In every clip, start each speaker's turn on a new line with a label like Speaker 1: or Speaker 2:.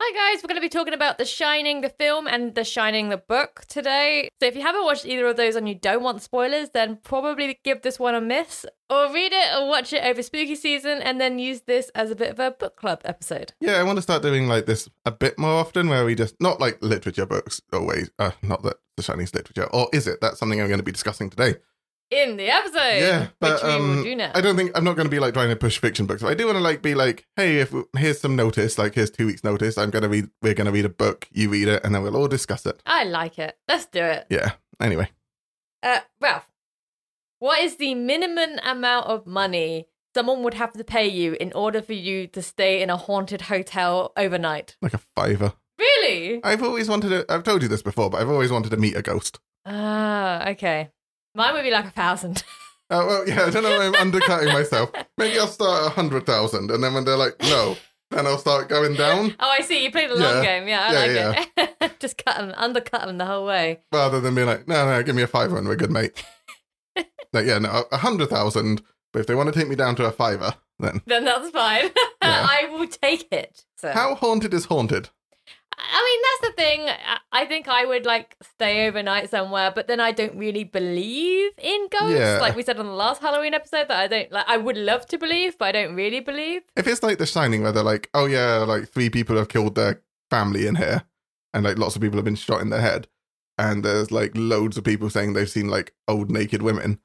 Speaker 1: Hi, guys. We're going to be talking about The Shining, the film, and The Shining, the book today. So, if you haven't watched either of those and you don't want spoilers, then probably give this one a miss or read it or watch it over spooky season and then use this as a bit of a book club episode.
Speaker 2: Yeah, I want to start doing like this a bit more often, where we just not like literature books always. Uh, not that The Shining's literature, or is it? That's something I'm going to be discussing today.
Speaker 1: In the episode.
Speaker 2: yeah, but
Speaker 1: which we will
Speaker 2: um,
Speaker 1: do now.
Speaker 2: I don't think I'm not going to be like trying to push fiction books. But I do want to like be like, hey, if here's some notice, like here's two weeks notice. I'm going to read. We're going to read a book. You read it, and then we'll all discuss it.
Speaker 1: I like it. Let's do it.
Speaker 2: Yeah. Anyway,
Speaker 1: Uh, Ralph, what is the minimum amount of money someone would have to pay you in order for you to stay in a haunted hotel overnight?
Speaker 2: like a fiver.
Speaker 1: Really?
Speaker 2: I've always wanted to. I've told you this before, but I've always wanted to meet a ghost.
Speaker 1: Ah, okay. Mine would be like a thousand.
Speaker 2: Oh well, yeah. I don't know. why I'm undercutting myself. Maybe I'll start at hundred thousand, and then when they're like, no, then I'll start going down
Speaker 1: Oh, I see. You play the long
Speaker 2: Yeah.
Speaker 1: game. Yeah, I
Speaker 2: Yeah,
Speaker 1: like it. Just cut them, undercut them the whole way.
Speaker 2: rather than being like, no, no, give me a fiver and we're good, mate. like, yeah, no, a hundred thousand. But if they want to take me down to a fiver, then
Speaker 1: Then that's fine.
Speaker 2: Yeah.
Speaker 1: I will take it. So.
Speaker 2: how haunted is haunted?
Speaker 1: I mean, that's the thing. I- I think I would like stay overnight somewhere, but then I don't really believe in ghosts.
Speaker 2: Yeah.
Speaker 1: Like we said on the last Halloween episode, that I don't like. I would love to believe, but I don't really believe.
Speaker 2: If it's like The Shining, where they're like, oh yeah, like three people have killed their family in here, and like lots of people have been shot in their head, and there's like loads of people saying they've seen like old naked women,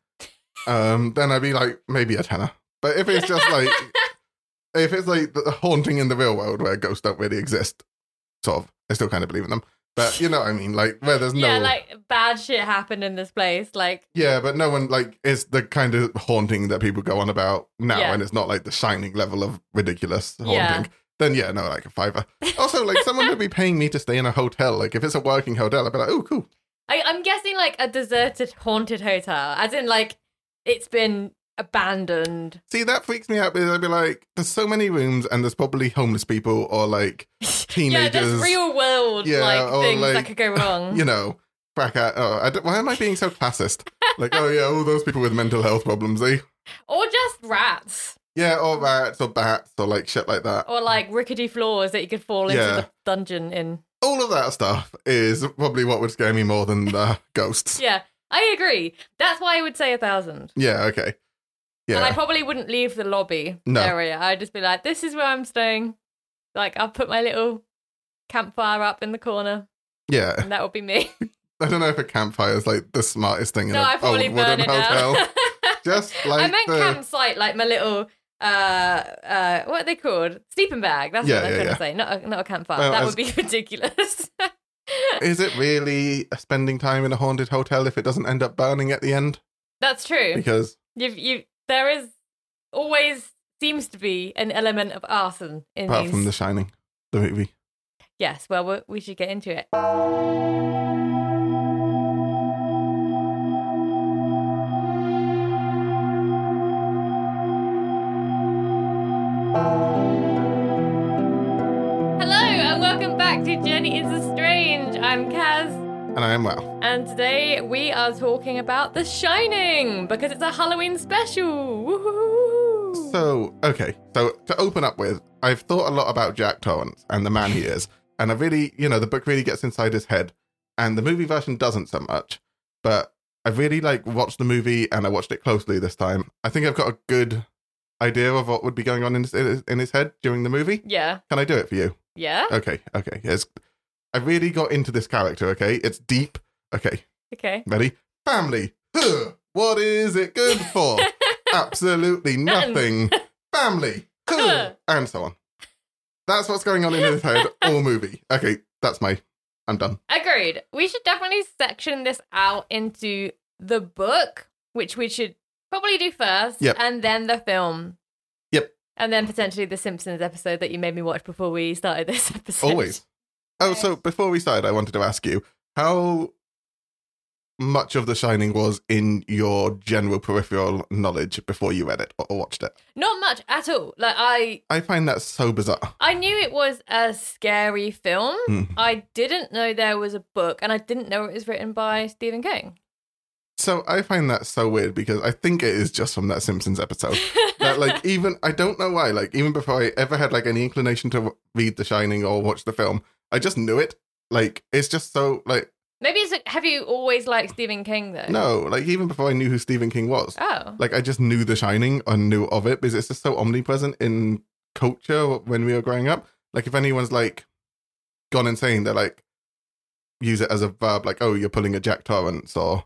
Speaker 2: um, then I'd be like, maybe a tenner. But if it's just like, if it's like the haunting in the real world where ghosts don't really exist, sort of, I still kind of believe in them. But you know what I mean, like where there's no,
Speaker 1: Yeah, like bad shit happened in this place. Like,
Speaker 2: yeah, but no one like it's the kind of haunting that people go on about now,
Speaker 1: Yeah.
Speaker 2: and it's not like the shining level of ridiculous haunting.
Speaker 1: Yeah.
Speaker 2: Then yeah, no, like a fiver. Also, like someone would be paying me to stay in a hotel. Like if it's a working hotel, I'd be like, oh, cool.
Speaker 1: I- I'm guessing like a deserted, haunted hotel, as in like it's been abandoned.
Speaker 2: See, that freaks me out because I'd be like, there's so many rooms, and there's probably homeless people or like
Speaker 1: Yeah,
Speaker 2: teenagers.
Speaker 1: there's real world
Speaker 2: Yeah,
Speaker 1: like
Speaker 2: or,
Speaker 1: things that
Speaker 2: like,
Speaker 1: could go wrong.
Speaker 2: you know, back at. Oh, I don't- why am I being so classist? like, oh yeah, all those people with mental health problems, eh?
Speaker 1: Or just rats.
Speaker 2: Yeah, or rats or bats or like shit like that.
Speaker 1: Or like rickety floors that you could fall into
Speaker 2: Yeah.
Speaker 1: the dungeon in.
Speaker 2: all of that stuff is probably what would scare me more than the ghosts.
Speaker 1: Yeah, I agree. That's why I would say a thousand.
Speaker 2: Yeah, okay.
Speaker 1: And I
Speaker 2: Yeah.
Speaker 1: probably wouldn't leave the lobby
Speaker 2: No.
Speaker 1: area. I'd just be like, this is where I'm staying. Like, I'll put my little campfire up in the corner,
Speaker 2: yeah.
Speaker 1: and that will be me.
Speaker 2: I don't know if a campfire is like the smartest thing in
Speaker 1: no,
Speaker 2: an
Speaker 1: I probably
Speaker 2: old
Speaker 1: burn
Speaker 2: wooden
Speaker 1: it
Speaker 2: hotel.
Speaker 1: down.
Speaker 2: Just like
Speaker 1: I meant
Speaker 2: the
Speaker 1: campsite, like my little. Uh, uh, what are they called? Sleeping bag. That's
Speaker 2: Yeah,
Speaker 1: what I was
Speaker 2: yeah,
Speaker 1: going to
Speaker 2: yeah.
Speaker 1: say. Not a, not a campfire.
Speaker 2: Well,
Speaker 1: that
Speaker 2: as-
Speaker 1: would be ridiculous.
Speaker 2: Is it really spending time in a haunted hotel if it doesn't end up burning at the end?
Speaker 1: That's true.
Speaker 2: Because
Speaker 1: You've, you there is always seems to be an element of arson in
Speaker 2: apart
Speaker 1: these.
Speaker 2: from The Shining, the movie.
Speaker 1: yes, well, we- we should get into it. Hello and welcome back to Journey into Strange. I'm Kaz.
Speaker 2: And I am well.
Speaker 1: And today we are talking about The Shining because it's a Halloween special. Woohoo!
Speaker 2: So, okay. So, to open up with, I've thought a lot about Jack Torrance and the man he is. And I really, you know, the book really gets inside his head. And the movie version doesn't so much. But I really like watched the movie and I watched it closely this time. I think I've got a good idea of what would be going on in his, in his head during the movie.
Speaker 1: yeah,
Speaker 2: Can I do it for you?
Speaker 1: yeah.
Speaker 2: Okay. Okay. Yes. I really got into this character, okay? It's deep. Okay.
Speaker 1: Okay.
Speaker 2: Ready? Family. Huh. What is it good for? Absolutely nothing. Family. Huh. and so on. That's what's going on in his head all movie. Okay, that's my. I'm done.
Speaker 1: Agreed. We should definitely section this out into the book, which we should probably do first,
Speaker 2: Yep.
Speaker 1: and then the film.
Speaker 2: Yep.
Speaker 1: And then potentially the Simpsons episode that you made me watch before we started this episode.
Speaker 2: Always. Oh, so before we started, I wanted to ask you how much of The Shining was in your general peripheral knowledge before you read it or watched it.
Speaker 1: Not much at all. Like I
Speaker 2: I find that so bizarre.
Speaker 1: I knew it was a scary film.
Speaker 2: Hmm.
Speaker 1: I didn't know there was a book and I didn't know it was written by Stephen King.
Speaker 2: So I find that so weird because I think it is just from that Simpsons episode. that like even I don't know why like even before I ever had like any inclination to w- read The Shining or watch the film, I just knew it. Like it's just so like
Speaker 1: Maybe it's like, have you always liked Stephen King though?
Speaker 2: no like even before I knew who Stephen King was,
Speaker 1: Oh.
Speaker 2: like I just knew The Shining or knew of it because it's just so omnipresent in culture when we were growing up. Like if anyone's like gone insane, they're like use it as a verb, like oh you're pulling a Jack Torrance or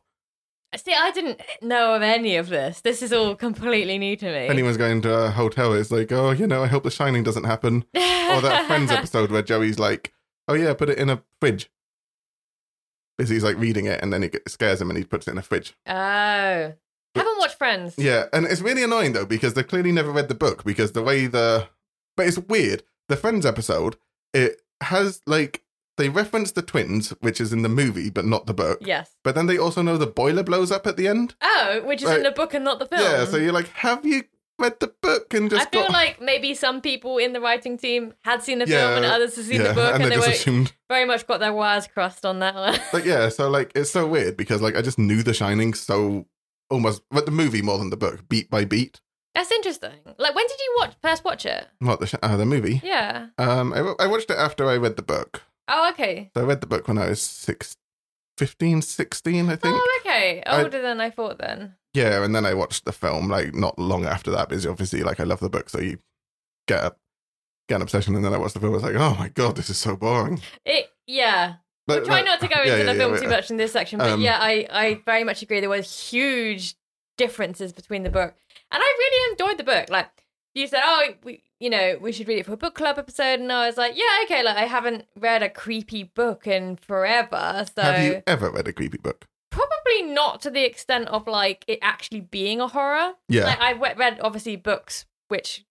Speaker 1: See, I didn't know of any of this. This is all completely new to me.
Speaker 2: if anyone's going to a hotel, it's like oh you know I hope The Shining doesn't happen. Or oh, that Friends episode where Joey's like, oh yeah, put it in a fridge. Because he's like reading it and then it gets- scares him and he puts it in a fridge.
Speaker 1: Oh. Haven't watched Friends.
Speaker 2: Yeah, and it's really annoying though because they've clearly never read the book because the way the. But it's weird. The Friends episode, it has like. They reference the twins, which is in the movie but not the book.
Speaker 1: Yes.
Speaker 2: But then they also know the boiler blows up at the end.
Speaker 1: Oh, which is
Speaker 2: Right.
Speaker 1: in the book and not the film.
Speaker 2: Yeah, so you're like, have you read the book and
Speaker 1: I
Speaker 2: just
Speaker 1: feel
Speaker 2: got.
Speaker 1: like maybe some people in the writing team had seen the film and
Speaker 2: Yeah,
Speaker 1: others had seen
Speaker 2: yeah,
Speaker 1: the book
Speaker 2: and
Speaker 1: and,
Speaker 2: they
Speaker 1: they
Speaker 2: just
Speaker 1: were
Speaker 2: assumed.
Speaker 1: very much got their wires crossed on that one.
Speaker 2: Like yeah, so like it's so weird because like I just knew The Shining so almost, but the movie more than the book, beat by beat.
Speaker 1: That's interesting. Like, when did you watch first watch it?
Speaker 2: Not the sh- uh, the movie.
Speaker 1: Yeah.
Speaker 2: Um, I, I watched it after I read the book.
Speaker 1: Oh, okay.
Speaker 2: So I read the book when I was six, 15, 16, I think.
Speaker 1: Oh, okay.
Speaker 2: I-
Speaker 1: Older than I thought then.
Speaker 2: Yeah, and then I watched the film like not long after that because obviously like I love the book, so you get a, get an obsession, and then I watched the film. I was like, oh my god, this is so boring.
Speaker 1: It, yeah. We'll
Speaker 2: But,
Speaker 1: try
Speaker 2: like,
Speaker 1: not to go
Speaker 2: yeah,
Speaker 1: into
Speaker 2: yeah,
Speaker 1: the
Speaker 2: yeah,
Speaker 1: film
Speaker 2: we-
Speaker 1: too much in this section, but
Speaker 2: Um,
Speaker 1: yeah, I, I very much agree. There were huge differences between the book, and I really enjoyed the book. Like you said, oh, we, you know, we should read it for a book club episode, and I was like, yeah, okay. Like I haven't read a creepy book in forever, so
Speaker 2: Have you ever read a creepy book?
Speaker 1: probably not to the extent of like it actually being a horror.
Speaker 2: Yeah,
Speaker 1: Like I we- read obviously books which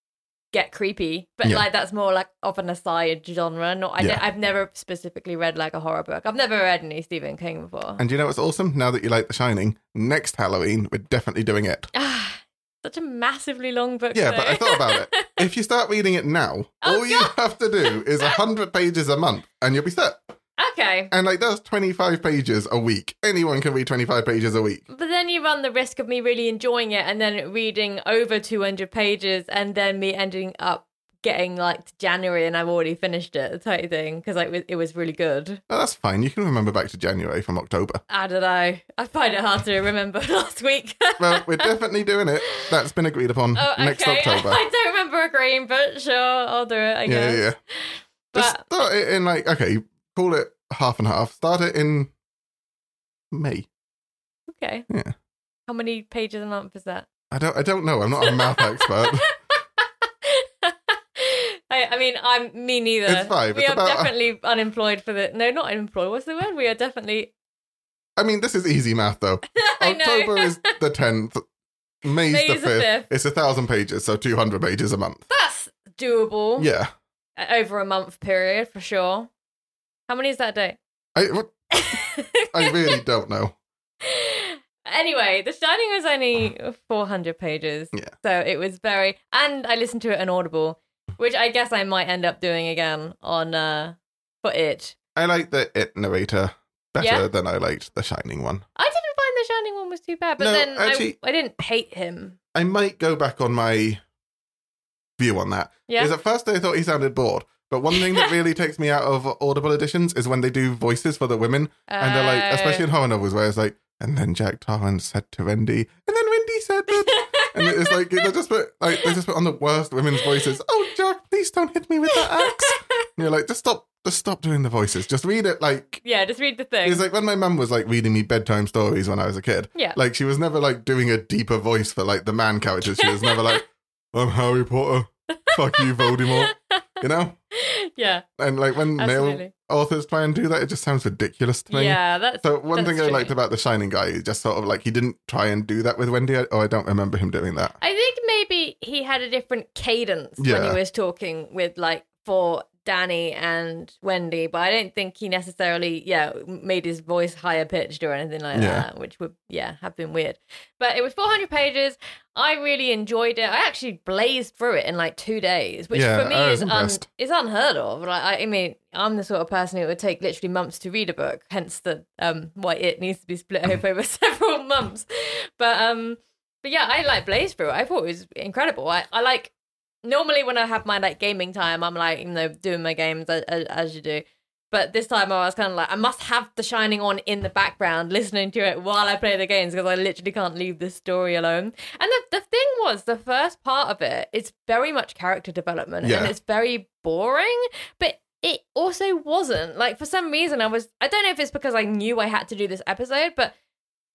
Speaker 1: get creepy, but
Speaker 2: Yeah.
Speaker 1: like that's more like of an aside genre. Not I
Speaker 2: Yeah.
Speaker 1: don't- I've never specifically read like a horror book. I've never read any Stephen King before.
Speaker 2: and you know what's awesome? Now that you like The Shining, next Halloween we're definitely doing it.
Speaker 1: Ah, Such a massively long book.
Speaker 2: Yeah, but
Speaker 1: though.
Speaker 2: I thought about it. If you start reading it now,
Speaker 1: Oh,
Speaker 2: all you have to do is 100 pages a month and you'll be set.
Speaker 1: okay.
Speaker 2: And like, that's 25 pages a week. Anyone can read 25 pages a week.
Speaker 1: But then you run the risk of me really enjoying it and then reading over 200 pages and then me ending up getting like to January and I've already finished it type thing because like, it was really good.
Speaker 2: No, that's fine. You can remember back to January from October.
Speaker 1: I don't know. I find it hard to remember last week.
Speaker 2: Well, we're definitely doing it. That's been agreed upon
Speaker 1: Oh, okay.
Speaker 2: next October.
Speaker 1: I don't remember agreeing, but sure, I'll do it. I
Speaker 2: yeah,
Speaker 1: guess.
Speaker 2: yeah, yeah. Just
Speaker 1: But-
Speaker 2: start it in like, okay, call it half and half. Start it in May.
Speaker 1: Okay.
Speaker 2: Yeah.
Speaker 1: How many pages a month is that?
Speaker 2: I don't, I don't know. I'm not a math expert.
Speaker 1: I, I mean, I'm me neither.
Speaker 2: It's five.
Speaker 1: We
Speaker 2: It's
Speaker 1: are
Speaker 2: about-
Speaker 1: definitely unemployed for the. No, not unemployed. What's the word? We are definitely.
Speaker 2: I mean, this is easy math though.
Speaker 1: I know.
Speaker 2: October is the 10th. May's,
Speaker 1: May's
Speaker 2: the
Speaker 1: the
Speaker 2: 5th.
Speaker 1: 5th.
Speaker 2: It's a thousand pages, so 200 pages a month.
Speaker 1: That's doable.
Speaker 2: Yeah.
Speaker 1: Uh, Over a month period for sure. How many is that day?
Speaker 2: I, what- I really don't know.
Speaker 1: Anyway, The Shining was only 400 pages.
Speaker 2: Yeah.
Speaker 1: So it was very. And I listened to it on Audible, which I guess I might end up doing again on uh, for it.
Speaker 2: I like the It narrator better
Speaker 1: Yeah?
Speaker 2: than I liked the Shining one.
Speaker 1: I didn't find The Shining one was too bad, but
Speaker 2: No,
Speaker 1: then I-
Speaker 2: actually-
Speaker 1: I, didn't hate him.
Speaker 2: I might go back on my view on that.
Speaker 1: Yeah.
Speaker 2: Because at first I thought he sounded bored. But one thing that really takes me out of Audible editions is when they do voices for the women. And they're like,
Speaker 1: Uh,
Speaker 2: especially in horror novels, where it's like, and then Jack Torrance said to Wendy, and then Wendy said that. And it's like they just put like they just put on the worst women's voices. Oh, Jack, please don't hit me with that axe. And you're like, just stop, just stop doing the voices. Just read it. Like
Speaker 1: yeah, just read the thing.
Speaker 2: it's like when my mum was like reading me bedtime stories when I was a kid.
Speaker 1: yeah.
Speaker 2: Like she was never like doing a deeper voice for like the man characters. She was never like, I'm Harry Potter. Fuck you, Voldemort. You know.
Speaker 1: yeah.
Speaker 2: And like when male
Speaker 1: Absolutely.
Speaker 2: authors try and do that, it just sounds ridiculous to me.
Speaker 1: Yeah, that's.
Speaker 2: So one
Speaker 1: That's
Speaker 2: thing I
Speaker 1: true.
Speaker 2: liked about the Shining guy, he just sort of like he didn't try and do that with Wendy. I- Oh, I don't remember him doing that.
Speaker 1: I think maybe he had a different cadence when
Speaker 2: Yeah.
Speaker 1: he was talking with like for Danny and Wendy, but I don't think he necessarily yeah made his voice higher pitched or anything like
Speaker 2: Yeah.
Speaker 1: that, which would yeah have been weird. But it was 400 pages. I really enjoyed it. I actually blazed through it in like two days, which
Speaker 2: Yeah,
Speaker 1: for me
Speaker 2: I
Speaker 1: is
Speaker 2: was
Speaker 1: un-
Speaker 2: impressed.
Speaker 1: is unheard of. Like I, I mean, I'm the sort of person who would take literally months to read a book, hence the um why it needs to be split up over several months. But um But yeah, I like Blaze Brew. I thought it was incredible. I, I like normally when I have my like gaming time, I'm like you know doing my games as, as you do. But this time I was kind of like I must have The Shining on in the background, listening to it while I play the games because I literally can't leave this story alone. And the the thing was, the first part of it, it's very much character development
Speaker 2: Yeah.
Speaker 1: and it's very boring, but it also wasn't. Like for some reason, I was I don't know if it's because I knew I had to do this episode, but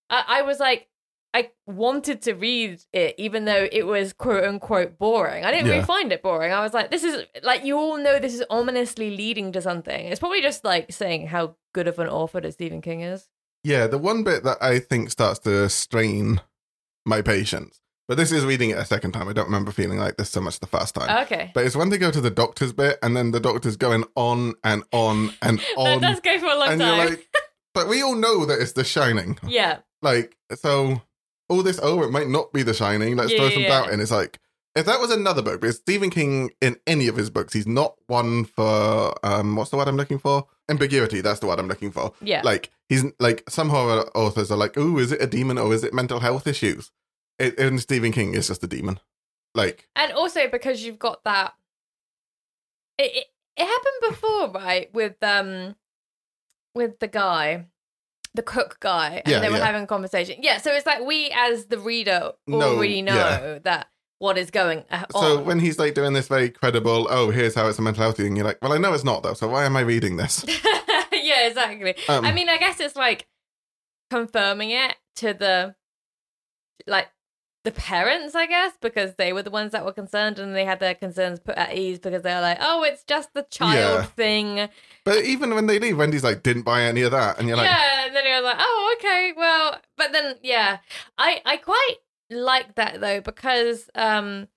Speaker 1: I, I was like, I wanted to read it, even though it was quote unquote boring. I didn't
Speaker 2: Yeah.
Speaker 1: really find it boring. I was like, this is like, you all know this is ominously leading to something. It's probably just like saying how good of an author that Stephen King is.
Speaker 2: Yeah, the one bit that I think starts to strain my patience, but this is reading it a second time. I don't remember feeling like this so much the first time.
Speaker 1: Okay.
Speaker 2: Uh, but it's when they go to the doctor's bit, and then the doctor's going on and on and
Speaker 1: that
Speaker 2: on,
Speaker 1: does go for a long
Speaker 2: and
Speaker 1: time.
Speaker 2: you're like, but we all know that it's The Shining.
Speaker 1: yeah.
Speaker 2: Like, so all this, oh, it might not be The Shining. Let's throw
Speaker 1: Yeah,
Speaker 2: some
Speaker 1: yeah,
Speaker 2: doubt
Speaker 1: yeah.
Speaker 2: in. It's like, if that was another book, because Stephen King, in any of his books, he's not one for, um, what's the word I'm looking for? Ambiguity. That's the word I'm looking for.
Speaker 1: Yeah.
Speaker 2: Like, he's like, some horror authors are like, oh, is it a demon or is it mental health issues? It, and Stephen King is just a demon. Like,
Speaker 1: And also because you've got that it, it it happened before, right? With um with the guy, the cook guy, and
Speaker 2: Yeah,
Speaker 1: they were
Speaker 2: yeah.
Speaker 1: having a conversation. Yeah, so it's like we as the reader
Speaker 2: No,
Speaker 1: already know
Speaker 2: yeah.
Speaker 1: that what is going uh, on.
Speaker 2: so when he's like doing this very credible, oh, here's how it's a mental health thing, you're like, well, I know it's not, though. So why am I reading this?
Speaker 1: yeah, exactly.
Speaker 2: Um,
Speaker 1: I mean, I guess it's like confirming it to the like the parents, I guess, because they were the ones that were concerned and they had their concerns put at ease because they were like, "Oh, it's just the child
Speaker 2: Yeah.
Speaker 1: thing."
Speaker 2: But even when they leave, Wendy's like, didn't buy any of that. And you're like,
Speaker 1: yeah, and then he was like, "Oh, okay, well." But then, yeah, I I quite like that though because um,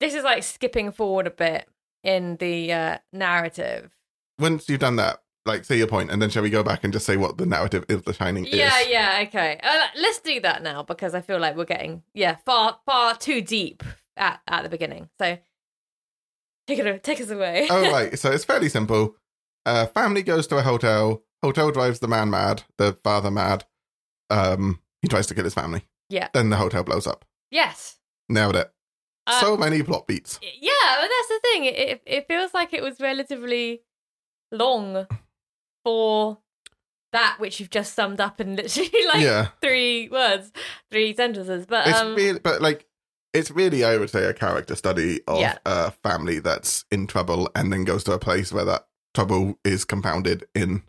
Speaker 1: this is like skipping forward a bit in the uh, narrative.
Speaker 2: once you've done that, like say your point, and then shall we go back and just say what the narrative of The Shining
Speaker 1: Yeah,
Speaker 2: is?
Speaker 1: yeah, okay. Uh, let's do that now because I feel like we're getting yeah far far too deep at at the beginning. So take it take us away.
Speaker 2: oh, right. So it's fairly simple. Uh, family goes to a hotel. Hotel drives the man mad, the father mad. Um, he tries to kill his family.
Speaker 1: Yeah.
Speaker 2: Then the hotel blows up.
Speaker 1: yes.
Speaker 2: Nailed it.
Speaker 1: Uh,
Speaker 2: so many plot beats.
Speaker 1: Yeah, but that's the thing. It, it it feels like it was relatively long for that which you've just summed up in literally like
Speaker 2: yeah.
Speaker 1: three words, three sentences. But
Speaker 2: It's
Speaker 1: um,
Speaker 2: really, but like, it's really, I would say, a character study of
Speaker 1: Yeah.
Speaker 2: a family that's in trouble and then goes to a place where that trouble is compounded in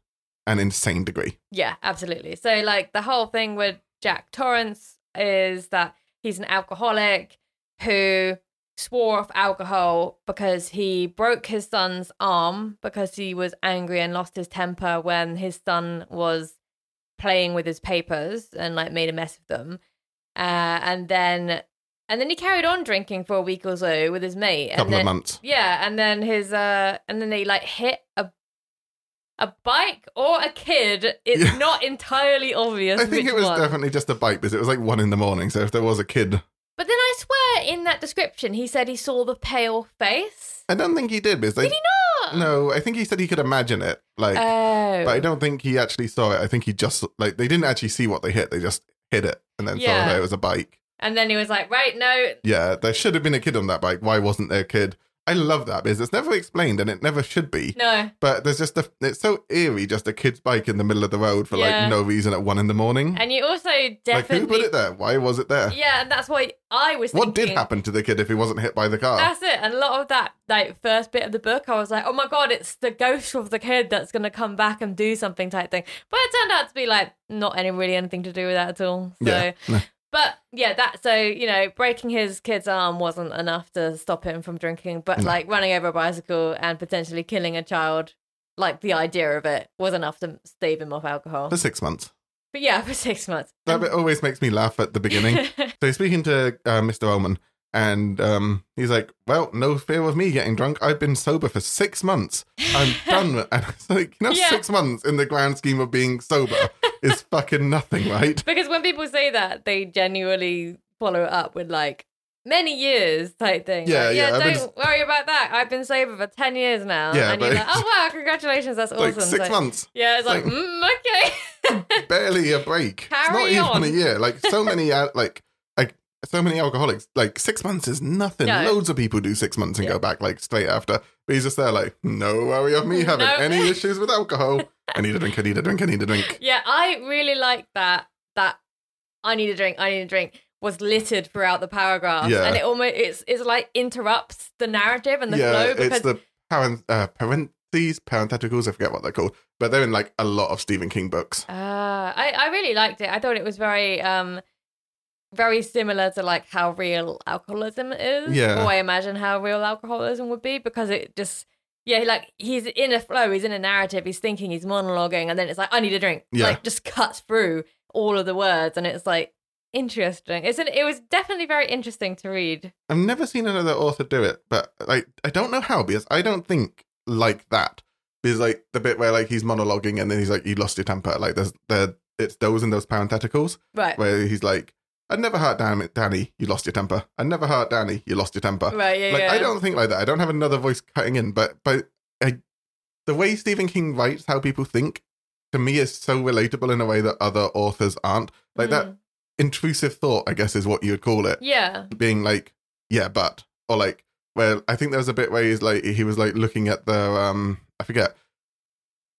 Speaker 2: an insane degree.
Speaker 1: yeah, absolutely. So like the whole thing with Jack Torrance is that he's an alcoholic who swore off alcohol because he broke his son's arm because he was angry and lost his temper when his son was playing with his papers and like made a mess of them. Uh, and then and then he carried on drinking for a week or so with his mate.
Speaker 2: A
Speaker 1: and
Speaker 2: couple
Speaker 1: then,
Speaker 2: of months.
Speaker 1: Yeah, and then his uh and then they like hit a a bike or a kid. It's
Speaker 2: Yeah.
Speaker 1: not entirely obvious.
Speaker 2: I think
Speaker 1: which
Speaker 2: it was
Speaker 1: one.
Speaker 2: definitely just a bike because it was like one in the morning. So if there was a kid,
Speaker 1: But then I swear in that description he said he saw the pale face.
Speaker 2: I don't think he did. Because they,
Speaker 1: Did he not?
Speaker 2: No, I think he said he could imagine it. Like,
Speaker 1: Oh.
Speaker 2: but I don't think he actually saw it. I think he just like they didn't actually see what they hit. They just hit it and then
Speaker 1: Yeah.
Speaker 2: saw that it was a bike.
Speaker 1: and then he was like, right, no,
Speaker 2: Yeah, there should have been a kid on that bike. Why wasn't there a kid? I love that because it's never explained and it never should be.
Speaker 1: no.
Speaker 2: But there's just a, it's so eerie, just a kid's bike in the middle of the road for
Speaker 1: Yeah.
Speaker 2: like no reason at one in the morning.
Speaker 1: And you also
Speaker 2: like who
Speaker 1: definitely
Speaker 2: put it there? Why was it there?
Speaker 1: Yeah, and that's why I was
Speaker 2: What did
Speaker 1: thinking-
Speaker 2: happen to the kid if he wasn't hit by the car?
Speaker 1: That's it. And a lot of that like first bit of the book, I was like, oh my god, it's the ghost of the kid that's gonna come back and do something type thing. But it turned out to be like not any really anything to do with that at all. So
Speaker 2: Yeah. No.
Speaker 1: but yeah, that so you know breaking his kid's arm wasn't enough to stop him from drinking, but
Speaker 2: No.
Speaker 1: like running over a bicycle and potentially killing a child, like the idea of it was enough to stave him off alcohol.
Speaker 2: For six months.
Speaker 1: But yeah, for six months.
Speaker 2: That bit always makes me laugh at the beginning. So he's speaking to uh, Mr. Oman, and um, he's like, "Well, no fear of me getting drunk. I've been sober for six months. I'm done." with-" And it's like, you know,
Speaker 1: Yeah.
Speaker 2: six months in the grand scheme of being sober is fucking nothing, right?
Speaker 1: Because when people say that, they genuinely follow it up with like many years type thing.
Speaker 2: Yeah,
Speaker 1: Like, yeah.
Speaker 2: yeah, I've
Speaker 1: don't
Speaker 2: been-
Speaker 1: worry about that. I've been sober for ten years now.
Speaker 2: Yeah,
Speaker 1: and you're
Speaker 2: but-
Speaker 1: like, oh wow, congratulations, that's awesome.
Speaker 2: Like six
Speaker 1: So-
Speaker 2: months,
Speaker 1: Yeah, it's like,
Speaker 2: Like-
Speaker 1: mm, okay.
Speaker 2: barely a break.
Speaker 1: Carry
Speaker 2: it's not
Speaker 1: on.
Speaker 2: even a year. Like so many, uh, like I, so many alcoholics. Like six months is nothing.
Speaker 1: No.
Speaker 2: Loads of people do six months and
Speaker 1: Yeah.
Speaker 2: go back like straight after. But he's just there like, no worry of me having
Speaker 1: No.
Speaker 2: any issues with alcohol. I need a drink. I need a drink. I need a drink.
Speaker 1: Yeah, I really like that. That I need a drink. I need a drink was littered throughout the paragraph,
Speaker 2: Yeah.
Speaker 1: and it almost it's it's like interrupts the narrative and the
Speaker 2: yeah,
Speaker 1: flow because
Speaker 2: it's the parent, uh, parentheses, parentheticals. I forget what they're called, but they're in like a lot of Stephen King books.
Speaker 1: uh, I I really liked it. I thought it was very um very similar to like how real alcoholism is,
Speaker 2: Yeah.
Speaker 1: or I imagine how real alcoholism would be because it just. Yeah, like he's in a flow, he's in a narrative, he's thinking, he's monologuing, and then it's like, I need a drink.
Speaker 2: Yeah.
Speaker 1: Like just cuts through all of the words and it's like interesting. It's an, it was definitely very interesting to read.
Speaker 2: I've never seen another author do it, but like I don't know how because I don't think like that. Because like the bit where like he's monologuing and then he's like, "You lost your temper." Like there's there, it's those and those parentheticals
Speaker 1: Right.
Speaker 2: where he's like, "I never hurt Dan- Danny. You lost your temper. I never hurt Danny. You lost your temper."
Speaker 1: Right, yeah,
Speaker 2: like
Speaker 1: yeah.
Speaker 2: I don't think like that. I don't have another voice cutting in, but but I, the way Stephen King writes how people think to me is so relatable in a way that other authors aren't. Like that
Speaker 1: Mm.
Speaker 2: intrusive thought, I guess, is what you would call it.
Speaker 1: Yeah.
Speaker 2: Being like, yeah, but or like, well, I think there was a bit where he's like, he was like looking at the um, I forget,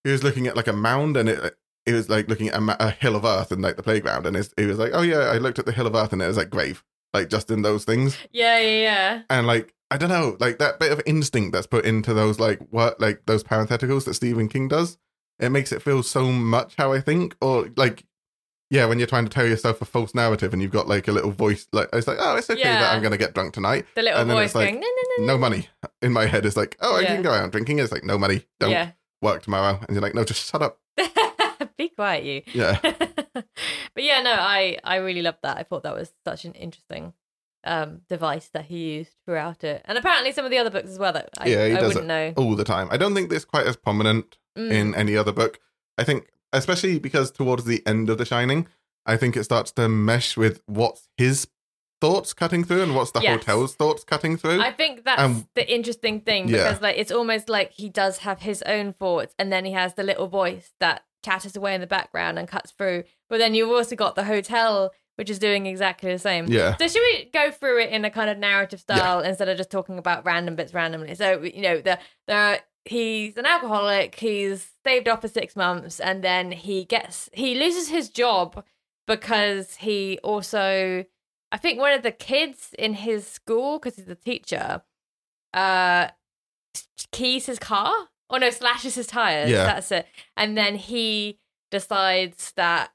Speaker 2: he was looking at like a mound and it. It was like looking at a, ma- a hill of earth and like the playground, and it's, it was like, oh yeah, I looked at the hill of earth and it was like grave, like just in those things
Speaker 1: Yeah, yeah, yeah.
Speaker 2: and like I don't know, like that bit of instinct that's put into those like what like those parentheticals that Stephen King does, it makes it feel so much how I think, or like yeah, when you're trying to tell yourself a false narrative and you've got like a little voice, like it's like oh, it's okay
Speaker 1: Yeah.
Speaker 2: that I'm gonna get drunk tonight.
Speaker 1: The little
Speaker 2: And then
Speaker 1: voice
Speaker 2: it's like,
Speaker 1: going, no, no, no,
Speaker 2: No money in my head is like oh, I
Speaker 1: Yeah.
Speaker 2: can go out drinking. It's like no money,
Speaker 1: no.
Speaker 2: don't work tomorrow, and you're like no, just shut up.
Speaker 1: Yeah. Be quiet, you.
Speaker 2: Yeah,
Speaker 1: but yeah, no, I, I really loved that. I thought that was such an interesting um, device that he used throughout it. And apparently some of the other books as well that I,
Speaker 2: Yeah, he
Speaker 1: I
Speaker 2: does
Speaker 1: wouldn't know.
Speaker 2: all the time. I don't think this quite as prominent
Speaker 1: Mm.
Speaker 2: in any other book. I think, especially because towards the end of The Shining, I think it starts to mesh with what's his thoughts cutting through and what's the
Speaker 1: Yes.
Speaker 2: hotel's thoughts cutting through.
Speaker 1: I think that's
Speaker 2: Um,
Speaker 1: the interesting thing
Speaker 2: yeah.
Speaker 1: because like it's almost like he does have his own thoughts and then he has the little voice that chatters away in the background and cuts through. But then you've also got the hotel which is doing exactly the same.
Speaker 2: yeah,
Speaker 1: So should we go through it in a kind of narrative style instead of just talking about random bits randomly? So you know, the the he's an alcoholic. He's staved off for six months, and then he gets he loses his job because he also, I think, one of the kids in his school because he's a teacher, uh, keys his car. Oh no, slashes his tires.
Speaker 2: Yeah.
Speaker 1: That's it. And then he decides that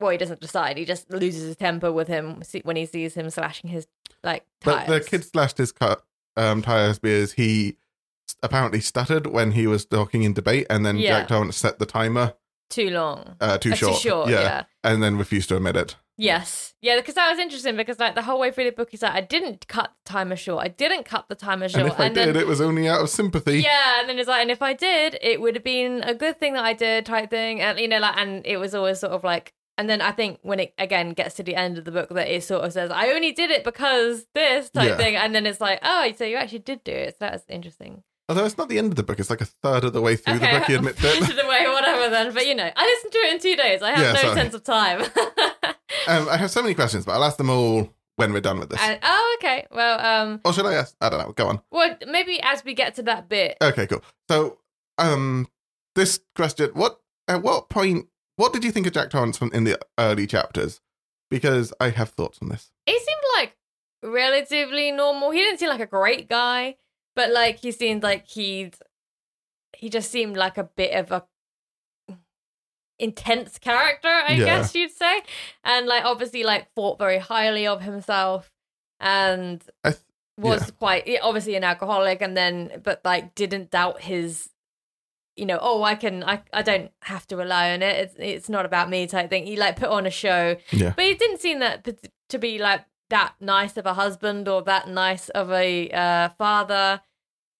Speaker 1: well, he doesn't decide. He just loses his temper with him see- when he sees him slashing his like
Speaker 2: but
Speaker 1: tires.
Speaker 2: the kid slashed his cut um, tires because he s- apparently stuttered when he was talking in debate, and then
Speaker 1: Yeah.
Speaker 2: Jack Torrance set the timer
Speaker 1: too long,
Speaker 2: uh, too,
Speaker 1: Uh,
Speaker 2: short.
Speaker 1: Too short. Yeah.
Speaker 2: and then refused to admit it.
Speaker 1: Yes. Yeah, because that was interesting. Because like the whole way through the book, he's like, I didn't cut the timer short. I didn't cut the timer short.
Speaker 2: and if I
Speaker 1: then
Speaker 2: did, it was only out of sympathy.
Speaker 1: yeah, and then it's like, and if I did, it would have been a good thing that I did, type thing, and you know, like, and it was always sort of like, and then I think when it again gets to the end of the book, that it sort of says, I only did it because this type
Speaker 2: Yeah.
Speaker 1: thing, and then it's like, oh, so you actually did do it. So that's interesting.
Speaker 2: Although it's not the end of the book; it's like a third of the way through
Speaker 1: okay,
Speaker 2: the book. He admits it.
Speaker 1: the way, whatever then. But you know, I listened to it in two days. I have
Speaker 2: Yeah,
Speaker 1: no
Speaker 2: sorry.
Speaker 1: sense of time.
Speaker 2: Um, I have so many questions, but I'll ask them all when we're done with this.
Speaker 1: And- oh, okay. Well, um,
Speaker 2: or Oh, should I ask? I don't know. Go on.
Speaker 1: well, maybe as we get to that bit,
Speaker 2: Okay, cool. So, um, this question: what at what point? What did you think of Jack Torrance from in the early chapters? Because I have thoughts on this.
Speaker 1: he seemed like relatively normal. He didn't seem like a great guy, but like he seemed like he'd he just seemed like a bit of a intense character, I
Speaker 2: Yeah.
Speaker 1: guess you'd say. And like obviously like thought very highly of himself and
Speaker 2: I th-
Speaker 1: was quite yeah, obviously an alcoholic and then but like didn't doubt his you know, oh, I can, I, I don't have to rely on it. It's, it's not about me type thing. He like put on a show,
Speaker 2: Yeah.
Speaker 1: but he didn't seem that p- to be like that nice of a husband or that nice of a uh, father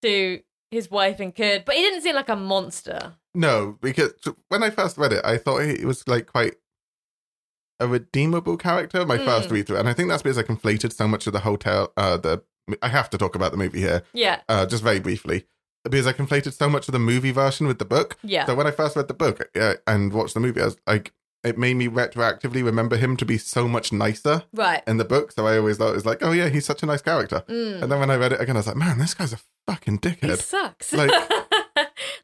Speaker 1: to his wife and kid. But he didn't seem like a monster.
Speaker 2: No, because when I first read it, I thought he was like quite a redeemable character. My first
Speaker 1: Mm.
Speaker 2: read through, and I think that's because I conflated so much of the hotel. Uh, the I have to talk about the movie here,
Speaker 1: Yeah,
Speaker 2: uh, just very briefly, because I conflated so much of the movie version with the book.
Speaker 1: yeah,
Speaker 2: So when I first read the book uh, and watched the movie, I was like, it made me retroactively remember him to be so much nicer
Speaker 1: Right.
Speaker 2: in the book. So I always thought it was like, oh yeah, he's such a nice character.
Speaker 1: Mm.
Speaker 2: And then when I read it again, I was like, man, this guy's a fucking
Speaker 1: He
Speaker 2: dickhead.
Speaker 1: sucks.
Speaker 2: Like-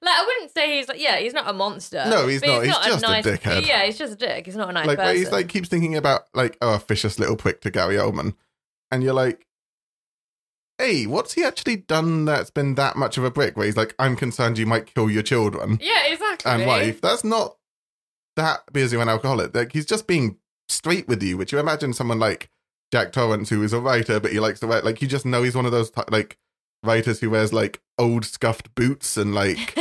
Speaker 1: Like, I wouldn't say he's like yeah, he's not a monster.
Speaker 2: No, he's
Speaker 1: but
Speaker 2: not. He's just a
Speaker 1: nice,
Speaker 2: dickhead.
Speaker 1: Yeah, he's just a dick. He's not a nice
Speaker 2: Like where
Speaker 1: person.
Speaker 2: he's like keeps thinking about like oh, officious little prick to Gary Oldman, and you're like, hey, what's he actually done that's been that much of a prick? Where he's like, I'm concerned you might kill your children
Speaker 1: yeah, exactly.
Speaker 2: and wife. That's not that busy an alcoholic. Like he's just being straight with you. Which you imagine someone like Jack Torrance, who is a writer, but he likes to write. Like you just know he's one of those ty- like writers who wears like old scuffed boots and like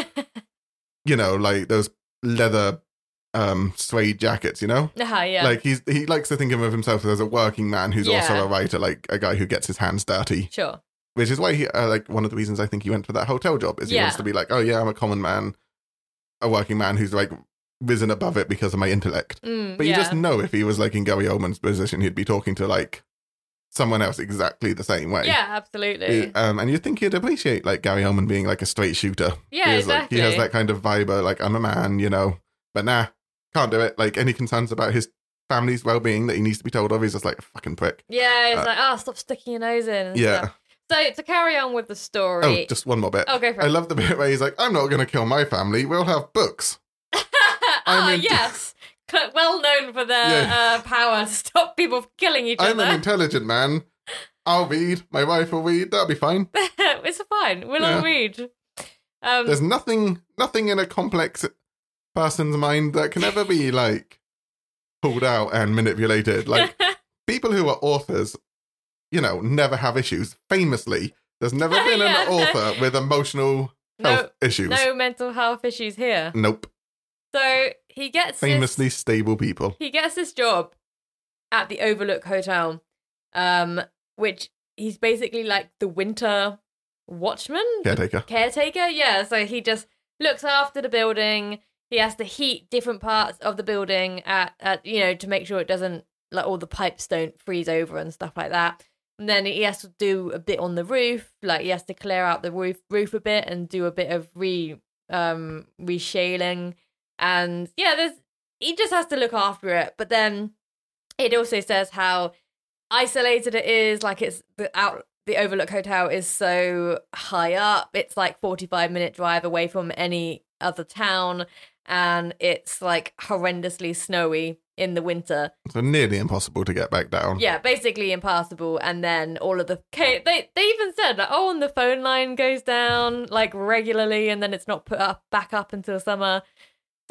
Speaker 2: you know like those leather um suede jackets. You know.
Speaker 1: Uh-huh, yeah.
Speaker 2: Like he's he likes to think of himself as a working man who's also
Speaker 1: Yeah.
Speaker 2: a writer, like a guy who gets his hands dirty,
Speaker 1: sure.
Speaker 2: which is why he uh, like one of the reasons I think he went for that hotel job is he
Speaker 1: Yeah.
Speaker 2: wants to be like, oh yeah, I'm a common man, a working man who's like risen above it because of my intellect.
Speaker 1: Mm,
Speaker 2: But
Speaker 1: yeah.
Speaker 2: you just know if he was like in Gary Oldman's position, he'd be talking to like someone else exactly the same way.
Speaker 1: Yeah, absolutely.
Speaker 2: He- Um, and you think he'd appreciate like Gary Oldman being like a straight shooter.
Speaker 1: yeah,
Speaker 2: he, is, like,
Speaker 1: exactly.
Speaker 2: he has that kind of vibe of like I'm a man, you know, but nah, can't do it. Like any concerns about his family's well being that he needs to be told of, he's just like a fucking prick.
Speaker 1: yeah, it's
Speaker 2: uh,
Speaker 1: like, oh, stop sticking your nose in. and
Speaker 2: Yeah.
Speaker 1: stuff. So to carry on with the story.
Speaker 2: Oh, just one more bit.
Speaker 1: Oh, go for it.
Speaker 2: I love the bit where he's like, I'm not going to kill my family. We'll have books. I'm
Speaker 1: ah,
Speaker 2: in-
Speaker 1: yes. Cl- Well known for their
Speaker 2: Yeah.
Speaker 1: uh, power to stop people from killing each
Speaker 2: I'm an
Speaker 1: other.
Speaker 2: intelligent man. I'll read. My wife will read. That'll be fine.
Speaker 1: it's fine. We'll
Speaker 2: Yeah.
Speaker 1: all read. Um,
Speaker 2: There's nothing, nothing in a complex person's mind that can ever be like pulled out and manipulated. Like people who are authors, you know, never have issues. Famously, there's never been
Speaker 1: Yeah,
Speaker 2: an
Speaker 1: no.
Speaker 2: author with emotional
Speaker 1: no,
Speaker 2: health issues.
Speaker 1: no mental health issues here.
Speaker 2: Nope.
Speaker 1: So he gets this-
Speaker 2: Famously stable people.
Speaker 1: he gets this job at the Overlook Hotel, um, which he's basically like the winter watchman,
Speaker 2: Caretaker.
Speaker 1: caretaker. Yeah, so he just looks after the building. He has to heat different parts of the building at, at you know to make sure it doesn't like all the pipes don't freeze over and stuff like that. And then he has to do a bit on the roof, like he has to clear out the roof roof a bit and do a bit of re um reshaling. And yeah, there's he just has to look after it. But then it also says how isolated it is. Like it's the out the Overlook Hotel is so high up. It's like forty five minute drive away from any other town, and it's like horrendously snowy in the winter.
Speaker 2: So nearly impossible to get back down.
Speaker 1: Yeah, basically impassable. And then all of the ca- they they even said like, oh, and the phone line goes down like regularly, and then it's not put up back up until summer.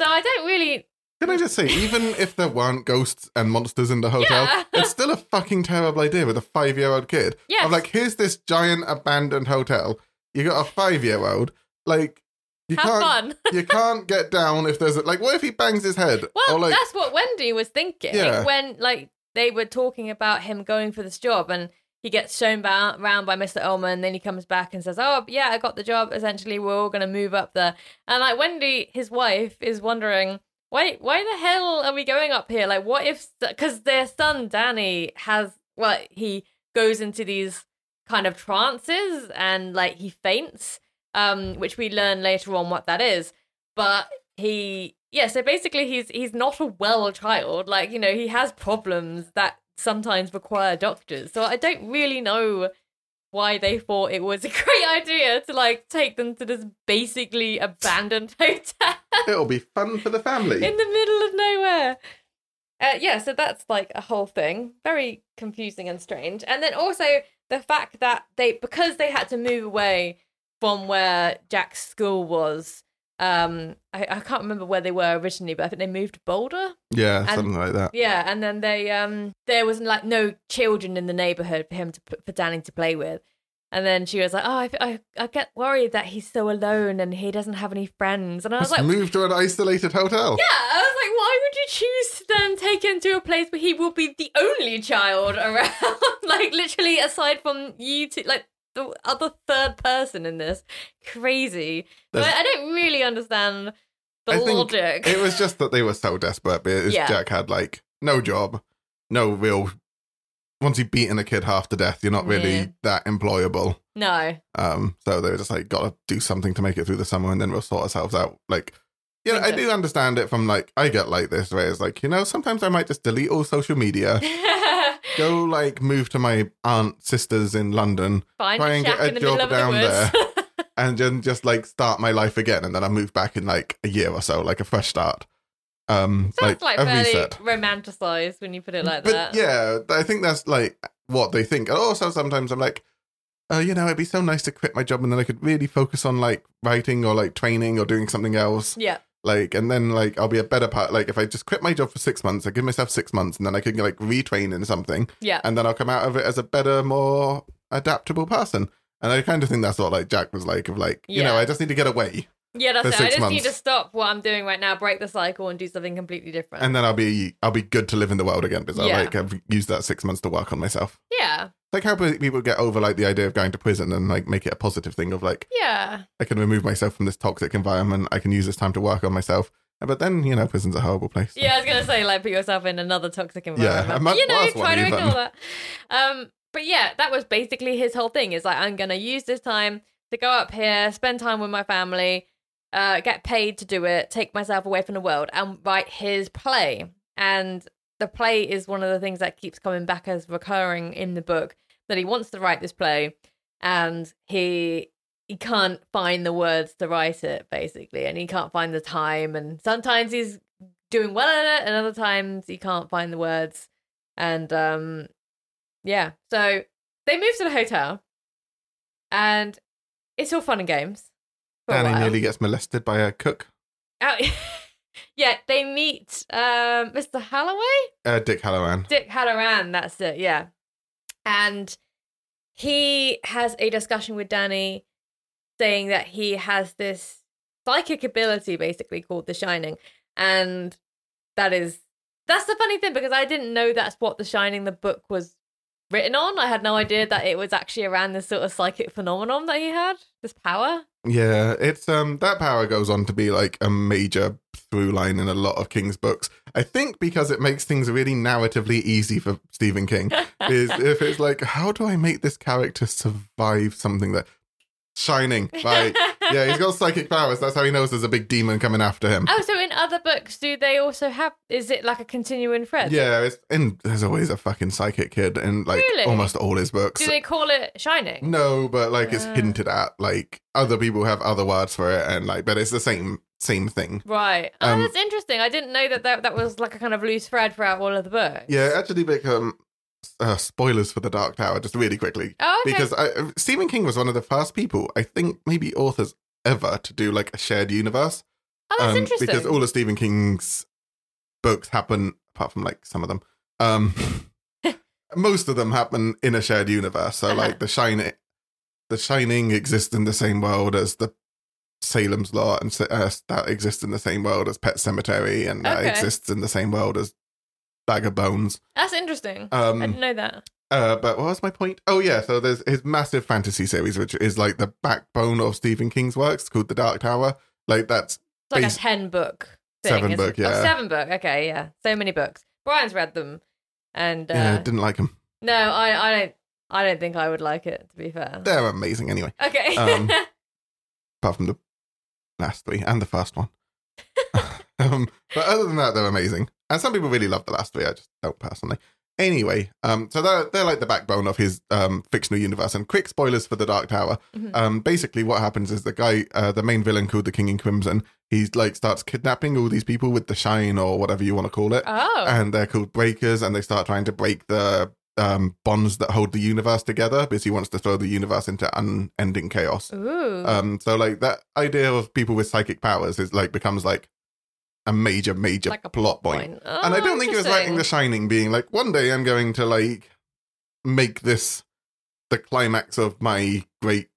Speaker 1: So I don't really
Speaker 2: Can I just say, even if there weren't ghosts and monsters in the hotel,
Speaker 1: Yeah.
Speaker 2: it's still a fucking terrible idea with a five year old kid.
Speaker 1: Yes.
Speaker 2: I'm like, here's this giant abandoned hotel. You got a five year old. Like, you
Speaker 1: have
Speaker 2: can't
Speaker 1: fun.
Speaker 2: you can't get down if there's a, like, what if he bangs his head?
Speaker 1: Well,
Speaker 2: or like,
Speaker 1: that's what Wendy was thinking
Speaker 2: Yeah.
Speaker 1: when, like, they were talking about him going for this job, and he gets shown ba- around by Mr. Ullman, and then he comes back and says, "Oh, yeah, I got the job. Essentially, we're all going to move up there." And like Wendy, his wife, is wondering. Why, why the hell are we going up here? Like, what if? Because their son Danny has, well, he goes into these kind of trances and like he faints, um, which we learn later on what that is but he yeah so basically he's he's not a well child like you know he has problems that sometimes require doctors so i don't really know why they thought it was a great idea to like take them to this basically abandoned hotel
Speaker 2: it'll be fun for the family.
Speaker 1: in the middle of nowhere uh, yeah so that's like a whole thing very confusing and strange and then also the fact that they because they had to move away from where jack's school was um I, I can't remember where they were originally but i think they moved to boulder
Speaker 2: yeah,
Speaker 1: and-
Speaker 2: something like that.
Speaker 1: yeah and then they um there was like no children in the neighborhood for him to for danny to play with and then she was like oh i, I, I get worried that he's so alone and he doesn't have any friends and i was
Speaker 2: Just
Speaker 1: like
Speaker 2: move to an isolated hotel.
Speaker 1: yeah, I was like, why would you choose to then take him to a place where he will be the only child around? like, literally, aside from you two, like the other third person in this. Crazy. But
Speaker 2: There's-
Speaker 1: I don't really understand the
Speaker 2: I think
Speaker 1: logic.
Speaker 2: It was just that they were so desperate because
Speaker 1: Yeah.
Speaker 2: Jack had like no job, no real. Once you've beaten a kid half to death, you're not really
Speaker 1: Yeah.
Speaker 2: that employable.
Speaker 1: no.
Speaker 2: Um, so they were just like, gotta do something to make it through the summer, and then we'll sort ourselves out. Like, Yeah, I
Speaker 1: winter.
Speaker 2: do understand it from like I get like this where it's like you know sometimes I might just delete all social media, go like move to my aunt sisters in London,
Speaker 1: Find
Speaker 2: Try
Speaker 1: a
Speaker 2: and
Speaker 1: shack
Speaker 2: get a
Speaker 1: in the middle
Speaker 2: job
Speaker 1: of the
Speaker 2: down
Speaker 1: woods.
Speaker 2: and then just like start my life again, and then I move back in like a year or so, like a fresh start, um,
Speaker 1: Sounds
Speaker 2: like,
Speaker 1: like,
Speaker 2: a
Speaker 1: fairly
Speaker 2: reset.
Speaker 1: romanticized when you put it like
Speaker 2: But
Speaker 1: that.
Speaker 2: yeah, I think that's like what they think. And also sometimes I'm like, oh, you know, it'd be so nice to quit my job and then I could really focus on like writing or like training or doing something else.
Speaker 1: Yeah.
Speaker 2: Like, and then like I'll be a better part. Like, if I just quit my job for six months, I give myself six months, and then I can like retrain in something,
Speaker 1: Yeah.
Speaker 2: and then I'll come out of it as a better, more adaptable person. And I kind of think that's what like Jack was like of like, you know,
Speaker 1: Yeah.
Speaker 2: I just need to get away,
Speaker 1: Yeah, that's it.
Speaker 2: for
Speaker 1: I
Speaker 2: six
Speaker 1: just need
Speaker 2: months.
Speaker 1: to stop what I'm doing right now, break the cycle, and do something completely different.
Speaker 2: and then I'll be I'll be good to live in the world again because
Speaker 1: Yeah.
Speaker 2: I like I've used that six months to work on myself.
Speaker 1: yeah.
Speaker 2: like how people get over like the idea of going to prison and like make it a positive thing of like
Speaker 1: Yeah.
Speaker 2: I can remove myself from this toxic environment. I can use this time to work on myself. But then you know, prison's a horrible place.
Speaker 1: Yeah, I was gonna say like put yourself in another toxic environment.
Speaker 2: a much
Speaker 1: you know,
Speaker 2: worse one
Speaker 1: try to
Speaker 2: even.
Speaker 1: ignore that. Um, but yeah, that was basically his whole thing. Is like I'm gonna use this time to go up here, spend time with my family, uh, get paid to do it, take myself away from the world, and write his play. And the play is one of the things that keeps coming back as recurring in the book that he wants to write this play, and he he can't find the words to write it basically, and he can't find the time. And sometimes he's doing well at it, and other times you can't find the words. And um, yeah, so they move to the hotel, and it's all fun and games. For a
Speaker 2: Danny
Speaker 1: while.
Speaker 2: nearly gets molested by a cook,
Speaker 1: Out- yeah, they meet um, Mr. Halloway,
Speaker 2: uh, Dick Halloran.
Speaker 1: Dick Halloran. That's it. Yeah, and he has a discussion with Danny, saying that he has this psychic ability, basically called the Shining, and that is that's the funny thing because I didn't know that's what the Shining the book was written on. I had no idea that it was actually around this sort of psychic phenomenon that he had, this power.
Speaker 2: Yeah, it's um that power goes on to be like a major through line in a lot of King's books. I think because it makes things really narratively easy for Stephen King. is if it's like, how do I make this character survive something that shining? Like yeah, he's got psychic powers. That's how he knows there's a big demon coming after him.
Speaker 1: Oh, so in other books, do they also have? Is it like a continuing thread?
Speaker 2: Yeah, it's, and there's always a fucking psychic kid in like
Speaker 1: Really?
Speaker 2: almost all his books.
Speaker 1: Do they call it Shining?
Speaker 2: no, but like it's
Speaker 1: Ah.
Speaker 2: hinted at. Like other people have other words for it, and like, but it's the same same thing.
Speaker 1: Right. Oh,
Speaker 2: Um,
Speaker 1: that's interesting. I didn't know that, that that was like a kind of loose thread throughout all of the books.
Speaker 2: Yeah, actually, like um, uh, spoilers for the Dark Tower, just really quickly,
Speaker 1: Oh, okay.
Speaker 2: because I, uh, Stephen King was one of the first people, I think, maybe authors ever to do like a shared universe.
Speaker 1: oh, that's
Speaker 2: um,
Speaker 1: interesting.
Speaker 2: Because all of Stephen King's books happen, apart from like some of them, um, most of them happen in a shared universe. So
Speaker 1: Uh-huh.
Speaker 2: like the Shining, the Shining exists in the same world as the Salem's Lot, and uh, that exists in the same world as Pet Cemetery, and that
Speaker 1: Okay.
Speaker 2: exists in the same world as Bag of Bones.
Speaker 1: that's interesting. I
Speaker 2: Um,
Speaker 1: didn't know that.
Speaker 2: uh, but what was my point? Oh yeah, so there's his massive fantasy series, which is like the backbone of Stephen King's works, called The Dark Tower. Like that's
Speaker 1: It's like
Speaker 2: base-
Speaker 1: a ten book. Thing,
Speaker 2: Seven
Speaker 1: isn't
Speaker 2: book,
Speaker 1: it? Oh,
Speaker 2: yeah.
Speaker 1: seven book. Okay, yeah. So many books. Brian's read them, and uh,
Speaker 2: yeah, didn't like him.
Speaker 1: no, I, I don't. I don't think I would like it. To be fair.
Speaker 2: They're amazing anyway,
Speaker 1: Okay.
Speaker 2: Um, apart from the last three and the first one. um, but other than that, they're amazing, and some people really love the last three. I just don't personally. Anyway, um, so they're they're like the backbone of his um fictional universe. And quick spoilers for the Dark Tower.
Speaker 1: Mhm.
Speaker 2: Um, basically, what happens is the guy, uh, the main villain called the King in Crimson, he's like starts kidnapping all these people with the shine or whatever you want to call it.
Speaker 1: oh.
Speaker 2: and they're called breakers and they start trying to break the um, bonds that hold the universe together because he wants to throw the universe into unending chaos
Speaker 1: Ooh.
Speaker 2: um so like that idea of people with psychic powers is like becomes like a major major
Speaker 1: Like a
Speaker 2: plot point,
Speaker 1: Fine.
Speaker 2: and i
Speaker 1: Oh,
Speaker 2: don't think it was writing the
Speaker 1: interesting.
Speaker 2: shining being like one day i'm going to like make this the climax of my great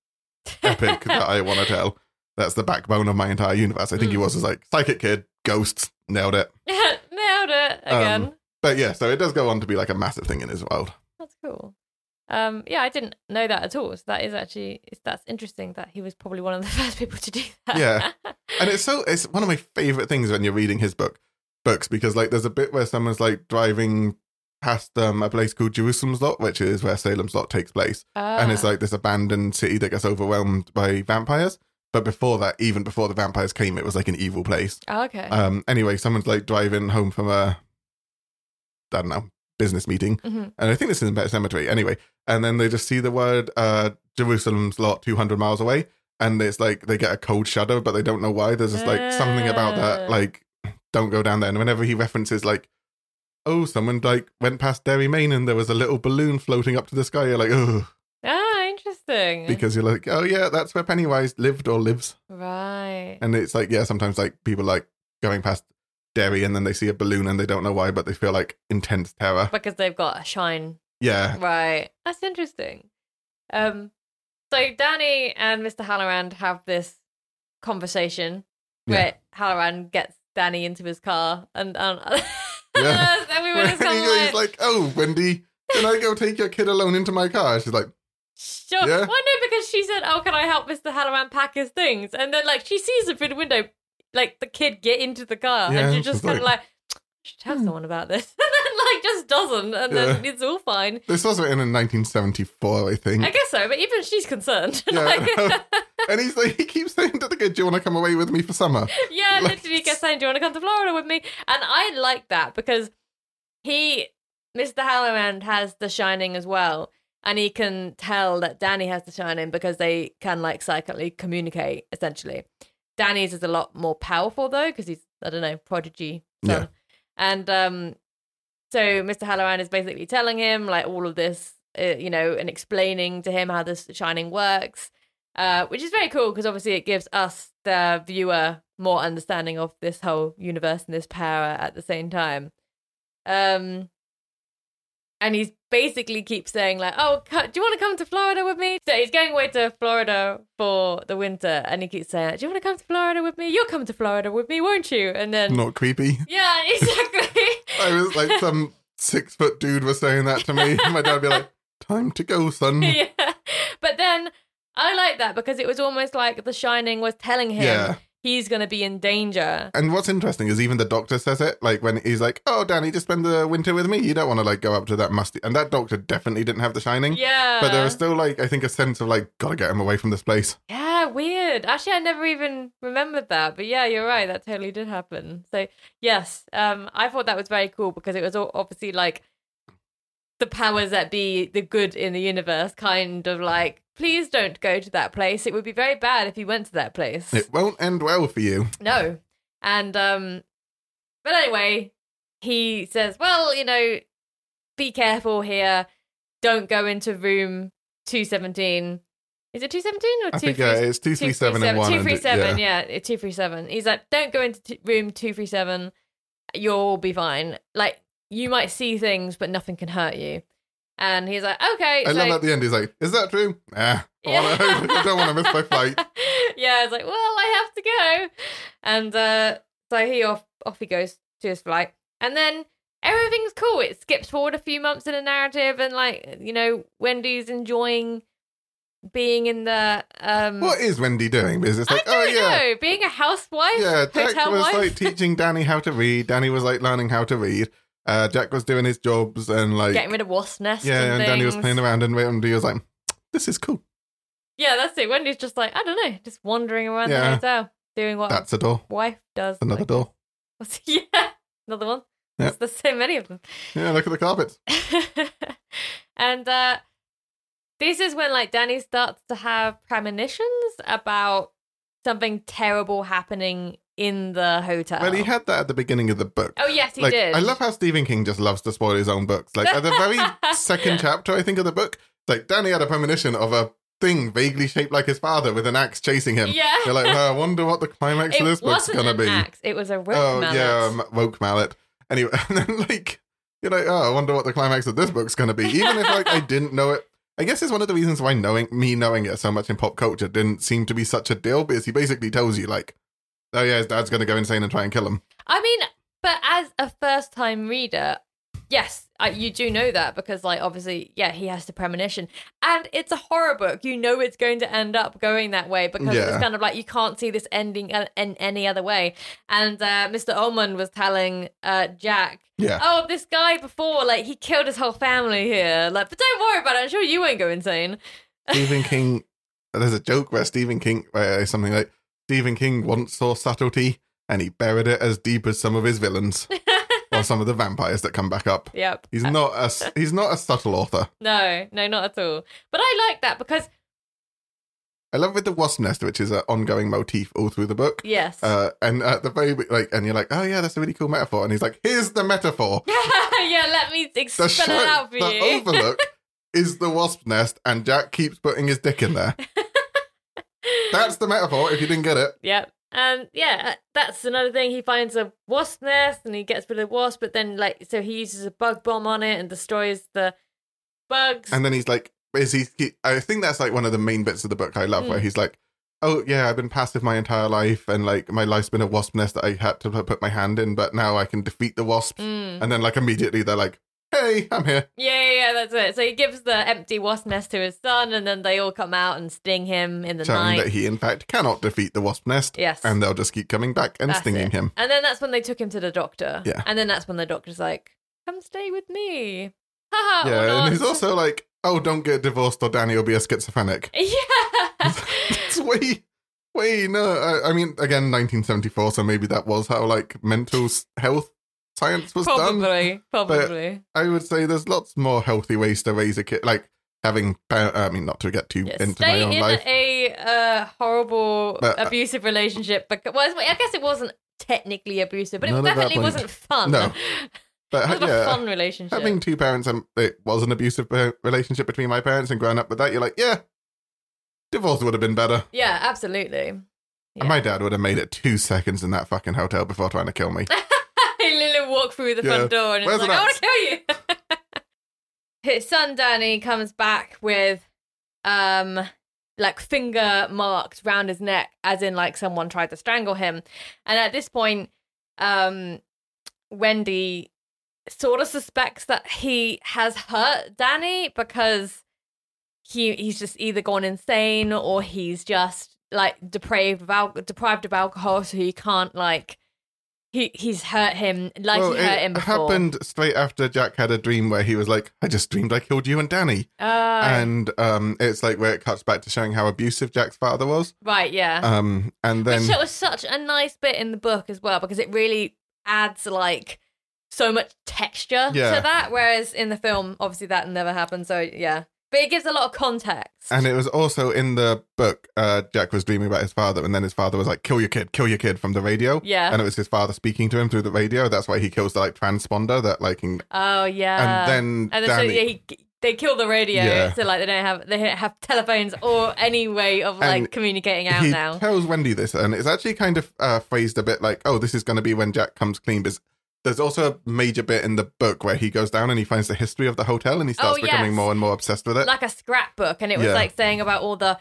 Speaker 2: epic that I want to tell. That's the backbone of my entire universe. I think he
Speaker 1: Mm.
Speaker 2: was is like psychic kid, ghosts, nailed it.
Speaker 1: Nailed it again.
Speaker 2: Um, But yeah, so it does go on to be like a massive thing in his world.
Speaker 1: That's cool. Um, yeah, I didn't know that at all. So that is actually it's, that's interesting that he was probably one of the first people to do that.
Speaker 2: Yeah. And it's so it's one of my favorite things when you're reading his book books because like there's a bit where someone's like driving past um, a place called Jerusalem's Lot, which is where Salem's Lot takes place, and it's
Speaker 1: Ah.
Speaker 2: like this abandoned city that gets overwhelmed by vampires. But before that, even before the vampires came, it was like an evil place.
Speaker 1: Oh, okay.
Speaker 2: Um, anyway, someone's like driving home from a, I don't know, business meeting.
Speaker 1: hmm
Speaker 2: And I think this is in Pet Cemetery. Anyway, and then they just see the word uh, Jerusalem's lot 200 miles away. And it's like they get a cold shudder, but they don't know why. There's just like something about
Speaker 1: Ah.
Speaker 2: that, like, don't go down there. And whenever he references, like, oh, someone like went past Derry Main and there was a little balloon floating up to the sky, you're like, oh,
Speaker 1: Ah, interesting.
Speaker 2: because you're like, oh, yeah, that's where Pennywise lived or lives.
Speaker 1: right.
Speaker 2: And it's like, yeah, sometimes like people like going past Derry and then they see a balloon and they don't know why, but they feel like intense terror.
Speaker 1: because they've got a shine.
Speaker 2: Yeah.
Speaker 1: Right. That's interesting. Um so Danny and Mr. Halloran have this conversation where Halloran gets Danny into his car and um,
Speaker 2: Yeah.
Speaker 1: everyone
Speaker 2: When
Speaker 1: is
Speaker 2: he
Speaker 1: kind
Speaker 2: goes,
Speaker 1: of like,
Speaker 2: he's like, "Oh, Wendy, can I go take your kid alone into my car?" She's like,
Speaker 1: sure.
Speaker 2: Yeah.
Speaker 1: Well, no, because she said, "Oh, can I help Mr. Halloran pack his things?" And then, like, she sees it through the window, like the kid get into the car,
Speaker 2: Yeah, Hmm.
Speaker 1: and she's just
Speaker 2: she's
Speaker 1: kind of like, "Should tell someone about this," and then like just doesn't, and then it's all fine.
Speaker 2: "This was written in 1974, I think."
Speaker 1: I guess so, but even she's concerned.
Speaker 2: Mm. Yeah.
Speaker 1: Like-
Speaker 2: and he's like, he keeps saying to the kid, "Do you want to come away with me for summer?"
Speaker 1: yeah,
Speaker 2: Like-
Speaker 1: literally kept saying, Do you want to come to Florida with me? And I like that because he, Mr. Halloran, has the shining as well. And he can tell that Danny has the shining because they can like psychically communicate, essentially. Danny's is a lot more powerful though, because he's, I don't know, prodigy son.
Speaker 2: Yeah.
Speaker 1: And um, so Mr. Halloran is basically telling him like all of this, uh, you know, and explaining to him how this shining works uh, which is very cool because obviously it gives us the viewer more understanding of this whole universe and this power at the same time. Um, and he's basically keeps saying like, "Oh, co- do you want to come to Florida with me?" So he's going away to Florida for the winter, and he keeps saying, "Do you want to come to Florida with me? You'll come to Florida with me, won't you?" And then,
Speaker 2: Not creepy.
Speaker 1: yeah, exactly.
Speaker 2: I was like, some six foot dude was saying that to me. My dad would be like, "Time to go, son."
Speaker 1: yeah. But then I like that because it was almost like The Shining was telling him
Speaker 2: Yeah.
Speaker 1: he's going to be in danger.
Speaker 2: And what's interesting is even the doctor says it, like when he's like, "Oh, Danny, just spend the winter with me. You don't want to like go up to that musty." And that doctor definitely didn't have the shining.
Speaker 1: Yeah.
Speaker 2: But there was still like I think a sense of like gotta get him away from this place.
Speaker 1: Yeah, weird. Actually, I never even remembered that. But yeah, you're right. That totally did happen. So, yes, um, I thought that was very cool because it was all obviously like the powers that be, the good in the universe, kind of like, please don't go to that place. It would be very bad if you went to that place.
Speaker 2: It won't end well for you.
Speaker 1: No. And um but anyway, he says, "Well, you know, be careful here. Don't go into room 217." Is it 217 or
Speaker 2: I
Speaker 1: 237?
Speaker 2: think yeah, it's two three seven and one. and it-
Speaker 1: 237, yeah. yeah, 237. He's like, don't go into t- room 237. You'll be fine. Like, you might see things, but nothing can hurt you. And he's like, okay.
Speaker 2: I
Speaker 1: so-
Speaker 2: love at the end. He's like, "Is that true? Ah, I, wanna, I don't want to miss my flight."
Speaker 1: yeah, it's like, well, I have to go. And uh, so he off off he goes to his flight. And then everything's cool. It skips forward a few months in the narrative and like, you know, Wendy's enjoying being in the um
Speaker 2: What is Wendy doing? Because it's like,
Speaker 1: I don't
Speaker 2: oh yeah,
Speaker 1: know, being a housewife,
Speaker 2: yeah. Jack
Speaker 1: hotel
Speaker 2: was
Speaker 1: wife.
Speaker 2: like teaching Danny how to read. Danny was like learning how to read. Uh, Jack was doing his jobs and like
Speaker 1: getting rid of wasp nests.
Speaker 2: yeah,
Speaker 1: and,
Speaker 2: and
Speaker 1: things.
Speaker 2: Danny was playing around and Wendy was like, "This is cool.
Speaker 1: Yeah, that's it. Wendy's just like I don't know, just wandering around
Speaker 2: Yeah.
Speaker 1: the hotel, doing what
Speaker 2: That's a door.
Speaker 1: a wife does.
Speaker 2: Another
Speaker 1: like-
Speaker 2: door.
Speaker 1: yeah, another one.
Speaker 2: Yeah.
Speaker 1: There's, there's so many of them.
Speaker 2: Yeah, look at the carpets.
Speaker 1: and uh, this is when like Danny starts to have premonitions about something terrible happening in the hotel.
Speaker 2: Well, he had that at the beginning of the book.
Speaker 1: oh yes, he
Speaker 2: like,
Speaker 1: did.
Speaker 2: I love how Stephen King just loves to spoil his own books. Like at the very second chapter, I think of the book, it's like Danny had a premonition of a thing vaguely shaped like his father with an axe chasing him.
Speaker 1: Yeah.
Speaker 2: You're like, "Oh, I wonder what the climax of this
Speaker 1: it
Speaker 2: book's
Speaker 1: wasn't
Speaker 2: gonna
Speaker 1: an
Speaker 2: be.
Speaker 1: axe. It was a rope
Speaker 2: oh
Speaker 1: mallet.
Speaker 2: yeah, um, woke mallet. Anyway, and then like you're like, oh, I wonder what the climax of this book's gonna be. Even if like I didn't know it. I guess it's one of the reasons why knowing me knowing it so much in pop culture didn't seem to be such a deal because he basically tells you like, oh yeah, his dad's gonna go insane and try and kill him.
Speaker 1: I mean, but as a first time reader, yes, I, you do know that because, like, obviously, yeah, he has the premonition. And it's a horror book. You know it's going to end up going that way because
Speaker 2: Yeah.
Speaker 1: it's kind of like you can't see this ending a- in any other way. And uh, Mr. Ullman was telling uh, Jack.
Speaker 2: Yeah.
Speaker 1: Oh, this guy before, like he killed his whole family here. Like, but don't worry about it. I'm sure you won't go insane.
Speaker 2: Stephen King there's a joke where Stephen King, where something like Stephen King once saw subtlety and he buried it as deep as some of his villains or some of the vampires that come back up.
Speaker 1: yep.
Speaker 2: He's not a s- he's not a subtle author.
Speaker 1: No, no, not at all. But I like that because
Speaker 2: I love with the wasp nest, which is an ongoing motif all through the book.
Speaker 1: yes.
Speaker 2: Uh, and at the very be- like, and you're like, oh yeah, that's a really cool metaphor. And he's like, here's the metaphor.
Speaker 1: yeah, let me
Speaker 2: The
Speaker 1: expel
Speaker 2: show,
Speaker 1: it out for
Speaker 2: the
Speaker 1: you.
Speaker 2: overlook is the wasp nest, and Jack keeps putting his dick in there. That's the metaphor. If you didn't get it,
Speaker 1: Yep. Um, yeah, that's another thing. He finds a wasp nest and he gets rid of the wasp, but then like so he uses a bug bomb on it and destroys the bugs.
Speaker 2: and then he's like, is he? he I think that's like one of the main bits of the book I love, where
Speaker 1: Mm.
Speaker 2: he's like, oh yeah, I've been passive my entire life, and like my life's been a wasp nest that I had to put my hand in, but now I can defeat the wasp.
Speaker 1: Mm.
Speaker 2: And then like immediately they're like, hey, I'm here.
Speaker 1: Yeah, yeah, yeah, that's it. So he gives the empty wasp nest to his son, and then they all come out and sting him in the
Speaker 2: telling
Speaker 1: night.
Speaker 2: that he in fact cannot defeat the wasp nest
Speaker 1: yes.
Speaker 2: and they'll just keep coming back and
Speaker 1: That's
Speaker 2: stinging
Speaker 1: it.
Speaker 2: him
Speaker 1: And then that's when they took him to the doctor.
Speaker 2: Yeah.
Speaker 1: And then that's when the doctor's like, come stay with me. Haha. or
Speaker 2: yeah
Speaker 1: not.
Speaker 2: and he's also like oh don't get divorced or danny will be a schizophrenic
Speaker 1: Yeah.
Speaker 2: it's way way no I, I mean again 1974 so maybe that was how like mental s- health science was done
Speaker 1: probably. Probably.
Speaker 2: i would say there's lots more healthy ways to raise a kid like having pa- i mean not to get too
Speaker 1: Yeah,
Speaker 2: into my
Speaker 1: stay
Speaker 2: own
Speaker 1: in
Speaker 2: life
Speaker 1: a uh, horrible,
Speaker 2: But, uh,
Speaker 1: abusive relationship. But well, I guess it wasn't technically abusive, but it
Speaker 2: None of that
Speaker 1: definitely
Speaker 2: point.
Speaker 1: wasn't fun.
Speaker 2: No.
Speaker 1: it
Speaker 2: but
Speaker 1: was a
Speaker 2: yeah
Speaker 1: fun relationship.
Speaker 2: having two parents and it was an abusive uh, relationship between my parents and growing up with that you're like yeah divorce would have been better
Speaker 1: yeah, absolutely. Yeah.
Speaker 2: And my dad would have made it two seconds in that fucking hotel before trying to kill me.
Speaker 1: He literally walked through the front door and it's
Speaker 2: Where's
Speaker 1: like,
Speaker 2: an
Speaker 1: I want
Speaker 2: axe?"
Speaker 1: to kill you. His son Danny comes back with, um, like finger marks round his neck, as in like someone tried to strangle him. And at this point, um, Wendy sort of suspects that he has hurt Danny because he he's just either gone insane or he's just like depraved of al- deprived of alcohol, so he can't like he he's hurt him like
Speaker 2: well,
Speaker 1: he hurt
Speaker 2: it
Speaker 1: him before.
Speaker 2: happened straight after Jack had a dream where he was like, "I just dreamed I killed you and Danny,"
Speaker 1: Oh,
Speaker 2: and um, it's like where it cuts back to showing how abusive Jack's father was.
Speaker 1: right, yeah.
Speaker 2: Um, and then
Speaker 1: Which that was such a nice bit in the book as well because it really adds like so much texture
Speaker 2: Yeah.
Speaker 1: to that. Whereas in the film, obviously that never happened. So yeah, but it gives a lot of context.
Speaker 2: and it was also in the book. Uh, Jack was dreaming about his father, and then his father was like, "Kill your kid, kill your kid" from the radio.
Speaker 1: yeah.
Speaker 2: And it was his father speaking to him through the radio. That's why he kills the like transponder that like, and,
Speaker 1: oh yeah.
Speaker 2: and then
Speaker 1: and then so
Speaker 2: Danny,
Speaker 1: yeah, he, they kill the radio,
Speaker 2: Yeah.
Speaker 1: so like they don't have they don't have telephones or any way of like
Speaker 2: And
Speaker 1: communicating out
Speaker 2: he
Speaker 1: now.
Speaker 2: tells Wendy this, and it's actually kind of uh, phrased a bit like, "Oh, this is going to be when Jack comes clean." But there's also a major bit in the book where he goes down and he finds the history of the hotel, and he starts
Speaker 1: Oh,
Speaker 2: becoming
Speaker 1: yes.
Speaker 2: more and more obsessed with it.
Speaker 1: like a scrapbook and it was
Speaker 2: Yeah.
Speaker 1: like saying about all the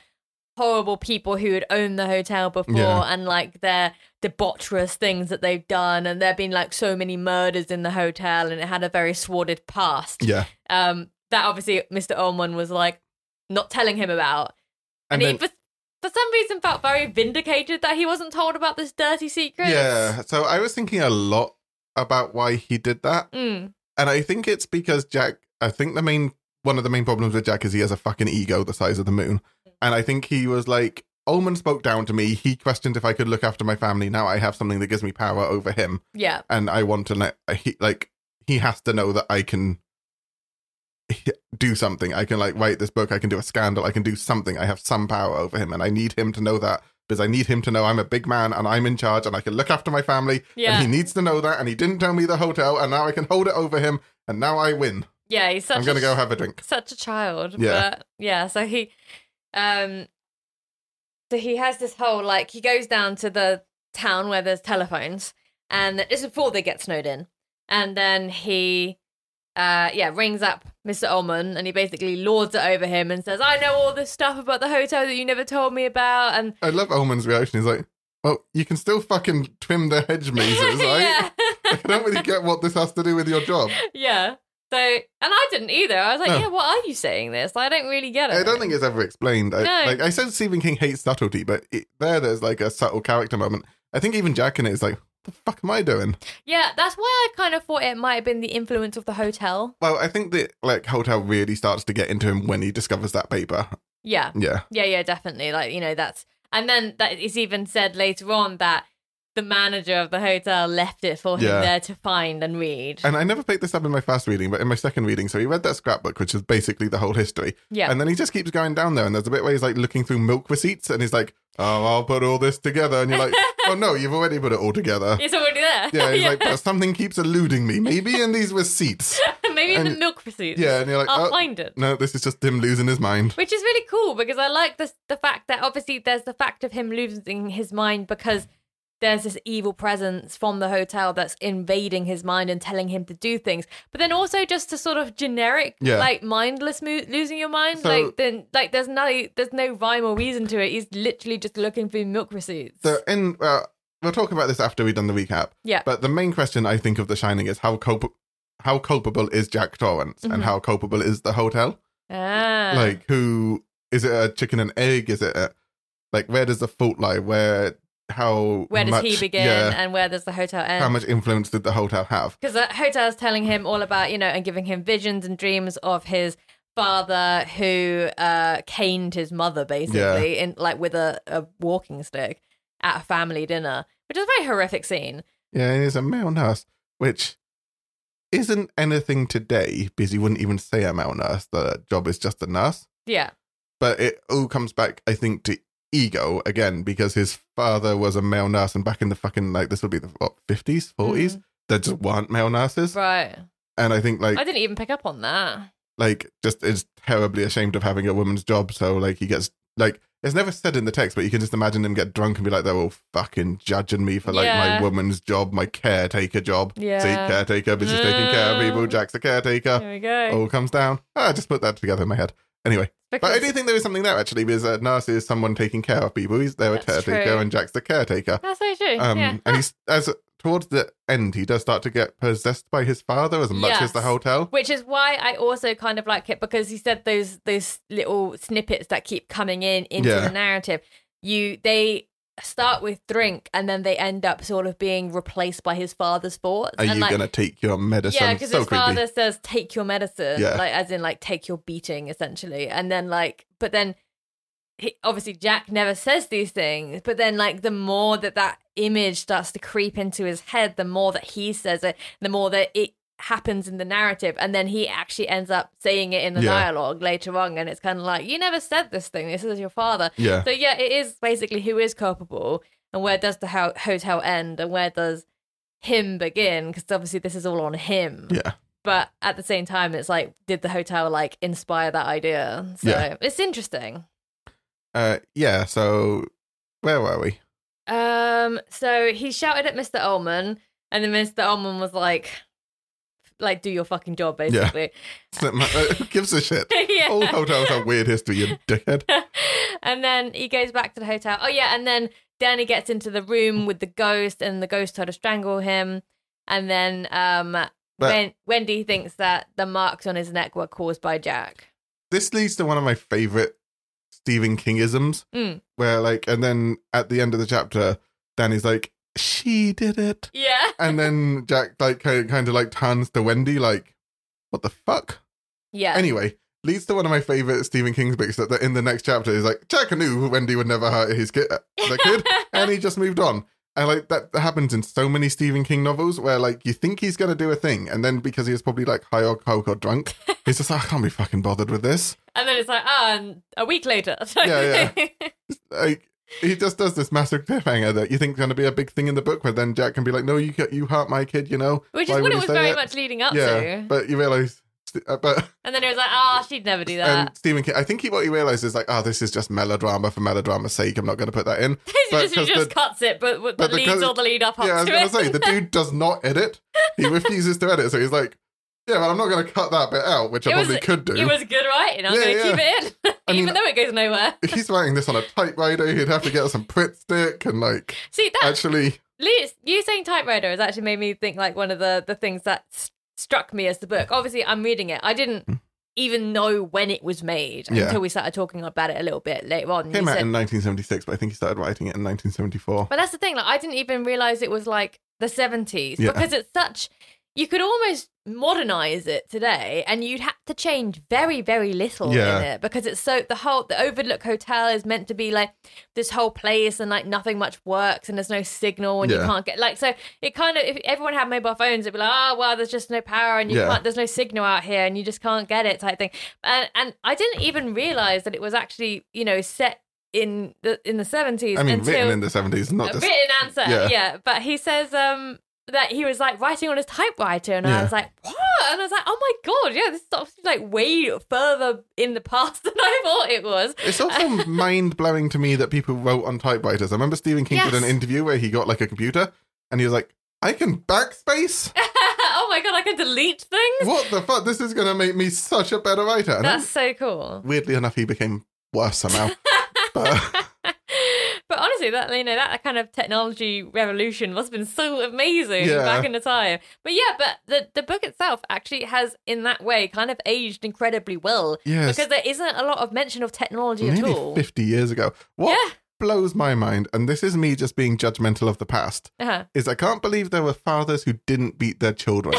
Speaker 1: horrible people who had owned the hotel before
Speaker 2: Yeah.
Speaker 1: and like their debaucherous things that they've done and there've been like so many murders in the hotel and it had a very sordid past
Speaker 2: yeah,
Speaker 1: um that obviously mr Ullman was like not telling him about
Speaker 2: and,
Speaker 1: and, he for, for some reason felt very vindicated that he wasn't told about this dirty secret
Speaker 2: then yeah. So I was thinking a lot about why he did that,
Speaker 1: mm,
Speaker 2: and I think it's because Jack. I think the main one of the main problems with Jack is he has a fucking ego the size of the moon, and I think he was like. Ullman spoke down to me. He questioned if I could look after my family. Now I have something that gives me power over him.
Speaker 1: yeah
Speaker 2: and I want to let he like he has to know that I can do something. I can like write this book. I can do a scandal. I can do something. I have some power over him, and I need him to know that because I need him to know I'm a big man and I'm in charge and I can look after my family.
Speaker 1: Yeah.
Speaker 2: and he needs to know that. And he didn't tell me the hotel, and now I can hold it over him. And now I win.
Speaker 1: yeah he's such
Speaker 2: I'm
Speaker 1: a
Speaker 2: gonna go have a drink.
Speaker 1: such a child.
Speaker 2: Yeah.
Speaker 1: But yeah, so he um so he has this whole like he goes down to the town where there's telephones and this is before they get snowed in. And then he uh yeah, rings up Mr. Ullman and he basically lords it over him and says, I know all this stuff about the hotel that you never told me about and
Speaker 2: I love Omen's reaction. He's like, "Well, you can still fucking trim the hedge mazes, right?"
Speaker 1: yeah.
Speaker 2: I don't really get what this has to do with your job.
Speaker 1: yeah. So and I didn't either. I was like,
Speaker 2: No.
Speaker 1: Yeah, what are you saying this? I don't really get it.
Speaker 2: I don't think it's ever explained. I,
Speaker 1: No.
Speaker 2: Like I said, Stephen King hates subtlety, but it, there, there's like a subtle character moment. I think even Jack in it is like, "The fuck am I doing?"
Speaker 1: Yeah, that's why I kind of thought it might have been the influence of the hotel.
Speaker 2: Well, I think that like Hotel really starts to get into him when he discovers that paper,
Speaker 1: Yeah.
Speaker 2: Yeah.
Speaker 1: Yeah, yeah, definitely. Like, you know, that's and then that is even said later on that the manager of the hotel left it for
Speaker 2: Yeah.
Speaker 1: him there to find and read.
Speaker 2: And I never picked this up in my first reading, but in my second reading, so he read that scrapbook, which is basically the whole history.
Speaker 1: yeah.
Speaker 2: And then he just keeps going down there, and there's a bit where he's like looking through milk receipts, and he's like, "Oh, I'll put all this together," and you're like, "Oh no, you've already put it all together."
Speaker 1: it's already there.
Speaker 2: Yeah, he's like, "But something keeps eluding me. Maybe in these receipts."
Speaker 1: Maybe in the
Speaker 2: and-
Speaker 1: milk receipt.
Speaker 2: Yeah, and you're like,
Speaker 1: I'll
Speaker 2: "Oh,
Speaker 1: find it.
Speaker 2: no, this is just him losing his mind."
Speaker 1: Which is really cool because I like this, the fact that obviously there's the fact of him losing his mind because there's this evil presence from the hotel that's invading his mind and telling him to do things. But then also just a sort of generic,
Speaker 2: Yeah.
Speaker 1: like mindless mo- losing your mind.
Speaker 2: So-
Speaker 1: like then, like there's no there's no rhyme or reason to it. He's literally just looking through milk receipts.
Speaker 2: So, in uh, we'll talk about this after we've done the recap.
Speaker 1: yeah,
Speaker 2: But the main question I think of The Shining is how culp- how culpable is Jack Torrance
Speaker 1: Mhm.
Speaker 2: and how culpable is the hotel?
Speaker 1: ah,
Speaker 2: Like, who is it? A chicken and egg? Is it a, like where does the fault lie? Where how
Speaker 1: where does
Speaker 2: much-
Speaker 1: he begin Uh,
Speaker 2: Yeah,
Speaker 1: and where does the hotel end?
Speaker 2: how much influence did the hotel have?
Speaker 1: because the hotel's telling him all about you know and giving him visions and dreams of his father who uh caned his mother basically in like with a, a walking stick at a family dinner which is a very horrific scene
Speaker 2: Yeah, it is a male nurse, which isn't anything today because you wouldn't even say a male nurse. The job is just a nurse.
Speaker 1: yeah
Speaker 2: but it all comes back, I think, to ego again because his father was a male nurse, and back in the fucking like this would be the what fifties, forties, there just weren't male nurses,
Speaker 1: Mm. right
Speaker 2: and I think like
Speaker 1: i didn't even pick up on that
Speaker 2: like just is terribly ashamed of having a woman's job, so like he gets like it's never said in the text, but you can just imagine him get drunk and be like, they're all fucking judging me for like
Speaker 1: Yeah.
Speaker 2: my woman's job, my caretaker job. See,
Speaker 1: Yeah. Mm.
Speaker 2: caretaker, but she's taking care of people.
Speaker 1: Yeah.
Speaker 2: Jack's a caretaker.
Speaker 1: there we go
Speaker 2: All comes down. Ah, I just put that together in my head. Anyway. But I
Speaker 1: Because-
Speaker 2: do think there is something there actually, because a nurse is someone taking care of people. He's there a
Speaker 1: That's
Speaker 2: caretaker,
Speaker 1: true.
Speaker 2: and Jack's the caretaker.
Speaker 1: that's so true
Speaker 2: Um,
Speaker 1: yeah
Speaker 2: and he's as towards the end, he does start to get possessed by his father as much as the
Speaker 1: Yes.
Speaker 2: hotel.
Speaker 1: which is why I also kind of like it because he said those those little snippets that keep coming in into
Speaker 2: Yeah.
Speaker 1: the narrative. You they start with drink and then they end up sort of being replaced by his father's thoughts.
Speaker 2: Are
Speaker 1: and
Speaker 2: you
Speaker 1: like,
Speaker 2: gonna take your medicine?
Speaker 1: yeah, because
Speaker 2: so
Speaker 1: his
Speaker 2: creepy.
Speaker 1: father says take your medicine,
Speaker 2: Yeah.
Speaker 1: like as in like take your beating essentially, and then like but then he, obviously Jack never says these things, but then like the more that that image starts to creep into his head, the more that he says it, the more that it happens in the narrative, and then he actually ends up saying it in the
Speaker 2: Yeah.
Speaker 1: dialogue later on, and it's kind of like you never said this thing. This is your father.
Speaker 2: yeah,
Speaker 1: So yeah, it is basically who is culpable and where does the ho- hotel end and where does him begin? Because obviously this is all on him.
Speaker 2: yeah,
Speaker 1: But at the same time, it's like, did the hotel like inspire that idea? So
Speaker 2: Yeah.
Speaker 1: it's interesting.
Speaker 2: uh, yeah. So where were we?
Speaker 1: Um, so he shouted at Mr. Ullman, and then Mr. Ullman was like, like, do your fucking job,
Speaker 2: Yeah. Oh,
Speaker 1: basically.
Speaker 2: uh, Who gives a shit?
Speaker 1: Yeah.
Speaker 2: All hotels have weird history, you dickhead.
Speaker 1: and then he goes back to the hotel. Oh yeah, and then Danny gets into the room with the ghost, and the ghost tried to strangle him. And then um, Wen- Wendy thinks that the marks on his neck were caused by Jack.
Speaker 2: This leads to one of my favorite Stephen Kingisms,
Speaker 1: Mm.
Speaker 2: where like, and then at the end of the chapter, Danny's like, "She did it."
Speaker 1: Yeah,
Speaker 2: and then Jack like kind of, kind of like turns to Wendy like, "What the fuck?"
Speaker 1: yeah,
Speaker 2: Anyway, leads to one of my favorite Stephen King's books that that in the next chapter is like Jack knew Wendy would never hurt his kid, the kid, and he just moved on. And like that, that happens in so many Stephen King novels where like you think he's gonna do a thing, and then because he was probably like high or coke or drunk, he's just like, I can't be fucking bothered with this.
Speaker 1: and then it's like, ah, and a week later.
Speaker 2: Yeah, Like he just does this massive cliffhanger that you think's gonna be a big thing in the book, where then Jack can be like, No, you you hurt my kid, you know.
Speaker 1: Which
Speaker 2: Why
Speaker 1: is
Speaker 2: would
Speaker 1: what it
Speaker 2: he
Speaker 1: was
Speaker 2: say
Speaker 1: very
Speaker 2: that?
Speaker 1: much leading up to.
Speaker 2: but you realize, uh, but
Speaker 1: and then it was like, ah, she'd never do that.
Speaker 2: and Stephen King, I think he, what he realized is like, oh, this is just melodrama for melodrama's sake. I'm not going to put that in.
Speaker 1: He
Speaker 2: but
Speaker 1: just, he
Speaker 2: 'cause
Speaker 1: just
Speaker 2: the-
Speaker 1: cuts it, but, but,
Speaker 2: but the-
Speaker 1: leads all the lead up up
Speaker 2: yeah, I was
Speaker 1: to
Speaker 2: going
Speaker 1: it.
Speaker 2: to say the dude does not edit. He refuses to edit, so he's like, yeah, but I'm not going to cut that bit out, which I
Speaker 1: It was-
Speaker 2: probably could do.
Speaker 1: It was good writing. I'm
Speaker 2: Yeah,
Speaker 1: going to
Speaker 2: yeah.
Speaker 1: keep it in,
Speaker 2: I mean-
Speaker 1: even though it goes nowhere.
Speaker 2: If He's writing this on a typewriter. He'd have to get some Pritt stick and like
Speaker 1: See that
Speaker 2: actually,
Speaker 1: Lee, you saying typewriter has actually made me think like one of the the things that s- struck me as the book. Obviously, I'm reading it. I didn't even know when it was made
Speaker 2: Hmm. Yeah.
Speaker 1: until we started talking about it a little bit later on. You
Speaker 2: came out
Speaker 1: said-
Speaker 2: in 1976, but I think he started writing it in 1974.
Speaker 1: but that's the thing. Like, I didn't even realize it was like the 70s
Speaker 2: Yeah.
Speaker 1: because it's such. you could almost modernize it today and you'd have to change very very little
Speaker 2: Yeah.
Speaker 1: in it because it's so the whole the overlook hotel is meant to be like this whole place and like nothing much works and there's no signal and you
Speaker 2: Yeah.
Speaker 1: can't get like so it kind of if everyone had mobile phones it'd be like oh well there's just no power and you
Speaker 2: Yeah.
Speaker 1: can't there's no signal out here and you just can't get it type thing and, and i didn't even realize that it was actually you know set in the in the 70s
Speaker 2: I mean,
Speaker 1: until
Speaker 2: written in the 70s, not
Speaker 1: a
Speaker 2: just.
Speaker 1: written answer.
Speaker 2: yeah.
Speaker 1: Yeah. but he says um that he was like writing on his typewriter, and
Speaker 2: Yeah.
Speaker 1: I was like, what? And I was like, oh my god, yeah, this is obviously like way further in the past than I thought it was.
Speaker 2: It's also mind blowing to me that people wrote on typewriters. I remember Stephen King did an
Speaker 1: Yes.
Speaker 2: interview where he got like a computer and he was like, I can backspace?
Speaker 1: oh my god, I can delete things.
Speaker 2: What the fuck? This is going to make me such a better writer. And
Speaker 1: That's so cool.
Speaker 2: weirdly enough, he became worse somehow. but
Speaker 1: but honestly, that you know that kind of technology revolution must have been so amazing
Speaker 2: Yeah.
Speaker 1: back in the time. But yeah, but the the book itself actually has, in that way, kind of aged incredibly well
Speaker 2: yeah, it's
Speaker 1: because there isn't a lot of mention of technology at all.
Speaker 2: nearly 50 years ago. What
Speaker 1: Yeah.
Speaker 2: blows my mind, and this is me just being judgmental of the past,
Speaker 1: Uh-huh.
Speaker 2: is I can't believe there were fathers who didn't beat their children.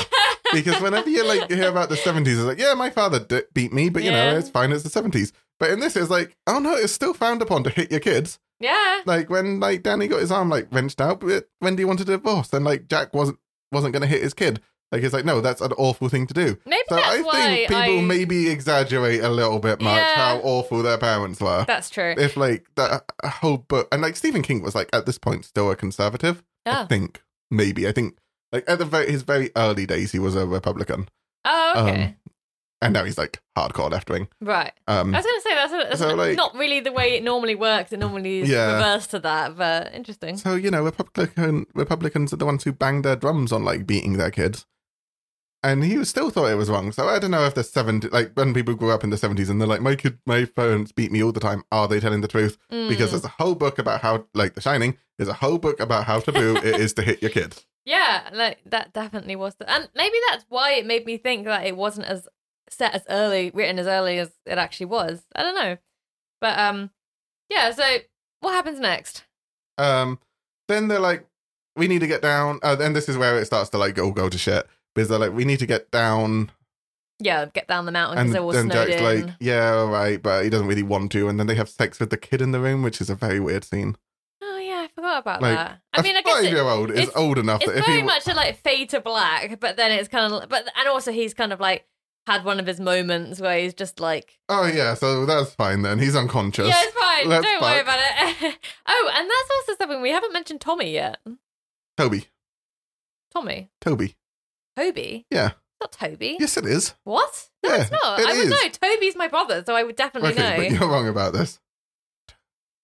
Speaker 2: because whenever you like hear about the 70s, it's like, yeah, my father d- beat me, but you know,
Speaker 1: Yeah.
Speaker 2: it's fine, it's the 70s. But in this, it's like, oh no, it's still frowned upon to hit your kids.
Speaker 1: Yeah.
Speaker 2: Like when like Danny got his arm like wrenched out, but Wendy wanted a divorce, and like Jack wasn't wasn't going to hit his kid. Like it's like, no, that's an awful thing to do.
Speaker 1: Maybe
Speaker 2: So
Speaker 1: that's
Speaker 2: I
Speaker 1: why
Speaker 2: think people
Speaker 1: I...
Speaker 2: maybe exaggerate a little bit much
Speaker 1: Yeah.
Speaker 2: how awful their parents were.
Speaker 1: That's true.
Speaker 2: if like that whole book, and like Stephen King was like at this point still a conservative. I
Speaker 1: Oh,
Speaker 2: think maybe I think like at the very, his very early days he was a Republican,
Speaker 1: oh okay.
Speaker 2: um, and now he's like hardcore left wing.
Speaker 1: right.
Speaker 2: Um,
Speaker 1: I was going to say that's, that's
Speaker 2: so, like-
Speaker 1: not really the way it normally works. It normally is
Speaker 2: Yeah.
Speaker 1: reverse to that, but interesting.
Speaker 2: so you know Republican Republicans are the ones who bang their drums on like beating their kids, and he was- still thought it was wrong. So I don't know if the seventy like when people grew up in the seventies and they're like my kid my parents beat me all the time. Are they telling the truth?
Speaker 1: Mm.
Speaker 2: Because there's a whole book about how like The Shining is a whole book about how taboo it is to hit your kid.
Speaker 1: yeah, like that definitely was, the, and maybe that's why it made me think that it wasn't as set as early, written as early as it actually was. I don't know, but um, yeah. So what happens next?
Speaker 2: Um, then they're like, we need to get down. Uh, then this is where it starts to like all go to shit because they're like, we need to get down.
Speaker 1: Yeah, get down the mountain because
Speaker 2: And
Speaker 1: they're all
Speaker 2: then
Speaker 1: snowed
Speaker 2: Jack's
Speaker 1: in.
Speaker 2: like, yeah, all right, but he doesn't really want to. And then they have sex with the kid in the room, which is a very weird scene.
Speaker 1: oh yeah, I forgot about
Speaker 2: like,
Speaker 1: that. I mean, I
Speaker 2: a
Speaker 1: guess
Speaker 2: five
Speaker 1: it,
Speaker 2: year old is
Speaker 1: it's-
Speaker 2: old enough that
Speaker 1: it's
Speaker 2: if he
Speaker 1: very
Speaker 2: w-
Speaker 1: much a like fade to black, but then it's kind of but and also he's kind of like had one of his moments where he's just like,
Speaker 2: oh yeah, so that's fine then. He's unconscious.
Speaker 1: yeah, it's fine,
Speaker 2: let's
Speaker 1: don't worry
Speaker 2: fuck.
Speaker 1: about it. oh, and that's also something we haven't mentioned Tommy yet.
Speaker 2: Toby,
Speaker 1: Tommy,
Speaker 2: Toby.
Speaker 1: Toby,
Speaker 2: Yeah.
Speaker 1: Not Toby.
Speaker 2: Yes, it is.
Speaker 1: What? No,
Speaker 2: Yeah,
Speaker 1: it's not.
Speaker 2: it
Speaker 1: I would
Speaker 2: is.
Speaker 1: know. Toby's my brother, so I would definitely
Speaker 2: Okay, but
Speaker 1: know.
Speaker 2: you're wrong about this.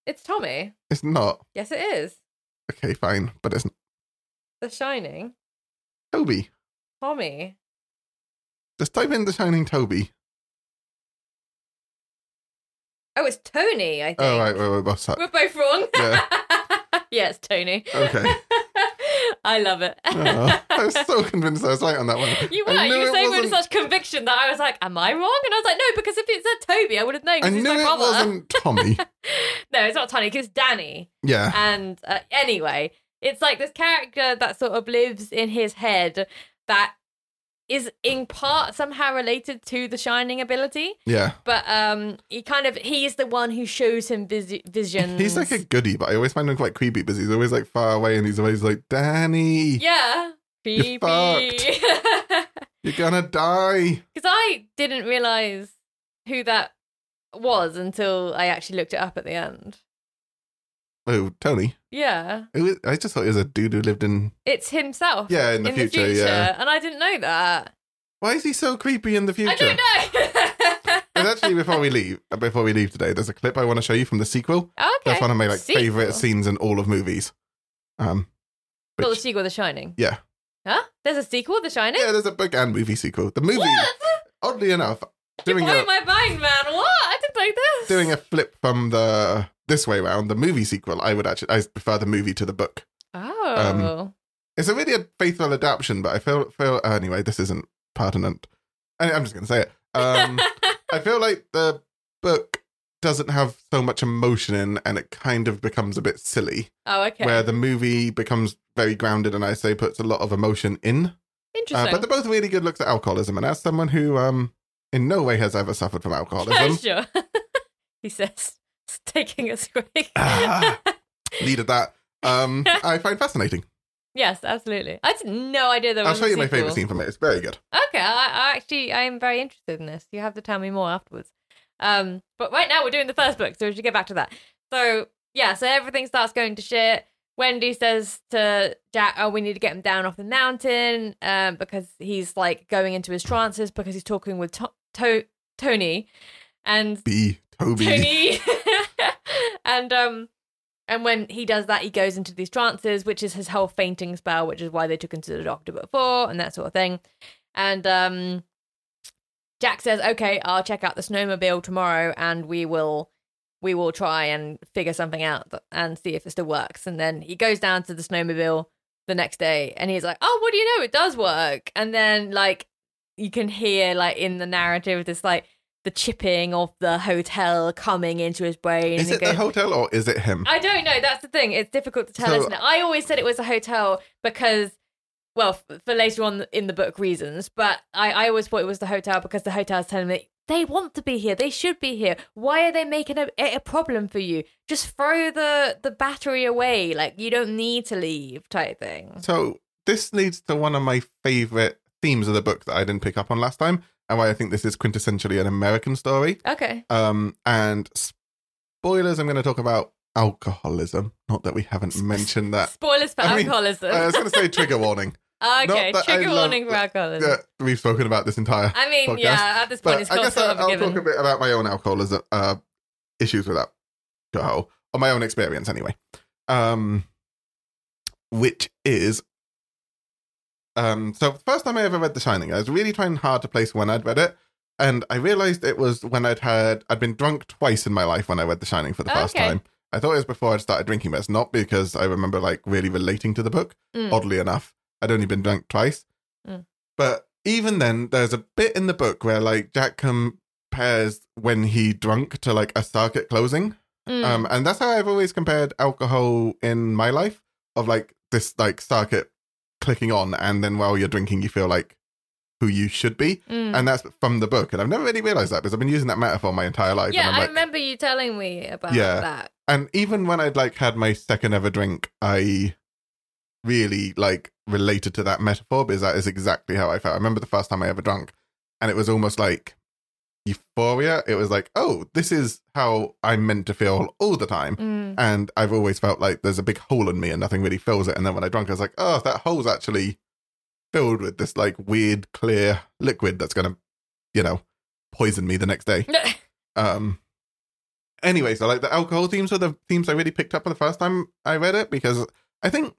Speaker 1: It's Tommy.
Speaker 2: It's not.
Speaker 1: Yes, it is.
Speaker 2: Okay, fine, but it's
Speaker 1: The Shining.
Speaker 2: Toby.
Speaker 1: Tommy.
Speaker 2: Just type in the shining Toby.
Speaker 1: Oh, it's Tony. I think
Speaker 2: Oh right, wait, wait, what's that?
Speaker 1: we're both wrong.
Speaker 2: Yeah.
Speaker 1: yeah, it's Tony.
Speaker 2: Okay.
Speaker 1: I love it.
Speaker 2: Oh, I was so convinced I was right on that one.
Speaker 1: You were.
Speaker 2: I knew
Speaker 1: You were
Speaker 2: it
Speaker 1: saying it with
Speaker 2: wasn't-
Speaker 1: such conviction that I was like, "Am I wrong?" And I was like, "No," because if it said Toby, I would have known. 'cause
Speaker 2: I
Speaker 1: he's
Speaker 2: knew
Speaker 1: my
Speaker 2: it
Speaker 1: brother.
Speaker 2: wasn't Tommy.
Speaker 1: no, it's not Tony. 'cause It's Danny.
Speaker 2: Yeah.
Speaker 1: And uh, anyway, it's like this character that sort of lives in his head that is in part somehow related to the shining ability,
Speaker 2: Yeah.
Speaker 1: but um, he kind of he's the one who shows him vis- visions.
Speaker 2: He's like a goodie, but I always find him quite creepy because he's always like far away and he's always like, Danny,
Speaker 1: yeah. Creepy.
Speaker 2: you're gonna die.
Speaker 1: Because I didn't realize who that was until I actually looked it up at the end.
Speaker 2: Oh, Tony.
Speaker 1: Yeah,
Speaker 2: It was- I just thought he was a dude who lived in.
Speaker 1: it's himself.
Speaker 2: Yeah, in the, future, Yeah.
Speaker 1: and I didn't know that.
Speaker 2: Why is he so creepy in the future?
Speaker 1: I don't
Speaker 2: There's
Speaker 1: know.
Speaker 2: actually, before we leave, before we leave today, there's a clip I want to show you from the sequel.
Speaker 1: okay.
Speaker 2: That's one of my like
Speaker 1: Sequel.
Speaker 2: favorite scenes in all of movies. Um,
Speaker 1: Not the
Speaker 2: which-
Speaker 1: sequel, The Shining.
Speaker 2: Yeah.
Speaker 1: Huh? There's a sequel, The Shining.
Speaker 2: yeah, there's a book and movie sequel. The movie,
Speaker 1: What?
Speaker 2: oddly enough,
Speaker 1: You're
Speaker 2: doing
Speaker 1: blowing
Speaker 2: a,
Speaker 1: my mind, man. What? I didn't like this.
Speaker 2: doing a flip from the this way round, the movie sequel, I would actually I prefer the movie to the book. um,
Speaker 1: Oh.
Speaker 2: It's a really a faithful adaptation, but I feel feel uh, anyway. This isn't pertinent. I, I'm just gonna say it. Um, I feel like the book doesn't have so much emotion in, and it kind of becomes a bit silly.
Speaker 1: oh, okay.
Speaker 2: uh, Where the movie becomes very grounded, and I say puts a lot of emotion in. Uh,
Speaker 1: Interesting.
Speaker 2: but they're both really good looks at alcoholism. And as someone who, um, in no way has ever suffered from alcoholism,
Speaker 1: Sure. he says, it's taking us quick.
Speaker 2: Ah. needed that, um, I find fascinating.
Speaker 1: yes, absolutely. I had no idea there was
Speaker 2: I'll show
Speaker 1: a
Speaker 2: you my
Speaker 1: sequel.
Speaker 2: favorite scene from it. It's very good.
Speaker 1: Okay, I, I actually I am very interested in this. You have to tell me more afterwards. Um, but right now we're doing the first book, so we should get back to that. So yeah, so everything starts going to shit. Wendy says to Jack, "Oh, we need to get him down off the mountain um, because he's like going into his trances because he's talking with to- to- Tony." And
Speaker 2: B. Toby.
Speaker 1: Tony. and um and when he does that, he goes into these trances, which is his whole fainting spell, which is why they took him to the doctor before and that sort of thing. And um Jack says, "Okay, I'll check out the snowmobile tomorrow, and we will we will try and figure something out th- and see if it still works." And then he goes down to the snowmobile the next day, and he's like, "Oh, what do you know? It does work." And then like you can hear like in the narrative this like the chipping of the hotel coming into his brain. and
Speaker 2: Is it
Speaker 1: he
Speaker 2: the
Speaker 1: goes-
Speaker 2: hotel or is it him?
Speaker 1: I don't know. That's the thing. It's difficult to tell,
Speaker 2: So-
Speaker 1: isn't it? I always said it was a hotel because, well, f- for later on in the book reasons, but I, I always thought it was the hotel because the hotel's telling me they want to be here. They should be here. Why are they making a, it a problem for you? Just throw the, the battery away. Like, you don't need to leave, type thing.
Speaker 2: So this leads to one of my favorite themes of the book that I didn't pick up on last time, and why I think this is quintessentially an American story.
Speaker 1: Okay.
Speaker 2: Um, and spoilers, I'm going to talk about alcoholism. Not that we haven't mentioned that.
Speaker 1: Spoilers for
Speaker 2: Uh, I mean,
Speaker 1: alcoholism.
Speaker 2: I was going to say trigger warning.
Speaker 1: okay.
Speaker 2: that I
Speaker 1: Trigger
Speaker 2: love-
Speaker 1: warning for alcoholism.
Speaker 2: Yeah, we've spoken about this entire.
Speaker 1: I mean,
Speaker 2: podcast.
Speaker 1: yeah, at this point,
Speaker 2: But
Speaker 1: it's
Speaker 2: I
Speaker 1: got
Speaker 2: guess
Speaker 1: sort
Speaker 2: I,
Speaker 1: of a
Speaker 2: I'll
Speaker 1: given.
Speaker 2: talk a bit about my own alcoholism uh, issues with alcohol, or my own experience anyway. Um, which is, um, so the first time I ever read The Shining, I was really trying hard to place when I'd read it, and I realized it was when I'd had I'd been drunk twice in my life when I read The Shining for the first
Speaker 1: Okay.
Speaker 2: time. I thought it was before I'd started drinking, but it's not because I remember like really relating to the book
Speaker 1: Mm.
Speaker 2: oddly enough. I'd only been drunk twice.
Speaker 1: Mm.
Speaker 2: But even then, there's a bit in the book where like Jack compares when he drunk to like a circuit closing.
Speaker 1: Mm.
Speaker 2: Um, and that's how I've always compared alcohol in my life of like this like circuit clicking on, and then while you're drinking, you feel like who you should be.
Speaker 1: Mm.
Speaker 2: And that's from the book. And I've never really realized that because I've been using that metaphor my entire life.
Speaker 1: Yeah,
Speaker 2: and
Speaker 1: I
Speaker 2: I'm like,
Speaker 1: remember you telling me about
Speaker 2: Yeah.
Speaker 1: that.
Speaker 2: and even when I'd like had my second ever drink, I really like related to that metaphor because that is exactly how I felt. I remember the first time I ever drank, and it was almost like euphoria. It was like, oh, this is how I'm meant to feel all the time.
Speaker 1: Mm.
Speaker 2: And I've always felt like there's a big hole in me and nothing really fills it. And then when I drank, I was like, oh, that hole's actually filled with this like weird clear liquid that's gonna, you know, poison me the next day. Um. Anyway, so like the alcohol themes were the themes I really picked up for the first time I read it because I think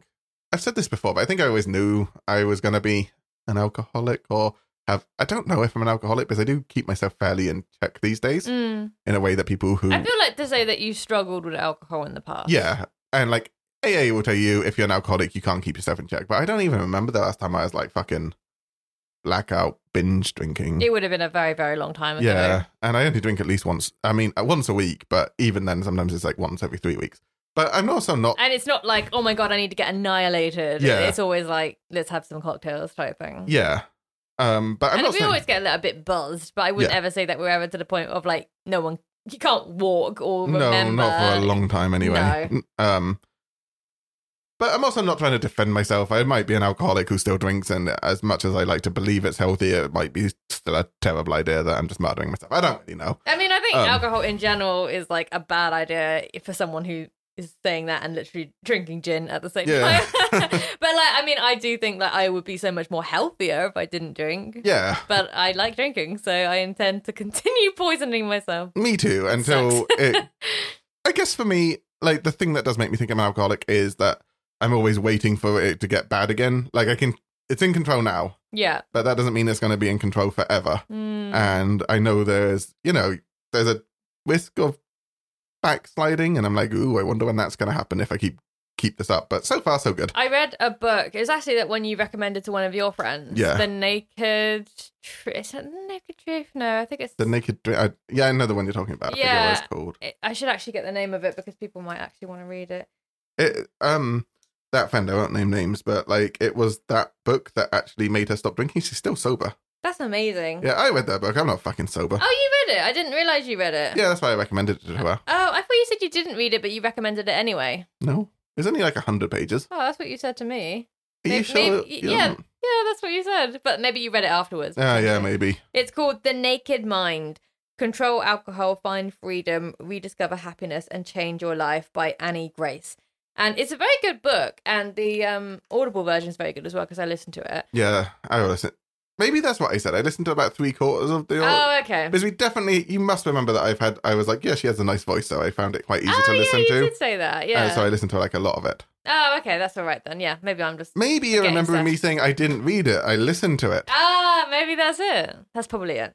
Speaker 2: I've said this before, but I think I always knew I was gonna be an alcoholic or have. I don't know if I'm an alcoholic because I do keep myself fairly in check these days
Speaker 1: Mm.
Speaker 2: in a way that people who
Speaker 1: I feel like to say that you struggled with alcohol in the past.
Speaker 2: yeah and like AA will tell you if you're an alcoholic you can't keep yourself in check. But I don't even remember the last time I was like fucking blackout binge drinking.
Speaker 1: It would have been a very, very long time ago.
Speaker 2: Yeah, and I only drink at least once. I mean, uh, once a week, but even then, sometimes it's like once every three weeks. But I'm also not.
Speaker 1: And it's not like, oh my God, I need to get annihilated.
Speaker 2: Yeah.
Speaker 1: It's always like, let's have some cocktails type thing.
Speaker 2: yeah, um, but I'm
Speaker 1: and
Speaker 2: not.
Speaker 1: we
Speaker 2: saying-
Speaker 1: always get a little bit buzzed, but I wouldn't
Speaker 2: Yeah.
Speaker 1: ever say that we're ever to the point of like, no one, you can't walk or
Speaker 2: no,
Speaker 1: remember.
Speaker 2: not for a long time anyway. N- Um, but I'm also not trying to defend myself. I might be an alcoholic who still drinks, and as much as I like to believe it's healthy, it might be still a terrible idea that I'm just murdering myself. I don't really know.
Speaker 1: I mean, I think
Speaker 2: Um,
Speaker 1: alcohol in general is like a bad idea for someone who is saying that and literally drinking gin at the same
Speaker 2: Yeah.
Speaker 1: time. but like, I mean, I do think that I would be so much more healthier if I didn't drink.
Speaker 2: Yeah,
Speaker 1: But I like drinking, so I intend to continue poisoning myself.
Speaker 2: Me too. Until it, I guess for me, like the thing that does make me think I'm an alcoholic is that I'm always waiting for it to get bad again. Like I can, it's in control now,
Speaker 1: Yeah.
Speaker 2: but that doesn't mean it's going to be in control forever.
Speaker 1: Mm.
Speaker 2: And I know there's, you know, there's a risk of backsliding, and I'm like, ooh, I wonder when that's going to happen if I keep keep this up. But so far, so good.
Speaker 1: I read a book. It was actually that one you recommended to one of your friends.
Speaker 2: Yeah.
Speaker 1: The Naked Truth. Is it The Naked Truth? No, I think it's.
Speaker 2: The naked, Dr- I, yeah, I know the one you're talking about. I forget what
Speaker 1: Yeah.
Speaker 2: it's called.
Speaker 1: it- I should actually get the name of it because people might actually want to read it.
Speaker 2: It, um, that friend, I won't name names, but like it was that book that actually made her stop drinking. She's still sober.
Speaker 1: That's amazing.
Speaker 2: Yeah, I read that book. I'm not fucking sober.
Speaker 1: Oh, you read it? I didn't realize you read it.
Speaker 2: Yeah, that's why I recommended it to her.
Speaker 1: Oh, I thought you said you didn't read it, but you recommended it anyway.
Speaker 2: No, it's only like hundred pages.
Speaker 1: Oh, that's what you said to me.
Speaker 2: Are you
Speaker 1: Maybe-
Speaker 2: sure?
Speaker 1: maybe-
Speaker 2: you
Speaker 1: yeah.
Speaker 2: don't-
Speaker 1: Yeah, that's what you said. But maybe you read it afterwards.
Speaker 2: Ah, yeah, maybe.
Speaker 1: It's called The Naked Mind Control Alcohol, Find Freedom, Rediscover Happiness, and Change Your Life by Annie Grace. And it's a very good book. And the um, Audible version is very good as well because I listened to it.
Speaker 2: Yeah, I will listen. Maybe that's what I said. I listened to about three quarters of the.
Speaker 1: Oh, okay.
Speaker 2: Because we definitely, you must remember that I've had. I was like, yeah, she has a nice voice, so I found it quite easy
Speaker 1: Oh,
Speaker 2: to
Speaker 1: yeah,
Speaker 2: listen
Speaker 1: you
Speaker 2: to.
Speaker 1: did say that. Yeah.
Speaker 2: Uh, so I listened to like a lot of it.
Speaker 1: Oh, okay. That's all right then. Yeah. Maybe I'm just.
Speaker 2: Maybe you're
Speaker 1: Okay,
Speaker 2: remembering
Speaker 1: so-
Speaker 2: me saying I didn't read it. I listened to it.
Speaker 1: Ah, maybe that's it. That's probably it.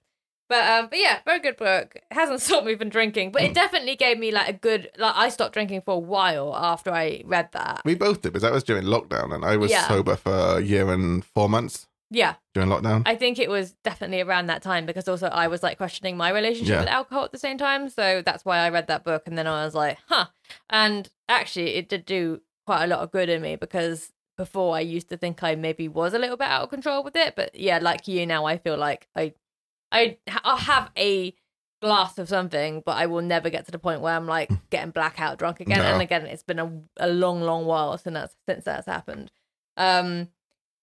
Speaker 1: But um, but yeah, very good book. It hasn't stopped me from drinking, but it definitely gave me like a good like I stopped drinking for a while after I read that.
Speaker 2: We both did, because that was during lockdown, and I was
Speaker 1: Yeah.
Speaker 2: sober for a year and four months
Speaker 1: Yeah,
Speaker 2: during lockdown.
Speaker 1: I think it was definitely around that time because also I was like questioning my relationship
Speaker 2: Yeah.
Speaker 1: with alcohol at the same time, so that's why I read that book and then I was like, huh. And actually, it did do quite a lot of good in me because before I used to think I maybe was a little bit out of control with it, but yeah, like you now, I feel like I, I, I'll have a glass of something, but I will never get to the point where I'm like getting blackout drunk again.
Speaker 2: No.
Speaker 1: And again, it's been a, a long, long while since that's since that's happened. Um,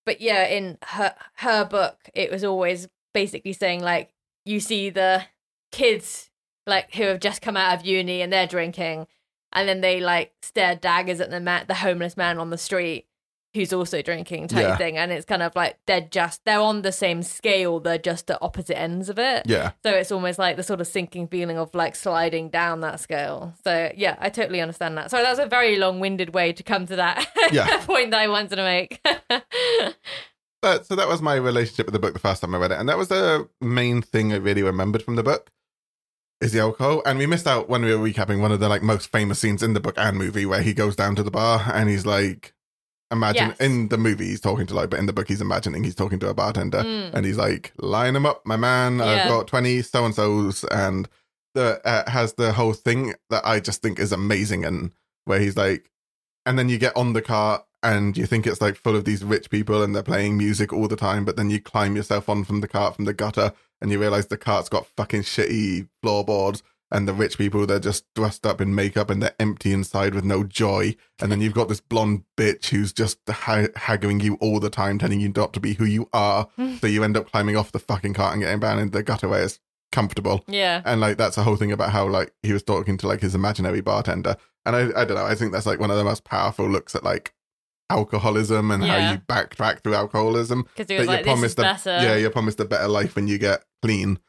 Speaker 1: but yeah, in her her book, it was always basically saying like you see the kids like who have just come out of uni and they're drinking, and then they like stare daggers at the ma- the homeless man on the street who's also drinking type
Speaker 2: Yeah.
Speaker 1: thing, and it's kind of like they're just they're on the same scale, they're just the opposite ends of it.
Speaker 2: Yeah,
Speaker 1: So it's almost like the sort of sinking feeling of like sliding down that scale. So yeah, I totally understand that. Sorry, that was a very long-winded way to come to that
Speaker 2: Yeah.
Speaker 1: point that I wanted to make.
Speaker 2: but so that was my relationship with the book the first time I read it, and that was the main thing I really remembered from the book is the alcohol. And we missed out when we were recapping one of the like most famous scenes in the book and movie where he goes down to the bar and he's like, imagine
Speaker 1: Yes.
Speaker 2: in the movie he's talking to like, but in the book he's imagining he's talking to a bartender.
Speaker 1: Mm.
Speaker 2: and he's like, line them up, my man.
Speaker 1: Yeah.
Speaker 2: I've got 20 so and so's. And the uh, has the whole thing that I just think is amazing. And where he's like, and then you get on the car and you think it's like full of these rich people and they're playing music all the time. But then you climb yourself on from the cart from the gutter and you realize the cart's got fucking shitty floorboards. And the rich people, they're just dressed up in makeup and they're empty inside with no joy. And then you've got this blonde bitch who's just ha- haggling you all the time, telling you not to be who you are. So you end up climbing off the fucking cart and getting down into the gutter where it's comfortable.
Speaker 1: Yeah.
Speaker 2: And like that's the whole thing about how like he was talking to like his imaginary bartender. And I, I don't know, I think that's like one of the most powerful looks at like alcoholism and
Speaker 1: Yeah.
Speaker 2: how you backtrack through alcoholism.
Speaker 1: Because he was like,
Speaker 2: that
Speaker 1: this is
Speaker 2: a,
Speaker 1: better.
Speaker 2: Yeah, you're promised a better life when you get clean.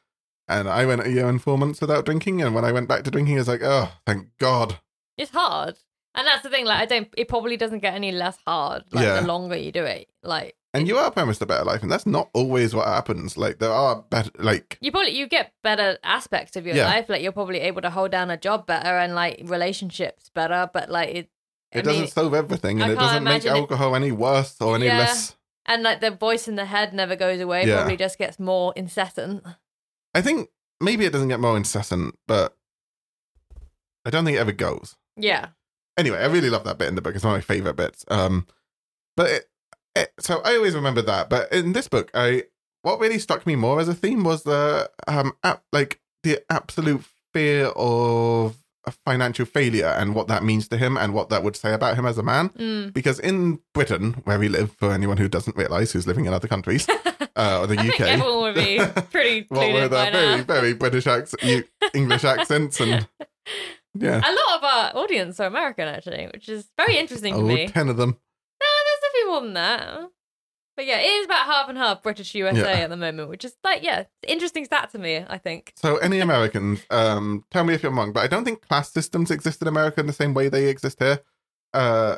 Speaker 2: And I went a year and four months without drinking, and when I went back to drinking, I was like, oh, thank God.
Speaker 1: It's hard. And that's the thing, like I don't it probably doesn't get any less hard like
Speaker 2: Yeah.
Speaker 1: the longer you do it. Like
Speaker 2: And you are promised a better life, and that's not always what happens. Like there are better, like
Speaker 1: you probably you get better aspects of your
Speaker 2: Yeah.
Speaker 1: life. Like you're probably able to hold down a job better and like relationships better, but like it
Speaker 2: it
Speaker 1: I
Speaker 2: doesn't
Speaker 1: mean,
Speaker 2: solve everything, and
Speaker 1: I
Speaker 2: it
Speaker 1: can't
Speaker 2: doesn't make
Speaker 1: imagine it-
Speaker 2: alcohol any worse or any
Speaker 1: Yeah.
Speaker 2: less
Speaker 1: and like the voice in the head never goes away,
Speaker 2: Yeah.
Speaker 1: probably just gets more incessant.
Speaker 2: I think maybe it doesn't get more incessant, but I don't think it ever goes.
Speaker 1: Yeah.
Speaker 2: Anyway, I really love that bit in the book. It's one of my favorite bits. Um, but it, it, so I always remember that. But in this book, I what really struck me more as a theme was the um ap- like the absolute fear of financial failure and what that means to him and what that would say about him as a man.
Speaker 1: Mm.
Speaker 2: Because in Britain, where we live, for anyone who doesn't realize who's living in other countries, uh, or the
Speaker 1: I
Speaker 2: UK,
Speaker 1: think everyone would be pretty
Speaker 2: what
Speaker 1: clued
Speaker 2: were
Speaker 1: in by
Speaker 2: that very
Speaker 1: now.
Speaker 2: very British accent, you, English accents, and yeah,
Speaker 1: A lot of our audience are American actually, which is very interesting to
Speaker 2: oh,
Speaker 1: me.
Speaker 2: ten of them.
Speaker 1: No, there's definitely more than that. But yeah, it is about half and half British USA
Speaker 2: Yeah.
Speaker 1: at the moment, which is like, yeah, interesting stat to me, I think.
Speaker 2: So any Americans, um, tell me if I'm wrong, but I don't think class systems exist in America in the same way they exist here. Uh,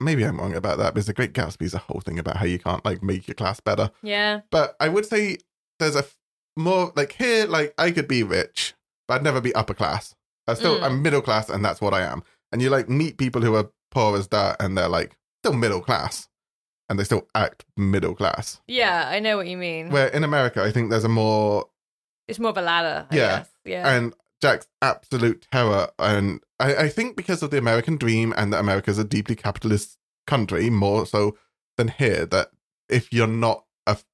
Speaker 2: maybe I'm wrong about that. Because the Great Gatsby's a whole thing about how you can't like make your class better.
Speaker 1: Yeah.
Speaker 2: But I would say there's a f- more like here, like I could be rich, but I'd never be upper class. I still
Speaker 1: Mm.
Speaker 2: I'm middle class, and that's what I am. And you like meet people who are poor as dirt, and they're like still middle class, and they still act middle class.
Speaker 1: Yeah, I know what you mean.
Speaker 2: Where in America, I think there's a more
Speaker 1: it's more of a ladder, I
Speaker 2: Yeah.
Speaker 1: guess. Yeah.
Speaker 2: and Jack's absolute terror, and I, I think because of the American dream and that America's a deeply capitalist country more so than here that if you're not a f-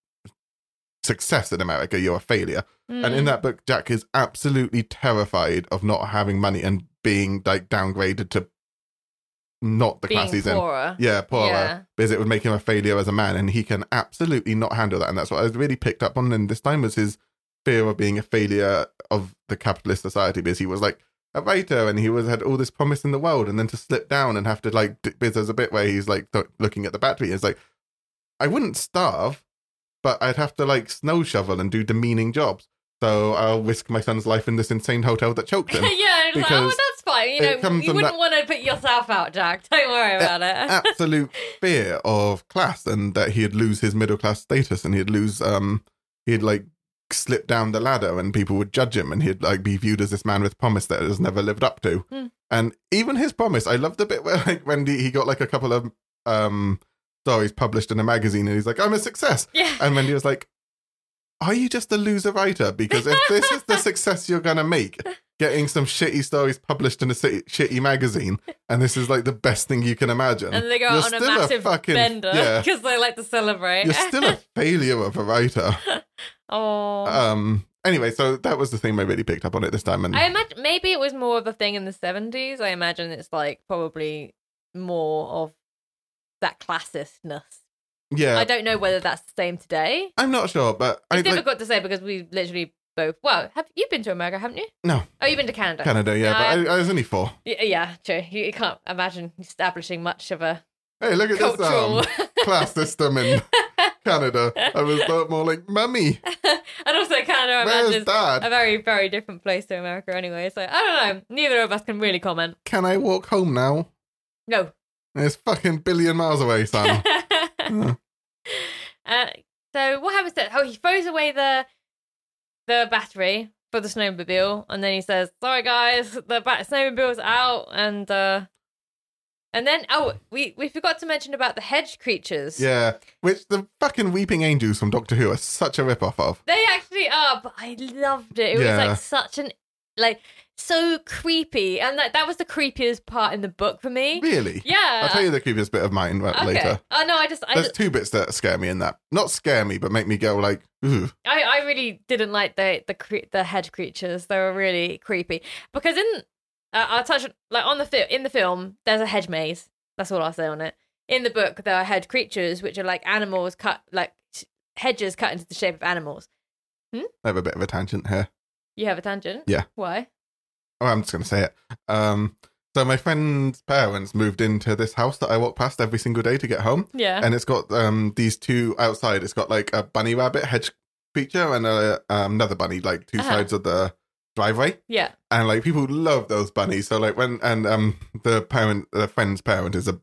Speaker 2: success in America, you're a failure. And
Speaker 1: Mm.
Speaker 2: in that book, Jack is absolutely terrified of not having money and being like downgraded to not the class
Speaker 1: being
Speaker 2: he's in.
Speaker 1: poorer.
Speaker 2: Yeah, poorer.
Speaker 1: Yeah.
Speaker 2: Because it would make him a failure as a man, and he can absolutely not handle that. And that's what I really picked up on in this time was his fear of being a failure of the capitalist society because he was like a writer and he was had all this promise in the world and then to slip down and have to like d- because there's a bit where he's like th- looking at the battery it's like I wouldn't starve but I'd have to like snow shovel and do demeaning jobs so I'll risk my son's life in this insane hotel that choked him
Speaker 1: yeah, and it's like, oh,
Speaker 2: because
Speaker 1: that's fine. You
Speaker 2: it
Speaker 1: know,
Speaker 2: comes
Speaker 1: you
Speaker 2: from Eh,
Speaker 1: wouldn't want to put yourself out, Jack. Don't worry about it.
Speaker 2: absolute fear of class and that he'd lose his middle class status and he'd lose um he'd like slip down the ladder and people would judge him and he'd like be viewed as this man with promise that has never lived up to
Speaker 1: Hmm.
Speaker 2: and even his promise i loved the bit where like when he he got like a couple of um stories published in a magazine and he's like i'm a success
Speaker 1: yeah.
Speaker 2: and Wendy was like, Are you just a loser writer? Because if this is the success you're going to make, getting some shitty stories published in a city, shitty magazine, and this is like the best thing you can imagine.
Speaker 1: and they go
Speaker 2: um, you're
Speaker 1: out on a
Speaker 2: still a
Speaker 1: massive
Speaker 2: fucking-
Speaker 1: bender
Speaker 2: yeah.
Speaker 1: because they like to celebrate.
Speaker 2: you're still a failure of a writer.
Speaker 1: oh,
Speaker 2: Um. Anyway, so that was the thing I really picked up on it this time. And
Speaker 1: I imagine maybe it was more of a thing in the seventies. I imagine it's like probably more of that classistness. I
Speaker 2: yeah,
Speaker 1: don't know whether that's the same today. It's
Speaker 2: I'm not sure, but I like
Speaker 1: difficult to say because we literally both. Well, have you been to America? Haven't you?
Speaker 2: No.
Speaker 1: Oh, you've been to Canada.
Speaker 2: Canada. Yeah,
Speaker 1: Uh,
Speaker 2: but I, I was only four.
Speaker 1: Yeah, yeah, true. You, you can't imagine establishing much of a
Speaker 2: Hey, look at this
Speaker 1: cultural.
Speaker 2: um, class system in Canada. I was a lot more like, "Mummy,
Speaker 1: and also Canada, I imagine,
Speaker 2: where's
Speaker 1: is
Speaker 2: Dad?
Speaker 1: a very, very different place to America anyway. So I don't know. Neither of us can really comment.
Speaker 2: Can I walk home now?"
Speaker 1: No.
Speaker 2: It's fucking billion miles away, son.
Speaker 1: uh,
Speaker 2: Yeah.
Speaker 1: so what happens then? Oh, he throws away the the battery for the snowmobile, and then he says, "Sorry, guys, the bat- snowmobile's out." And uh, and then oh, we we forgot to mention about the hedge creatures.
Speaker 2: yeah. Which the fucking Weeping Angels from Doctor Who are such a rip off of.
Speaker 1: They actually are, but I loved it. It was
Speaker 2: Yeah.
Speaker 1: like such an like so creepy, and like that was the creepiest part in the book for me.
Speaker 2: Really?
Speaker 1: Yeah.
Speaker 2: I'll tell you the creepiest bit of mine about later.
Speaker 1: Oh no, I just I,
Speaker 2: There's two bits that scare me in that. Not scare me, but make me go like, ooh.
Speaker 1: I I really didn't like the the cre- the head creatures. They were really creepy because in uh, I'll touch on- like on the film in the film there's a hedge maze. That's all I'll say on it. In the book there are hedge creatures which are like animals cut like sh- hedges cut into the shape of animals.
Speaker 2: I have a bit of a tangent here.
Speaker 1: You have a tangent.
Speaker 2: Yeah.
Speaker 1: Why?
Speaker 2: Oh, I'm just gonna say it. Um so my friend's parents moved into this house that I walk past every single day to get home.
Speaker 1: Yeah.
Speaker 2: and it's got um these two outside. It's got like a bunny rabbit hedge creature and a, um, another bunny, like 2
Speaker 1: Uh-huh.
Speaker 2: sides of the driveway.
Speaker 1: yeah.
Speaker 2: And like people love those bunnies. So like when and um the parent, the friend's parent is a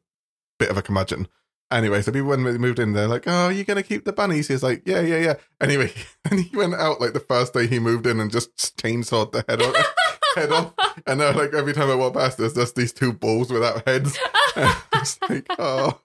Speaker 2: bit of a curmudgeon. Anyway, so people when they moved in, they're like, "Oh, you're gonna keep the bunnies?" He's like, "Yeah, yeah, yeah." Anyway, and he went out like the first day he moved in and just chainsawed the head off. head off. And now like every time I walk past, there's just these two balls without heads. And it's like, oh,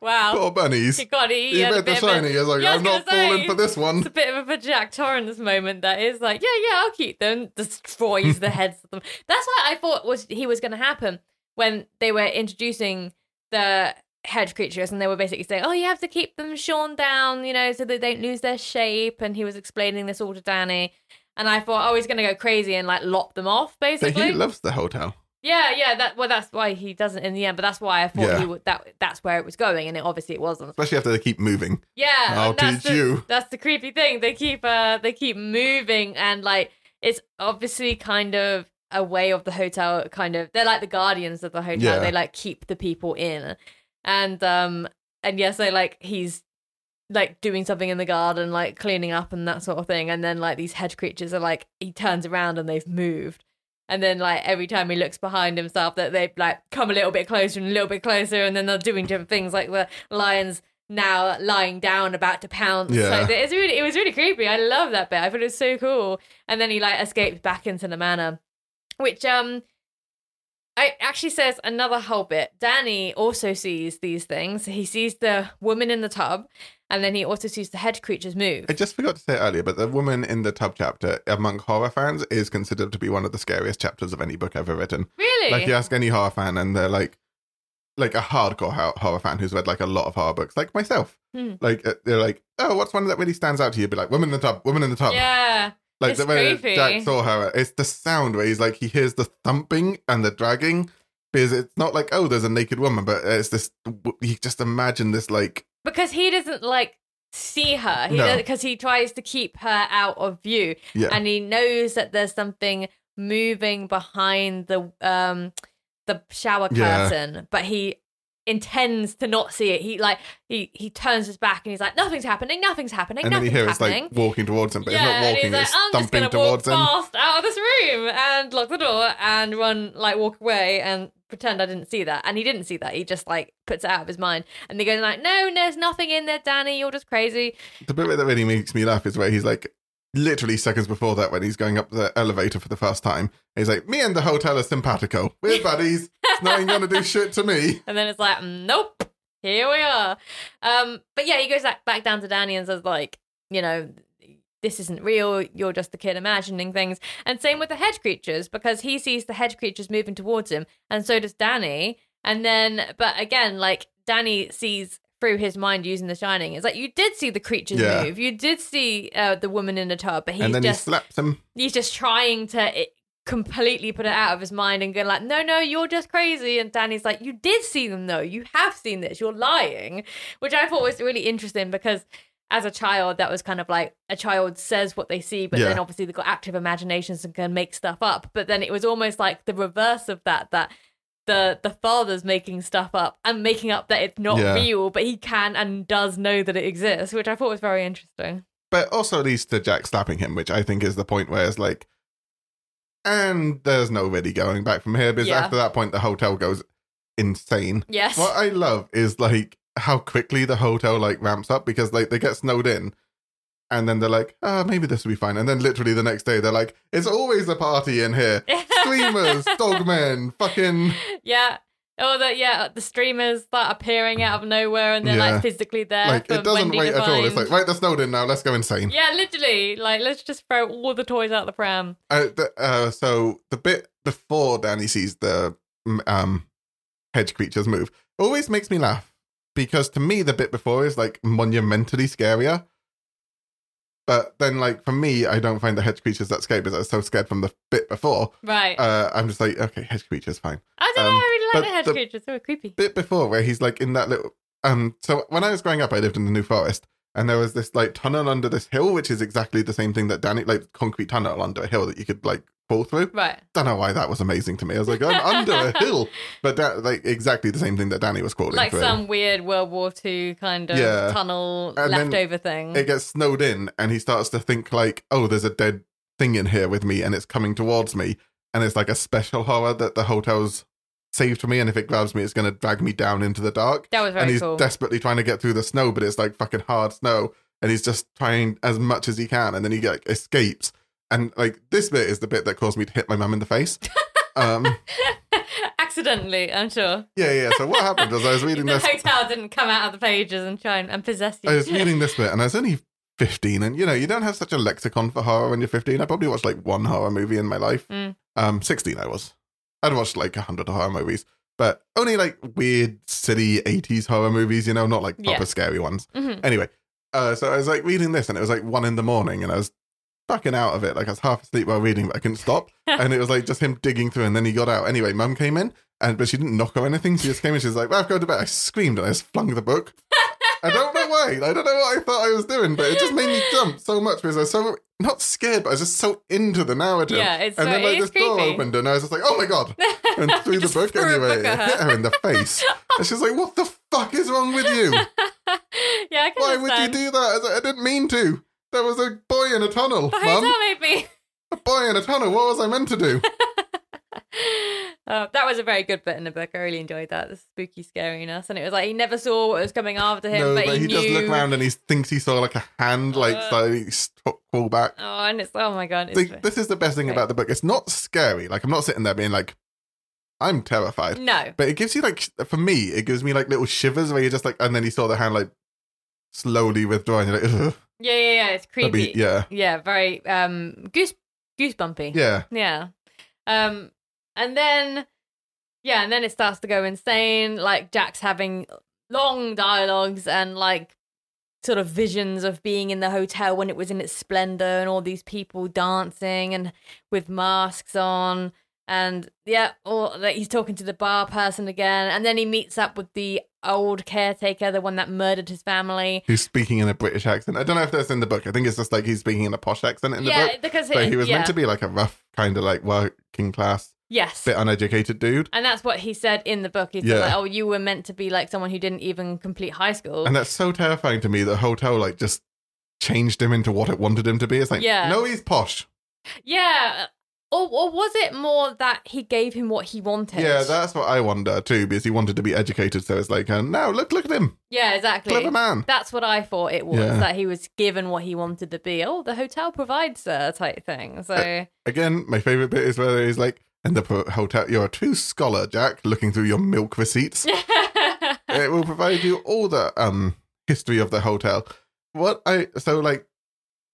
Speaker 1: wow.
Speaker 2: poor bunnies.
Speaker 1: You got it.
Speaker 2: He
Speaker 1: You had a
Speaker 2: read The
Speaker 1: bit of a-
Speaker 2: Shining. He's like,
Speaker 1: Yeah, I was
Speaker 2: I'm not
Speaker 1: gonna say,
Speaker 2: falling for this
Speaker 1: It's
Speaker 2: one.
Speaker 1: a bit of a Jack Torrance moment that is like, yeah, yeah, I'll keep them. Destroys the heads of them. That's what I thought was he was going to happen when they were introducing the hedge creatures, and they were basically saying, oh, you have to keep them shorn down, you know, so they don't lose their shape. And he was explaining this all to Danny, and I thought, oh, he's going to go crazy and like lop them off,
Speaker 2: But
Speaker 1: basically.
Speaker 2: he loves the hotel.
Speaker 1: yeah, yeah. That well, that's why he doesn't in the end. But that's why I thought
Speaker 2: Yeah.
Speaker 1: he would. That that's where it was going, and it obviously it wasn't.
Speaker 2: Especially after they keep moving.
Speaker 1: Yeah,
Speaker 2: I'll
Speaker 1: and that's
Speaker 2: teach
Speaker 1: the,
Speaker 2: you.
Speaker 1: That's the creepy thing. They keep uh they keep moving and like it's obviously kind of a way of the hotel kind of they're like the guardians of the hotel.
Speaker 2: Yeah.
Speaker 1: They like keep the people in. And um and yes, they like he's like doing something in the garden, like cleaning up and that sort of thing. And then like these hedge creatures are like he turns around and they've moved. And then like every time he looks behind himself, that they've like come a little bit closer and a little bit closer, and then they're doing different things like the lions now lying down about to pounce.
Speaker 2: Yeah.
Speaker 1: So it's really it was really creepy. I love that bit. I thought it was so cool. And then he like escapes back into the manor, which um. I actually says another whole bit. Danny also sees these things. He sees the woman in the tub, and then he also sees the head creatures move.
Speaker 2: I just forgot to say it earlier, but the woman in the tub chapter among horror fans is considered to be one of the scariest chapters of any book ever written.
Speaker 1: Really?
Speaker 2: Like you ask any horror fan and they're like like a hardcore ho- horror fan who's read like a lot of horror books, like myself,
Speaker 1: Hmm.
Speaker 2: like uh, they're like, oh, what's one that really stands out to you? Be like, woman in the tub, woman in the tub.
Speaker 1: Yeah.
Speaker 2: like
Speaker 1: it's
Speaker 2: the way
Speaker 1: creepy.
Speaker 2: Jack saw her, it's the sound where he's like, he hears the thumping and the dragging because it's not like, oh, there's a naked woman, but it's this. You just imagine this like
Speaker 1: Because he doesn't like see her
Speaker 2: No.
Speaker 1: because he tries to keep her out of view
Speaker 2: yeah.
Speaker 1: and he knows that there's something moving behind the um the shower
Speaker 2: Yeah.
Speaker 1: curtain but he intends to not see it he like he he turns his back and he's like nothing's happening nothing's happening
Speaker 2: and then you
Speaker 1: nothing's
Speaker 2: hear it's
Speaker 1: happening
Speaker 2: like walking towards him, but it's not
Speaker 1: and "Oh,
Speaker 2: walking, it's
Speaker 1: I'm just
Speaker 2: thumping
Speaker 1: gonna walk
Speaker 2: towards him.
Speaker 1: fast out of this room and lock the door and run, like walk away and pretend I didn't see that. And he didn't see that. He just like puts it out of his mind. And they go like, "No, there's nothing in there, Danny. You're just crazy."
Speaker 2: The bit that really makes me laugh is where he's like, literally seconds before that, when he's going up the elevator for the first time, he's like, "Me and the hotel are simpatico. We're buddies. It's not gonna do shit to me."
Speaker 1: And then it's like, "Nope, here we are." Um, but yeah, he goes like, back down to Danny and says like, "You know." This isn't real. You're just a kid imagining things. And same with the hedge creatures, because he sees the hedge creatures moving towards him, and so does Danny. And then, but again, like Danny sees through his mind using The Shining. It's like you did see the creatures
Speaker 2: Yeah.
Speaker 1: move, you did see uh, the woman in the tub, but he's
Speaker 2: and then
Speaker 1: just
Speaker 2: he slaps him.
Speaker 1: he's just trying to it, completely put it out of his mind and go like, no, no, you're just crazy. And Danny's like, you did see them though, you have seen this, you're lying, which I thought was really interesting because. As a child, that was kind of like a child says what they see, but
Speaker 2: Yeah.
Speaker 1: then obviously they've got active imaginations and can make stuff up. But then it was almost like the reverse of that, that the the father's making stuff up and making up that it's not
Speaker 2: Yeah.
Speaker 1: real, but he can and does know that it exists, which I thought was very interesting.
Speaker 2: but also leads to Jack slapping him, which I think is the point where it's like, and there's no really going back from here because
Speaker 1: Yeah.
Speaker 2: after that point, the hotel goes insane.
Speaker 1: Yes.
Speaker 2: What I love is like how quickly the hotel like ramps up because like they get snowed in. And then they're like, oh, maybe this will be fine. And then literally the next day, they're like, it's always a party in here. Screamers, dogmen, fucking.
Speaker 1: Yeah. Oh, that yeah, the streamers that appearing out of nowhere and they're
Speaker 2: Yeah.
Speaker 1: like physically there.
Speaker 2: Like,
Speaker 1: for
Speaker 2: it doesn't
Speaker 1: Wendy
Speaker 2: wait
Speaker 1: to
Speaker 2: at all. It's
Speaker 1: find.
Speaker 2: like, right, they're snowed in now. Let's go insane.
Speaker 1: yeah, literally. Like, let's just throw all the toys out the pram.
Speaker 2: Uh, the, uh, so the bit before Danny sees the mm, um, hedge creatures move always makes me laugh because to me the bit before is like monumentally scarier. But then, like for me, I don't find the hedge creatures that scary because I was so scared from the bit before.
Speaker 1: Right.
Speaker 2: Uh, I'm just like, okay, hedge creatures, fine.
Speaker 1: I don't know.
Speaker 2: um,
Speaker 1: I really like
Speaker 2: but
Speaker 1: the hedge
Speaker 2: the-
Speaker 1: creatures. They were creepy.
Speaker 2: Bit before where he's like in that little. Um, so when I was growing up, I lived in the New Forest, and there was this like tunnel under this hill, which is exactly the same thing that Danny, like concrete tunnel under a hill that you could like fall through
Speaker 1: Right.
Speaker 2: don't know why that was amazing to me. I was like, I'm under a hill, but that like exactly the same thing that Danny was calling.
Speaker 1: Like
Speaker 2: through.
Speaker 1: some weird World War II kind of
Speaker 2: Yeah.
Speaker 1: tunnel
Speaker 2: And then
Speaker 1: leftover thing.
Speaker 2: it gets snowed in, and he starts to think like, oh, there's a dead thing in here with me, and it's coming towards me, and it's like a special horror that the hotel's saved for me, and if it grabs me, it's going to drag me down into the dark.
Speaker 1: that was
Speaker 2: and
Speaker 1: very
Speaker 2: he's
Speaker 1: cool.
Speaker 2: desperately trying to get through the snow, but it's like fucking hard snow, and he's just trying as much as he can, and then he like escapes, and like this bit is the bit that caused me to hit my mum in the face. um,
Speaker 1: Accidentally, I'm sure.
Speaker 2: yeah, yeah. So what happened was I was reading
Speaker 1: the
Speaker 2: this.
Speaker 1: hotel didn't come out of the pages and try and, and possess you.
Speaker 2: I was reading this bit, and I was only 15, and you know, you don't have such a lexicon for horror when you're 15. I probably watched like one horror movie in my life.
Speaker 1: Mm.
Speaker 2: Um, 16, I was. I'd watched like 100 horror movies, but only like weird, silly 80s horror movies, you know, not like proper
Speaker 1: Yeah.
Speaker 2: scary ones.
Speaker 1: Mhm.
Speaker 2: Anyway, uh, so I was like reading this, and it was like one in the morning, and I was fucking out of it. Like I was half asleep while reading, but I couldn't stop. and it was like just him digging through, and then he got out. Anyway, mum came in, and but she didn't knock or anything. She just came in. She was like, "Well, I've gone to bed." I screamed, and I just flung the book. I don't know why. I don't know what I thought I was doing, but it just made me jump so much because I was so not scared, but I was just so into the narrative.
Speaker 1: Yeah, it's
Speaker 2: and then
Speaker 1: very-
Speaker 2: like
Speaker 1: it is
Speaker 2: this door
Speaker 1: creepy.
Speaker 2: opened, and I was just like, "Oh my god!" And threw the
Speaker 1: Just
Speaker 2: book
Speaker 1: threw a
Speaker 2: anyway.
Speaker 1: book
Speaker 2: it
Speaker 1: at her.
Speaker 2: hit her in the face, and she's like, "What the fuck is wrong with you?"
Speaker 1: yeah, I can
Speaker 2: Why
Speaker 1: understand.
Speaker 2: would you do that? I was like, I didn't mean to. There was a boy in a tunnel,
Speaker 1: the hotel
Speaker 2: mum.
Speaker 1: made me.
Speaker 2: A boy in a tunnel. What was I meant to do?
Speaker 1: Uh, that was a very good bit in the book. I really enjoyed that. The spooky scariness. And it was like he never saw what was coming after him,
Speaker 2: no,
Speaker 1: but, he, knew.
Speaker 2: does look around and he thinks he saw like a hand, like
Speaker 1: Uh.
Speaker 2: slowly st- fall back.
Speaker 1: Oh, and it's oh my god. It's,
Speaker 2: Like, this is the best thing
Speaker 1: Right.
Speaker 2: about the book. It's not scary. Like I'm not sitting there being like, I'm terrified.
Speaker 1: no.
Speaker 2: But it gives you like, sh- for me, it gives me like little shivers where you're just like, and then he saw the hand like slowly withdrawing. You're like, Ugh,
Speaker 1: Yeah, yeah, yeah. It's
Speaker 2: That'd
Speaker 1: creepy.
Speaker 2: be- yeah,
Speaker 1: Yeah, very um goose goosebumpy.
Speaker 2: yeah.
Speaker 1: Yeah. Um and then Yeah, and then it starts to go insane. Like Jack's having long dialogues and like sort of visions of being in the hotel when it was in its splendor and all these people dancing and with masks on. And yeah, or like he's talking to the bar person again, and then he meets up with the old caretaker, the one that murdered his family.
Speaker 2: Who's speaking in a British accent? I don't know if that's in the book. I think it's just like he's speaking in a posh accent in the
Speaker 1: yeah,
Speaker 2: book.
Speaker 1: because
Speaker 2: So he was
Speaker 1: yeah.
Speaker 2: meant to be like a rough kind of like working class,
Speaker 1: yes,
Speaker 2: bit uneducated dude.
Speaker 1: and that's what he said in the book. He said,
Speaker 2: Yeah.
Speaker 1: like, "Oh, you were meant to be like someone who didn't even complete high school."
Speaker 2: And that's so terrifying to me. The hotel like just changed him into what it wanted him to be. It's like,
Speaker 1: Yeah.
Speaker 2: no, he's posh.
Speaker 1: Yeah. Or, or was it more that he gave him what he wanted?
Speaker 2: Yeah, that's what I wonder too, because he wanted to be educated. So it's like, uh, no, look, look at him,
Speaker 1: yeah, exactly.
Speaker 2: clever man.
Speaker 1: That's what I thought it was
Speaker 2: Yeah.
Speaker 1: that he was given what he wanted to be. Oh, the hotel provides sir type thing. So
Speaker 2: Again, my favorite bit is where he's like, and the pro- hotel, you're a true scholar, Jack, looking through your milk receipts. it will provide you all the um history of the hotel. What I so like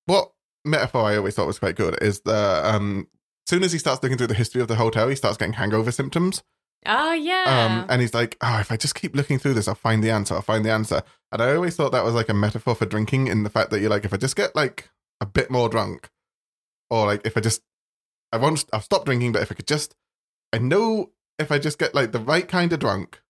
Speaker 2: what metaphor I always thought was quite good is the um soon as he starts looking through the history of the hotel, he starts getting hangover symptoms.
Speaker 1: oh yeah,
Speaker 2: Um and he's like, Oh, if I just keep looking through this, I'll find the answer, I'll find the answer. And I always thought that was like a metaphor for drinking in the fact that you're like, if I just get like a bit more drunk, or like if I just I won't I'll stop drinking, but if I could just I know if I just get like the right kind of drunk,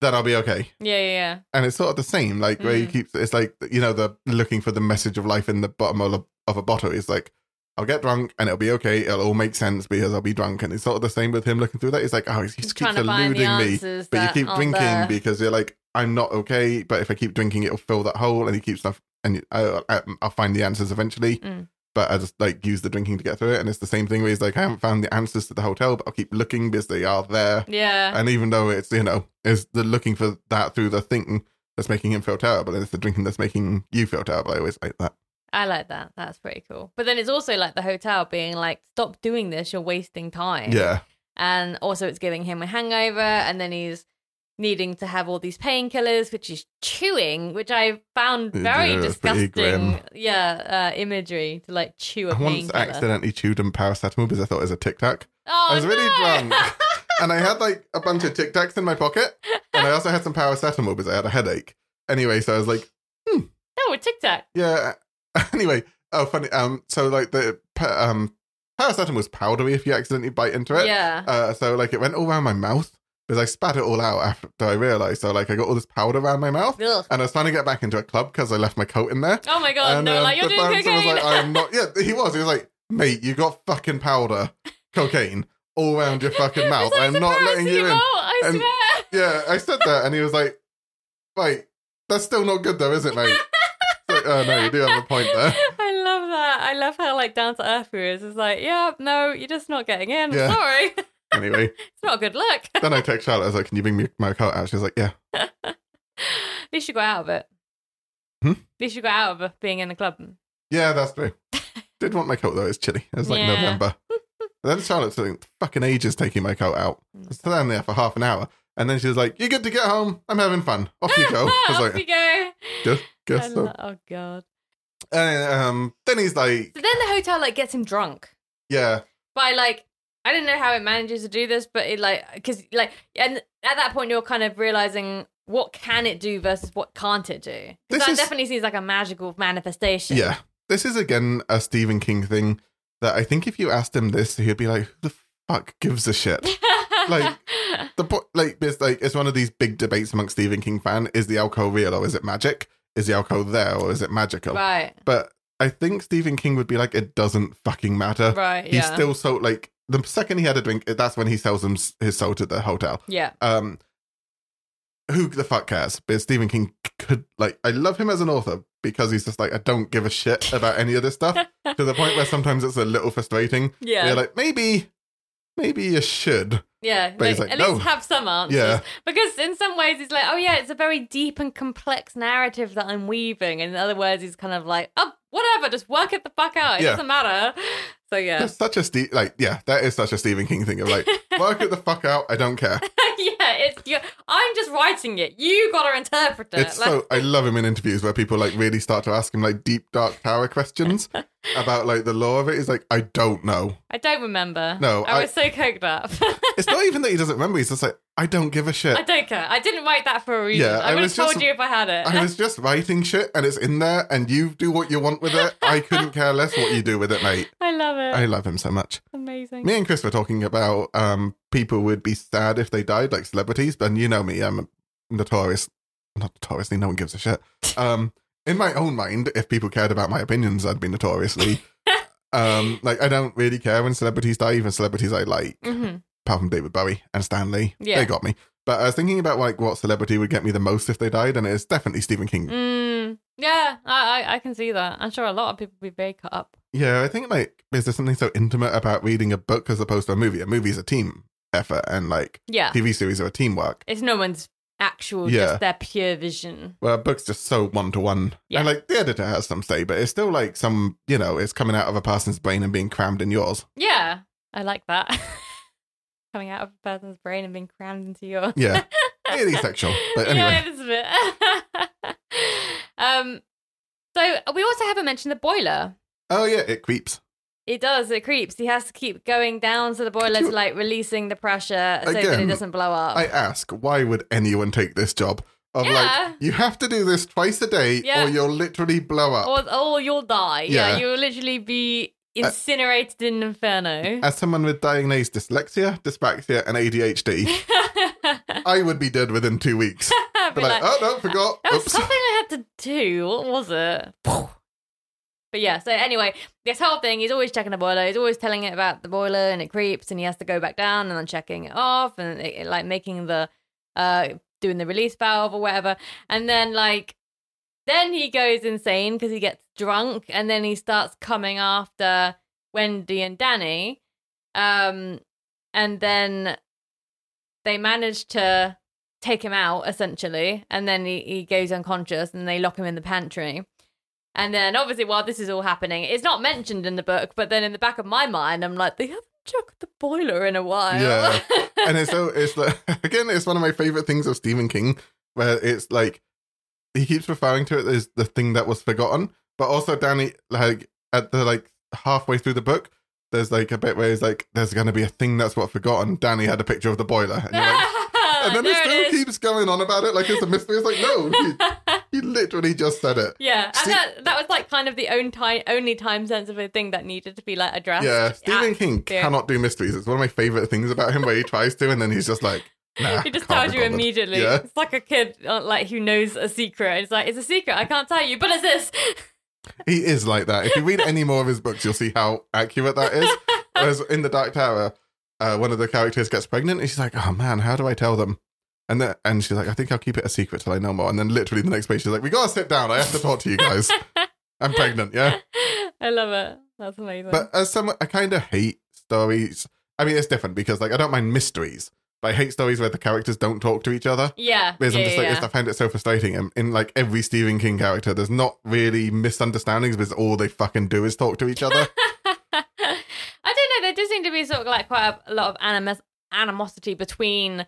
Speaker 2: then I'll be okay
Speaker 1: yeah, yeah, yeah.
Speaker 2: and it's sort of the same like where you
Speaker 1: Mm.
Speaker 2: keep it's like you know the looking for the message of life in the bottom of a, of a bottle is like i'll get drunk and it'll be okay it'll all make sense because i'll be drunk and it's sort of the same with him looking through that he's like oh he just keeps
Speaker 1: trying to find the
Speaker 2: eluding me
Speaker 1: answers
Speaker 2: but you
Speaker 1: that
Speaker 2: keep
Speaker 1: aren't
Speaker 2: drinking
Speaker 1: there.
Speaker 2: because you're like i'm not okay but if i keep drinking it'll fill that hole and he keeps stuff and you- I, I, i'll find the answers eventually
Speaker 1: Mm.
Speaker 2: but i just like use the drinking to get through it and it's the same thing where he's like i haven't found the answers to the hotel but i'll keep looking because they are there
Speaker 1: yeah,
Speaker 2: and even though it's, you know, it's the looking for that through the thinking that's making him feel terrible, and it's the drinking that's making you feel terrible. I always like that.
Speaker 1: I like that. That's pretty cool. But then it's also like the hotel being like, "Stop doing this. You're wasting time."
Speaker 2: Yeah.
Speaker 1: and also it's giving him a hangover and then he's needing to have all these painkillers which he's chewing which i found very
Speaker 2: Yeah, it's pretty
Speaker 1: disgusting
Speaker 2: grim.
Speaker 1: yeah uh, imagery to like chew a
Speaker 2: I once
Speaker 1: painkiller
Speaker 2: accidentally chewed on paracetamol because I thought it was a tic tac.
Speaker 1: oh,
Speaker 2: I was really
Speaker 1: no!
Speaker 2: drunk. and I had like a bunch of tic tacs in my pocket. And I also had some paracetamol because I had a headache. Anyway, so I was like,
Speaker 1: no tic tac
Speaker 2: yeah. Anyway, oh, funny. Um, so like the pa- um, paracetamol's powdery if you accidentally bite into it.
Speaker 1: yeah
Speaker 2: Uh, so like it went all around my mouth because I spat it all out after I realized. So like I got all this powder around my mouth,
Speaker 1: Ugh.
Speaker 2: and I was trying to get back into a club because I left my coat in there.
Speaker 1: oh my god
Speaker 2: and
Speaker 1: no
Speaker 2: um,
Speaker 1: like you're
Speaker 2: the
Speaker 1: doing
Speaker 2: bouncer was
Speaker 1: cocaine
Speaker 2: like, "I'm not." Yeah, he was. He was like, "Mate, you got fucking powder, cocaine all around your "Oh, fucking mouth.
Speaker 1: It's like
Speaker 2: I'm not letting you
Speaker 1: paracetamol,
Speaker 2: in."
Speaker 1: i
Speaker 2: And-
Speaker 1: swear
Speaker 2: Yeah, I said that, and he was like, "Wait, that's still not good though, is it, mate?" It's like, oh no, you do have a point there.
Speaker 1: I love that. I love how like down to earth he is. It's like, yeah, no, you're just not getting in.
Speaker 2: Yeah.
Speaker 1: Sorry, it's
Speaker 2: Anyway,
Speaker 1: not a good look.
Speaker 2: then I text Charlotte. I was like, "Can you bring me my coat out?" She was like, "Yeah."
Speaker 1: At least you got out of it.
Speaker 2: Hmm?
Speaker 1: At least you got out of being in the club.
Speaker 2: Yeah, that's true. Did want my coat though. It's chilly. It was like
Speaker 1: Yeah.
Speaker 2: November. And then Charlotte took fucking ages taking my coat out.
Speaker 1: Mm.
Speaker 2: I was standing there for half an hour, and then she was like, "You're good to get home. I'm having fun. Off you go." I
Speaker 1: Off you
Speaker 2: was Oh, like,
Speaker 1: go.
Speaker 2: "Good, guess
Speaker 1: I
Speaker 2: so."
Speaker 1: lo- oh god.
Speaker 2: And, um, then he's like,
Speaker 1: So then the hotel like gets him drunk
Speaker 2: "Yeah,
Speaker 1: by like I don't know how it manages to do this, but it like because like and at that point you're kind of realizing what can it do versus what can't it do. 'Cause
Speaker 2: This
Speaker 1: that
Speaker 2: is-
Speaker 1: definitely seems like a magical manifestation.
Speaker 2: yeah." This is again a Stephen King thing that I think if you asked him this, he'd be like, "Who the fuck gives a shit?" Like- the po- like it's like it's one of these big debates amongst Stephen King fan: is the alcohol real or is it magic? Is the alcohol there or is it magical?
Speaker 1: right,
Speaker 2: but I think Stephen King would be like, it doesn't fucking matter.
Speaker 1: right,
Speaker 2: uh, He's
Speaker 1: yeah,
Speaker 2: still so like the second he had a drink, that's when he sells him his soul to the hotel.
Speaker 1: yeah,
Speaker 2: Um, who the fuck cares? But Stephen King could like, I love him as an author because he's just like, I don't give a shit about any of this stuff to the point where sometimes it's a little frustrating.
Speaker 1: yeah,
Speaker 2: You're like, maybe, maybe you should.
Speaker 1: Yeah,
Speaker 2: But he's
Speaker 1: like,
Speaker 2: like,
Speaker 1: at
Speaker 2: "No."
Speaker 1: least have some answers.
Speaker 2: Yeah.
Speaker 1: Because in some ways it's like, oh yeah, it's a very deep and complex narrative that I'm weaving. And in other words, he's kind of like, oh, whatever, just work it the fuck out. It
Speaker 2: Yeah.
Speaker 1: doesn't matter. So yeah.
Speaker 2: That's such a Ste- like, yeah, that is such a Stephen King thing of like, work it the fuck out. I don't care.
Speaker 1: yeah, it's you I'm just writing it. You gotta interpret it.
Speaker 2: It's so I love him in interviews where people like really start to ask him like deep dark tower questions, about like the law of it is like I don't know.
Speaker 1: I don't remember.
Speaker 2: No,
Speaker 1: I,
Speaker 2: I-
Speaker 1: was so coked up.
Speaker 2: It's not even that he doesn't remember. He's just like I don't give a shit.
Speaker 1: I don't care. I didn't write that for a reason.
Speaker 2: Yeah,
Speaker 1: I
Speaker 2: I
Speaker 1: would have
Speaker 2: was
Speaker 1: told
Speaker 2: just-
Speaker 1: you if I had it.
Speaker 2: I was just writing shit and it's in there and you do what you want with it. I couldn't care less what you do with it, mate.
Speaker 1: I love it.
Speaker 2: I love him so much.
Speaker 1: Amazing.
Speaker 2: Me and Chris were talking about um people would be sad if they died, like celebrities, but you know me, I'm notorious not notoriously, no one gives a shit. Um in my own mind, if people cared about my opinions, I'd be notoriously um like I don't really care when celebrities die, even celebrities I like
Speaker 1: hmm
Speaker 2: apart from David Bowie and Stanley.
Speaker 1: Yeah.
Speaker 2: They got me. But I was thinking about like what celebrity would get me the most if they died, and it's definitely Stephen King.
Speaker 1: Mm, yeah, I, I I can see that. I'm sure a lot of people would be very cut up.
Speaker 2: Yeah, I think like is there something so intimate about reading a book as opposed to a movie? A movie is a team effort, and like
Speaker 1: Yeah,
Speaker 2: TV series are a teamwork.
Speaker 1: it's no one's actual,
Speaker 2: Yeah.
Speaker 1: just their pure vision.
Speaker 2: Where a book's just so one to one,
Speaker 1: Yeah.
Speaker 2: and like the editor has some say, but it's still like some you know it's coming out of a person's brain and being crammed in yours.
Speaker 1: Yeah, I like that. Coming out of a person's brain and being crammed into yours.
Speaker 2: Yeah, really sexual. But anyway,
Speaker 1: Yeah, it is a bit. um, so we also haven't mentioned the boiler.
Speaker 2: oh yeah, it creeps.
Speaker 1: It does. It creeps. He has to keep going down to the boiler to
Speaker 2: you-
Speaker 1: like releasing the pressure so that it
Speaker 2: Again,
Speaker 1: doesn't blow up.
Speaker 2: I ask, why would anyone take this job? Of
Speaker 1: Yeah.
Speaker 2: like, you have to do this twice a day,
Speaker 1: Yeah.
Speaker 2: or you'll literally blow up.
Speaker 1: or, or you'll die. Yeah,
Speaker 2: uh, Yeah.
Speaker 1: you'll literally be incinerated in inferno.
Speaker 2: As someone with diagnosed dyslexia, dyspraxia, and ADHD, I would be dead within two weeks.
Speaker 1: I'd be
Speaker 2: Be like,
Speaker 1: like,
Speaker 2: oh no, forgot.
Speaker 1: that was
Speaker 2: Oops.
Speaker 1: something I had to do. What was it? But yeah, so anyway, this whole thing, he's always checking the boiler. He's always telling it about the boiler and it creeps and he has to go back down and then checking it off and it, it, like making the, uh, doing the release valve or whatever. And then like, then he goes insane because he gets drunk and then he starts coming after Wendy and Danny. Um, and then they manage to take him out essentially and then he, he goes unconscious and they lock him in the pantry and then obviously while this is all happening it's not mentioned in the book but then in the back of my mind i'm like they haven't checked the boiler in a while
Speaker 2: Yeah. and it's so it's like again, it's one of my favorite things of Stephen King, where it's like he keeps referring to it as the thing that was forgotten, but also Danny, like at the like halfway through the book, there's like a bit where he's like, "There's going to be a thing that's what forgotten." Danny had a picture of the boiler, and, you're like, and then he
Speaker 1: There
Speaker 2: still
Speaker 1: it is.
Speaker 2: keeps going on about it like it's a mystery. It's like, no, he, he literally just said it.
Speaker 1: yeah and
Speaker 2: Ste-
Speaker 1: that, that was like kind of the own time, only time sensitive thing that needed to be like addressed
Speaker 2: Yeah, Stephen
Speaker 1: Ah,
Speaker 2: King
Speaker 1: yeah.
Speaker 2: cannot do mysteries. It's one of my favorite things about him, where he tries to, and then he's just like, nah,
Speaker 1: He just
Speaker 2: can't
Speaker 1: tells
Speaker 2: be
Speaker 1: you
Speaker 2: bothered.
Speaker 1: immediately.
Speaker 2: Yeah.
Speaker 1: It's like a kid, uh, like who knows a secret. It's like it's a secret. I can't tell you, but it's this.
Speaker 2: He is like that. If you read any more of his books, you'll see how accurate that is. Whereas in The Dark Tower, uh, one of the characters gets pregnant, and she's like, "Oh man, how do I tell them?" And the, and she's like, "I think I'll keep it a secret till I know more." And then literally the next page, she's like, "We gotta sit down. I have to talk to you guys. I'm pregnant." Yeah.
Speaker 1: I love it. That's amazing.
Speaker 2: But as someone, I kind of hate stories. I mean, it's different because like I don't mind mysteries, but I hate stories where the characters don't talk to each other.
Speaker 1: yeah,
Speaker 2: Because
Speaker 1: yeah,
Speaker 2: I'm just like,
Speaker 1: yeah.
Speaker 2: it's- I find it so frustrating. And in like every Stephen King character, there's not really misunderstandings because all they fucking do is talk to each other.
Speaker 1: I don't know. There does seem to be sort of like quite a lot of animus- animosity between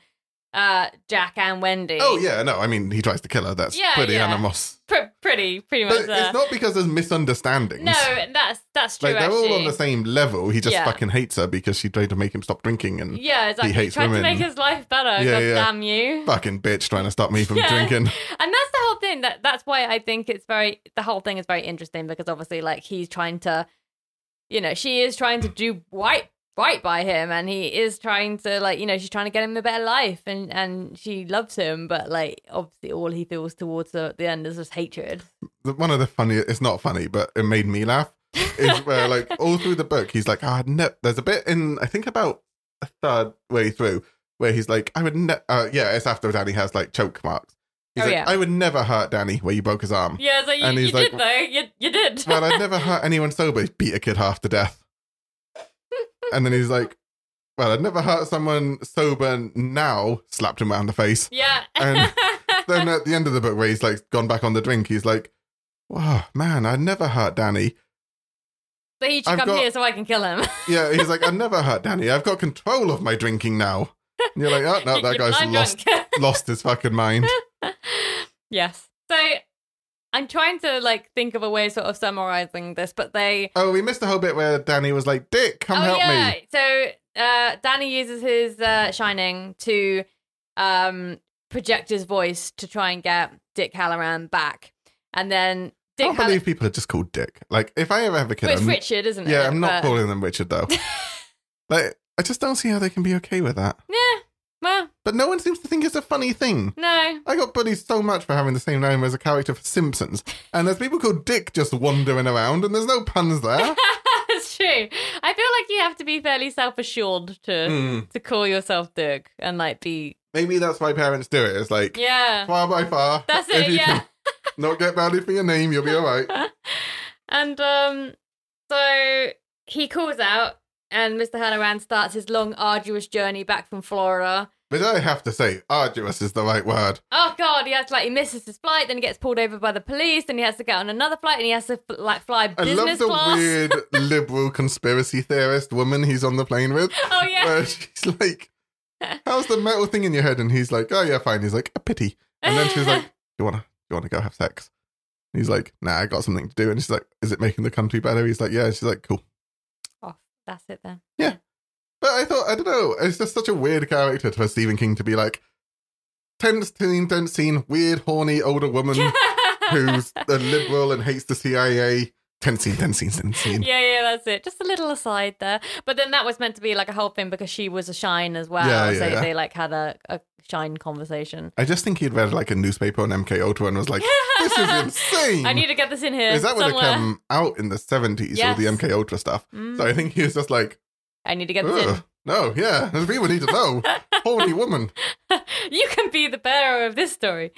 Speaker 1: uh, Jack and Wendy.
Speaker 2: oh yeah, no, I mean he tries to kill her. That's
Speaker 1: Yeah,
Speaker 2: pretty
Speaker 1: yeah.
Speaker 2: animos.
Speaker 1: Pr- pretty, pretty
Speaker 2: But
Speaker 1: much.
Speaker 2: it's
Speaker 1: there.
Speaker 2: not because there's misunderstandings.
Speaker 1: no, that's that's true.
Speaker 2: like they're all on
Speaker 1: actually.
Speaker 2: the same level. He just
Speaker 1: Yeah.
Speaker 2: fucking hates her because she tried to make him stop drinking and
Speaker 1: Yeah, exactly.
Speaker 2: hates
Speaker 1: Trying to
Speaker 2: women.
Speaker 1: make his life better.
Speaker 2: Yeah,
Speaker 1: God
Speaker 2: yeah.
Speaker 1: damn you.
Speaker 2: fucking bitch trying to stop me from
Speaker 1: Yeah.
Speaker 2: drinking.
Speaker 1: and that's the whole thing that that's why i think it's very the whole thing is very interesting because obviously like he's trying to you know she is trying to do right right by him and he is trying to like you know she's trying to get him a better life and and she loves him but like obviously all he feels towards her at the end is just hatred
Speaker 2: the- one of the funny it's not funny but it made me laugh is where like all through the book he's like oh no there's a bit in i think about a third way through where he's like i would ne- uh, yeah it's after danny has like choke marks he's
Speaker 1: Oh,
Speaker 2: like
Speaker 1: yeah.
Speaker 2: i would never hurt danny where you broke his arm
Speaker 1: yeah so you,
Speaker 2: And
Speaker 1: you
Speaker 2: he's like-
Speaker 1: did though you, you did
Speaker 2: well i'd never hurt anyone sober He beat a kid half to death and then he's like well i'd never hurt someone sober now slapped him around the face
Speaker 1: yeah
Speaker 2: And then at the end of the book where he's like gone back on the drink he's like wow man i'd never hurt danny
Speaker 1: so he should
Speaker 2: I've
Speaker 1: come
Speaker 2: got-
Speaker 1: here so i can kill him
Speaker 2: Yeah, he's like, I've never hurt Danny. I've got control of my drinking now. And you're like, oh no,
Speaker 1: You're
Speaker 2: that guy's
Speaker 1: blind
Speaker 2: lost
Speaker 1: drunk.
Speaker 2: lost his fucking mind.
Speaker 1: yes. So I'm trying to like think of a way of sort of summarizing this, but they
Speaker 2: Oh, we missed the whole bit where Danny was like, "Dick, come
Speaker 1: oh
Speaker 2: help
Speaker 1: yeah.
Speaker 2: me."
Speaker 1: So uh, Danny uses his uh, shining to um, project his voice to try and get Dick Halloran back, and then
Speaker 2: I
Speaker 1: Dick
Speaker 2: can't
Speaker 1: Halloran,
Speaker 2: believe people are just called Dick. Like, if I ever have a kid,
Speaker 1: well, it's
Speaker 2: I'm-
Speaker 1: Richard, isn't it?
Speaker 2: yeah, I'm not
Speaker 1: But-
Speaker 2: calling them Richard though. like, I just don't see how they can be okay with that.
Speaker 1: Yeah. Well,
Speaker 2: But no one seems to think it's a funny thing.
Speaker 1: no.
Speaker 2: I got bullied so much for having the same name as a character for Simpsons, and there's people called Dick just wandering around, and there's no puns there.
Speaker 1: That's true. I feel like you have to be fairly self-assured to
Speaker 2: Hmm.
Speaker 1: to call yourself Dick and like be
Speaker 2: Maybe that's why parents do it. It's like
Speaker 1: yeah.
Speaker 2: far by far.
Speaker 1: That's
Speaker 2: if
Speaker 1: it.
Speaker 2: you
Speaker 1: Yeah.
Speaker 2: can Not get value for your name, you'll be all right.
Speaker 1: and um, so he calls out, and Mr. Halloran starts his long, arduous journey back from Florida.
Speaker 2: But I have to say, arduous is the right word.
Speaker 1: Oh God, he has to like he misses his flight, then he gets pulled over by the police, then he has to get on another flight, and he has to like fly
Speaker 2: I
Speaker 1: business
Speaker 2: love the
Speaker 1: class.
Speaker 2: weird liberal conspiracy theorist woman he's on the plane with,
Speaker 1: Oh yeah,
Speaker 2: where she's like, "How's the metal thing in your head?" And he's like, "Oh yeah, fine." He's like, "A pity." And then she's like, "You wanna, you wanna go have sex?" And he's like, "Nah, I got something to do." And she's like, "Is it making the country better?" He's like, "Yeah." And she's like, "Cool."
Speaker 1: oh, that's it then.
Speaker 2: But I thought, I don't know, it's just such a weird character for Stephen King to be like, tense scene, tense scene, weird, horny older woman who's a liberal and hates the CIA. Tense scene, tense scene, tense scene.
Speaker 1: Yeah, yeah, that's it. Just a little aside there. But then that was meant to be like a whole thing because she was a shine as well.
Speaker 2: Yeah, yeah,
Speaker 1: so
Speaker 2: yeah.
Speaker 1: they like had a, a shine conversation.
Speaker 2: I just think he'd read like a newspaper on MK Ultra and was like, "This is insane."
Speaker 1: I need to get this in here.
Speaker 2: Hmm. Is that would have
Speaker 1: somewhere.
Speaker 2: come out in the seventies
Speaker 1: Yes.
Speaker 2: with the MK Ultra stuff?
Speaker 1: Mm,
Speaker 2: So I think he was just like,
Speaker 1: I need to get this
Speaker 2: "Ugh, "No, yeah, people need to know." Horny woman.
Speaker 1: in. you can be the bearer of this story.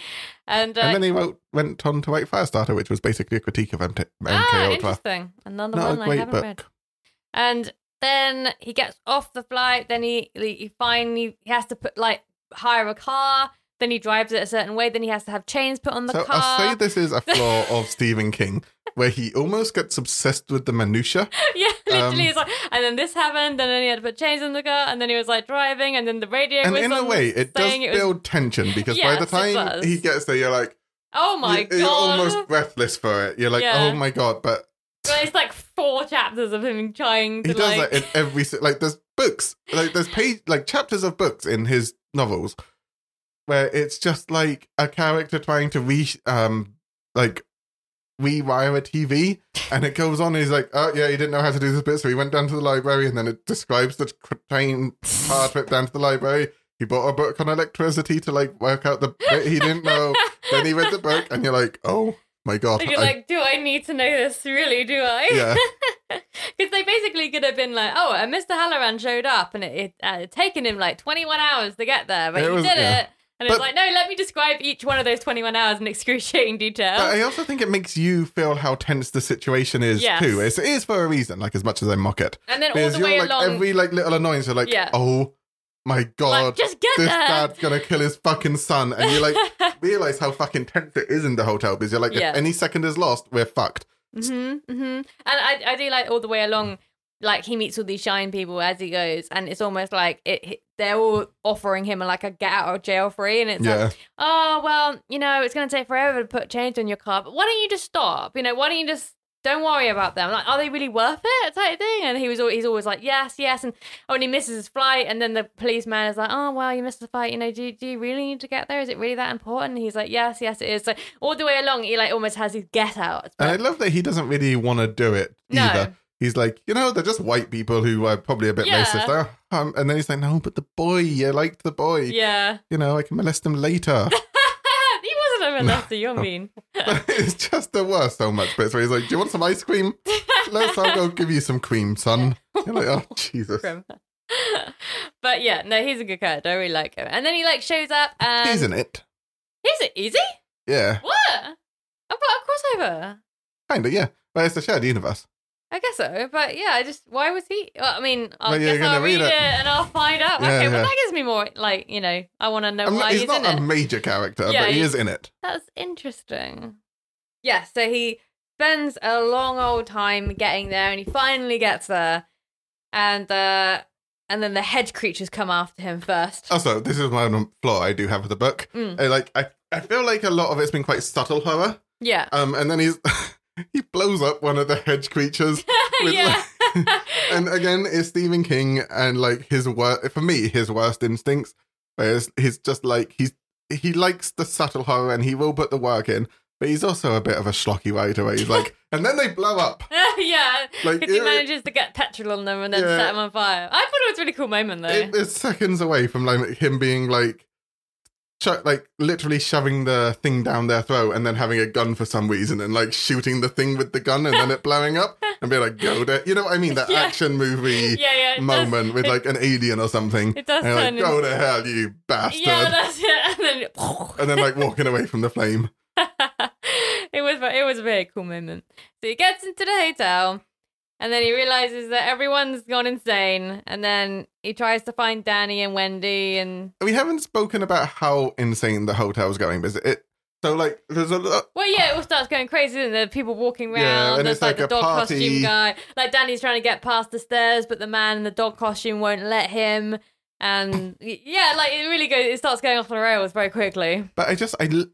Speaker 1: And, uh,
Speaker 2: And then he wrote, went on to write Firestarter, which was basically a critique of MK,
Speaker 1: ah,
Speaker 2: Ultra.
Speaker 1: interesting. Another
Speaker 2: Not
Speaker 1: one
Speaker 2: a
Speaker 1: I
Speaker 2: great
Speaker 1: haven't
Speaker 2: book.
Speaker 1: read. And then he gets off the flight. Then he he he finally he has to put like hire a car. Then he drives it a certain way. Then he has to have chains put on the
Speaker 2: So
Speaker 1: car.
Speaker 2: I'll say this is a flaw of Stephen King, where he almost gets obsessed with the minutia.
Speaker 1: Yeah,
Speaker 2: Um,
Speaker 1: literally, it's like, and then this happened, and then he had to put chains in the car, and then he was like driving, and then the radio
Speaker 2: And
Speaker 1: was
Speaker 2: in a
Speaker 1: on
Speaker 2: way, it does
Speaker 1: saying it was-
Speaker 2: build tension because by
Speaker 1: Yes,
Speaker 2: the
Speaker 1: it
Speaker 2: time
Speaker 1: does.
Speaker 2: he gets there, you're like,
Speaker 1: Oh my
Speaker 2: you-
Speaker 1: god!
Speaker 2: you're, almost breathless for it. You're like,
Speaker 1: Yeah.
Speaker 2: oh my god! But
Speaker 1: But it's like four chapters of him trying to
Speaker 2: he does
Speaker 1: like.
Speaker 2: that in every si- like. There's books, like there's page, like chapters of books in his novels, where it's just like a character trying to re, um, like rewire a TV, and it goes on. And he's like, oh yeah, he didn't know how to do this bit, so he went down to the library, and then it describes the tr- train car trip down to the library. He bought a book on electricity to like work out the bit he didn't know. then he read the book, and you're like, oh my god!
Speaker 1: And you're
Speaker 2: I-
Speaker 1: like, do I need to know this? Really, do I?
Speaker 2: yeah,
Speaker 1: Because they basically could have been like, oh, and Mr. Halloran showed up, and it, it uh, had taken him like 21 hours to get there, but
Speaker 2: It
Speaker 1: he
Speaker 2: was-
Speaker 1: did
Speaker 2: yeah.
Speaker 1: it. And it's
Speaker 2: But-
Speaker 1: like, no, let me describe each one of those 21 hours in excruciating detail.
Speaker 2: But I also think it makes you feel how tense the situation is
Speaker 1: Yes.
Speaker 2: too. It's, it is for a reason, like as much as I mock it.
Speaker 1: and then all
Speaker 2: Because
Speaker 1: the
Speaker 2: you're
Speaker 1: way
Speaker 2: like
Speaker 1: along,
Speaker 2: every like little annoyance, you're like,
Speaker 1: Yeah.
Speaker 2: oh my
Speaker 1: like,
Speaker 2: god,
Speaker 1: just get
Speaker 2: this
Speaker 1: there.
Speaker 2: dad's gonna kill his fucking son, and you like realize how fucking tense it is in the hotel because you're like,
Speaker 1: Yeah.
Speaker 2: if any second is lost, we're fucked.
Speaker 1: hmm hmm And I, I do like all the way along, like he meets all these shine people as he goes, and it's almost like it. he- They're all offering him like a get out of jail free, and it's
Speaker 2: Yeah.
Speaker 1: like, oh well, you know, it's going to take forever to put change on your car, but why don't you just stop? You know, why don't you just don't worry about them? Like, are they really worth it? Type thing. And he was, al- he's always like, yes, yes, and oh, and he misses his flight, and then the policeman is like, oh well, you missed the flight. You know, do do you really need to get there? Is it really that important? And he's like, yes, yes, it is. So all the way along, he like almost has his get out.
Speaker 2: And I love that he doesn't really want to do it
Speaker 1: No.
Speaker 2: either. He's like, you know, they're just white people who are probably a bit
Speaker 1: Yeah.
Speaker 2: racist. Oh, Um, and then he's like, no, but the boy, you liked the boy.
Speaker 1: Yeah.
Speaker 2: You know, I can molest him later.
Speaker 1: he wasn't a molester, you're mean.
Speaker 2: it's just there were so much bits where he's like, "Do you want some ice cream? Let's. I'll go give you some cream, son." You're like, "Oh Jesus,
Speaker 1: Grim. but yeah, no, he's a good character. I really like him. And then he like shows up and
Speaker 2: he's in it."
Speaker 1: He's a- is he?
Speaker 2: Yeah,
Speaker 1: What? I've got a crossover.
Speaker 2: kind of. Yeah, but it's a shared universe.
Speaker 1: I guess so, but yeah, I just why was he? Well, I mean, I
Speaker 2: Well, you're
Speaker 1: guess
Speaker 2: gonna
Speaker 1: I'll read
Speaker 2: read
Speaker 1: it.
Speaker 2: it.
Speaker 1: and I'll find out.
Speaker 2: Yeah,
Speaker 1: okay,
Speaker 2: yeah.
Speaker 1: well that gives me more like you know, I want to know
Speaker 2: I'm
Speaker 1: why
Speaker 2: not,
Speaker 1: he's,
Speaker 2: he's not
Speaker 1: in it.
Speaker 2: a major character,
Speaker 1: Yeah,
Speaker 2: but he
Speaker 1: he-
Speaker 2: is in it.
Speaker 1: That's interesting. Yeah, so he spends a long old time getting there and he finally gets there. And uh and then the hedge creatures come after him first.
Speaker 2: Also, this is one flaw I do have with the book.
Speaker 1: Mm.
Speaker 2: I, like, I, I feel like a lot of it's been quite subtle horror.
Speaker 1: Yeah.
Speaker 2: Um, and then he's he blows up one of the hedge creatures. with,
Speaker 1: yeah.
Speaker 2: and again, it's Stephen King and like his worst for me, his worst instincts. Whereas he's just like he's he likes the subtle horror and he will put the work in, but he's also a bit of a schlocky writer where he's like, and then they blow up.
Speaker 1: yeah.
Speaker 2: Like,
Speaker 1: Because he
Speaker 2: it-
Speaker 1: manages to get petrol on them and then
Speaker 2: Yeah.
Speaker 1: set them on fire. I thought it was a really cool moment though.
Speaker 2: It, it's seconds away from like him being like, chu like literally shoving the thing down their throat and then having a gun for some reason and like shooting the thing with the gun and then it blowing up and be like, go there. You know what I mean? That
Speaker 1: Yeah.
Speaker 2: action movie
Speaker 1: yeah, yeah. it does-
Speaker 2: moment with
Speaker 1: it-
Speaker 2: like an alien or something.
Speaker 1: It does
Speaker 2: And
Speaker 1: turn
Speaker 2: like, go
Speaker 1: into-
Speaker 2: to hell, you bastard.
Speaker 1: Yeah, that's it. And then
Speaker 2: and then like walking away from the flame.
Speaker 1: it was it was a very cool moment. So he gets into the hotel, and then he realizes that everyone's gone insane. And then he tries to find Danny and Wendy, and
Speaker 2: We haven't spoken about how insane the hotel's going, but it so like there's a lot
Speaker 1: well, yeah, it all starts going crazy. And there are people walking around.
Speaker 2: Yeah, and
Speaker 1: There's
Speaker 2: it's
Speaker 1: like,
Speaker 2: like
Speaker 1: the
Speaker 2: a
Speaker 1: dog
Speaker 2: party.
Speaker 1: costume guy. Like Danny's trying to get past the stairs, but the man in the dog costume won't let him. And yeah, like it really goes. It starts going off the rails very quickly.
Speaker 2: but I just I l-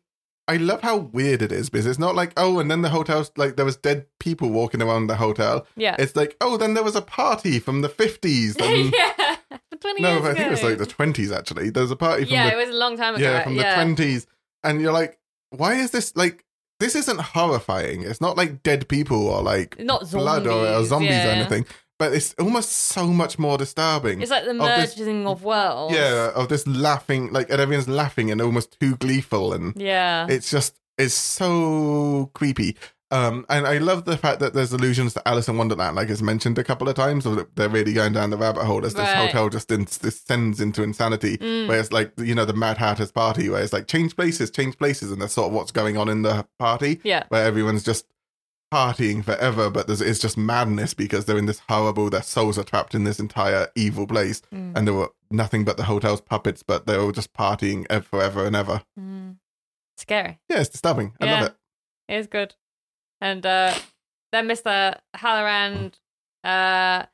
Speaker 2: I love how weird it is because it's not like oh and then the hotel's like there was dead people walking around the hotel.
Speaker 1: Yeah.
Speaker 2: It's like oh then there was a party from the 50s. um,
Speaker 1: yeah. For Twenty
Speaker 2: no,
Speaker 1: years
Speaker 2: I think it was
Speaker 1: ago.
Speaker 2: like the 20s actually. There's a party from
Speaker 1: yeah,
Speaker 2: the
Speaker 1: it was a long time ago.
Speaker 2: yeah,
Speaker 1: right?
Speaker 2: from the 20s and you're like why is this like this isn't horrifying. It's not like dead people or like
Speaker 1: not zombies,
Speaker 2: blood or, or zombies
Speaker 1: yeah.
Speaker 2: or anything. But it's almost so much more disturbing.
Speaker 1: It's like the
Speaker 2: Oh, this-
Speaker 1: merging of, worlds.
Speaker 2: yeah, of this laughing, like and everyone's laughing and almost too gleeful, and
Speaker 1: yeah,
Speaker 2: it's just it's so creepy. Um, and I love the fact that there's allusions to Alice in Wonderland, like it's mentioned a couple of times. Or that they're really going down the rabbit hole as this
Speaker 1: Right.
Speaker 2: hotel just in, descends into insanity.
Speaker 1: Mm.
Speaker 2: Where it's like you know the Mad Hatter's party, where it's like change places, change places, and that's sort of what's going on in the party
Speaker 1: yeah,
Speaker 2: where everyone's just partying forever, but there's, it's just madness because they're in this horrible, their souls are trapped in this entire evil place,
Speaker 1: Mm.
Speaker 2: and there were nothing but the hotel's puppets, but they were all just partying ev- forever and ever.
Speaker 1: Mm. scary.
Speaker 2: Yeah, it's disturbing. I
Speaker 1: Yeah.
Speaker 2: love it.
Speaker 1: It is good. And uh, then Mr. Halloran, uh, I,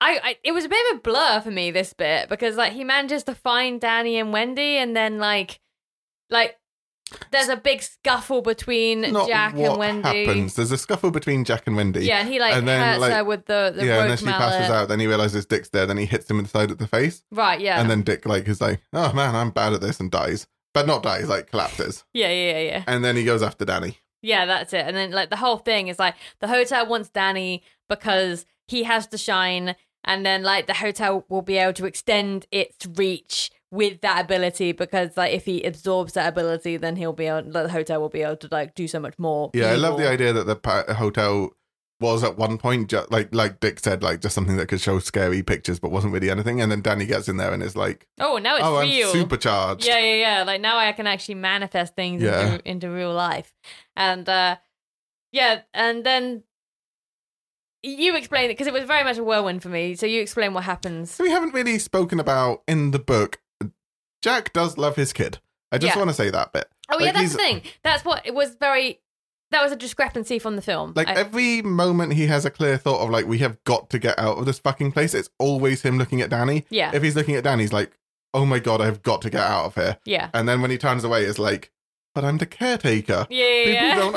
Speaker 1: I it was a bit of a blur for me this bit because like he manages to find Danny and Wendy, and then like, like there's a big scuffle between
Speaker 2: Not
Speaker 1: Jack
Speaker 2: what
Speaker 1: and Wendy.
Speaker 2: happens. There's a scuffle between Jack and Wendy.
Speaker 1: Yeah, and he like
Speaker 2: And then,
Speaker 1: hurts
Speaker 2: like-
Speaker 1: her with the the
Speaker 2: yeah,
Speaker 1: rope
Speaker 2: and then she
Speaker 1: mallet.
Speaker 2: passes out. Then he realizes Dick's there. Then he hits him in the side of the face,
Speaker 1: Right, yeah,
Speaker 2: and then Dick like is like, "Oh man, I'm bad at this," and dies, but not dies, like collapses.
Speaker 1: yeah, yeah, yeah, yeah.
Speaker 2: and then he goes after Danny.
Speaker 1: Yeah, that's it. And then like the whole thing is like the hotel wants Danny because he has to shine, and then like the hotel will be able to extend its reach with that ability because like if he absorbs that ability, then he'll be able. The hotel will be able to like do so much more.
Speaker 2: Yeah, I love the
Speaker 1: evil.
Speaker 2: idea that the pa- hotel was at one point just like like Dick said, like just something that could show scary pictures, but wasn't really anything. And then Danny gets in there and is like,
Speaker 1: Oh, now it's
Speaker 2: "Oh,
Speaker 1: real.
Speaker 2: I'm supercharged."
Speaker 1: Yeah, yeah, yeah. Like now I can actually manifest things
Speaker 2: Yeah.
Speaker 1: into, into real life. And uh yeah, and then you explain it because it was very much a whirlwind for me. So you explain what happens.
Speaker 2: So we haven't really spoken about in the book. Jack does love his kid. I just
Speaker 1: Yeah.
Speaker 2: want to say that bit.
Speaker 1: Oh yeah,
Speaker 2: Like,
Speaker 1: that's the
Speaker 2: he's-
Speaker 1: thing. That's what it was very. That was a discrepancy from the film.
Speaker 2: Like
Speaker 1: I-
Speaker 2: every moment he has a clear thought of like we have got to get out of this fucking place. It's always him looking at Danny.
Speaker 1: yeah,
Speaker 2: If he's looking at Danny, he's like, "Oh my god, I've got to get out of here."
Speaker 1: yeah,
Speaker 2: And then when he turns away, it's like, "But I'm the caretaker."
Speaker 1: yeah, yeah.
Speaker 2: People
Speaker 1: yeah.
Speaker 2: don't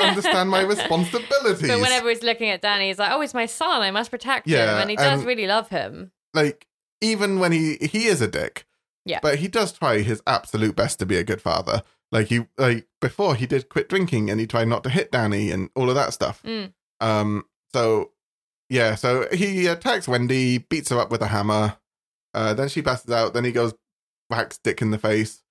Speaker 2: understand my responsibilities.
Speaker 1: But whenever he's looking at Danny, he's like, "Oh, it's my son. I must protect him,"
Speaker 2: Yeah,
Speaker 1: and he does
Speaker 2: um,
Speaker 1: really love him.
Speaker 2: like even when he he is a dick
Speaker 1: Yeah.
Speaker 2: but he does try his absolute best to be a good father like he like before he did quit drinking and he tried not to hit danny and all of that stuff
Speaker 1: Mm.
Speaker 2: um so yeah so he attacks wendy beats her up with a hammer uh then she passes out then he goes whacks dick in the face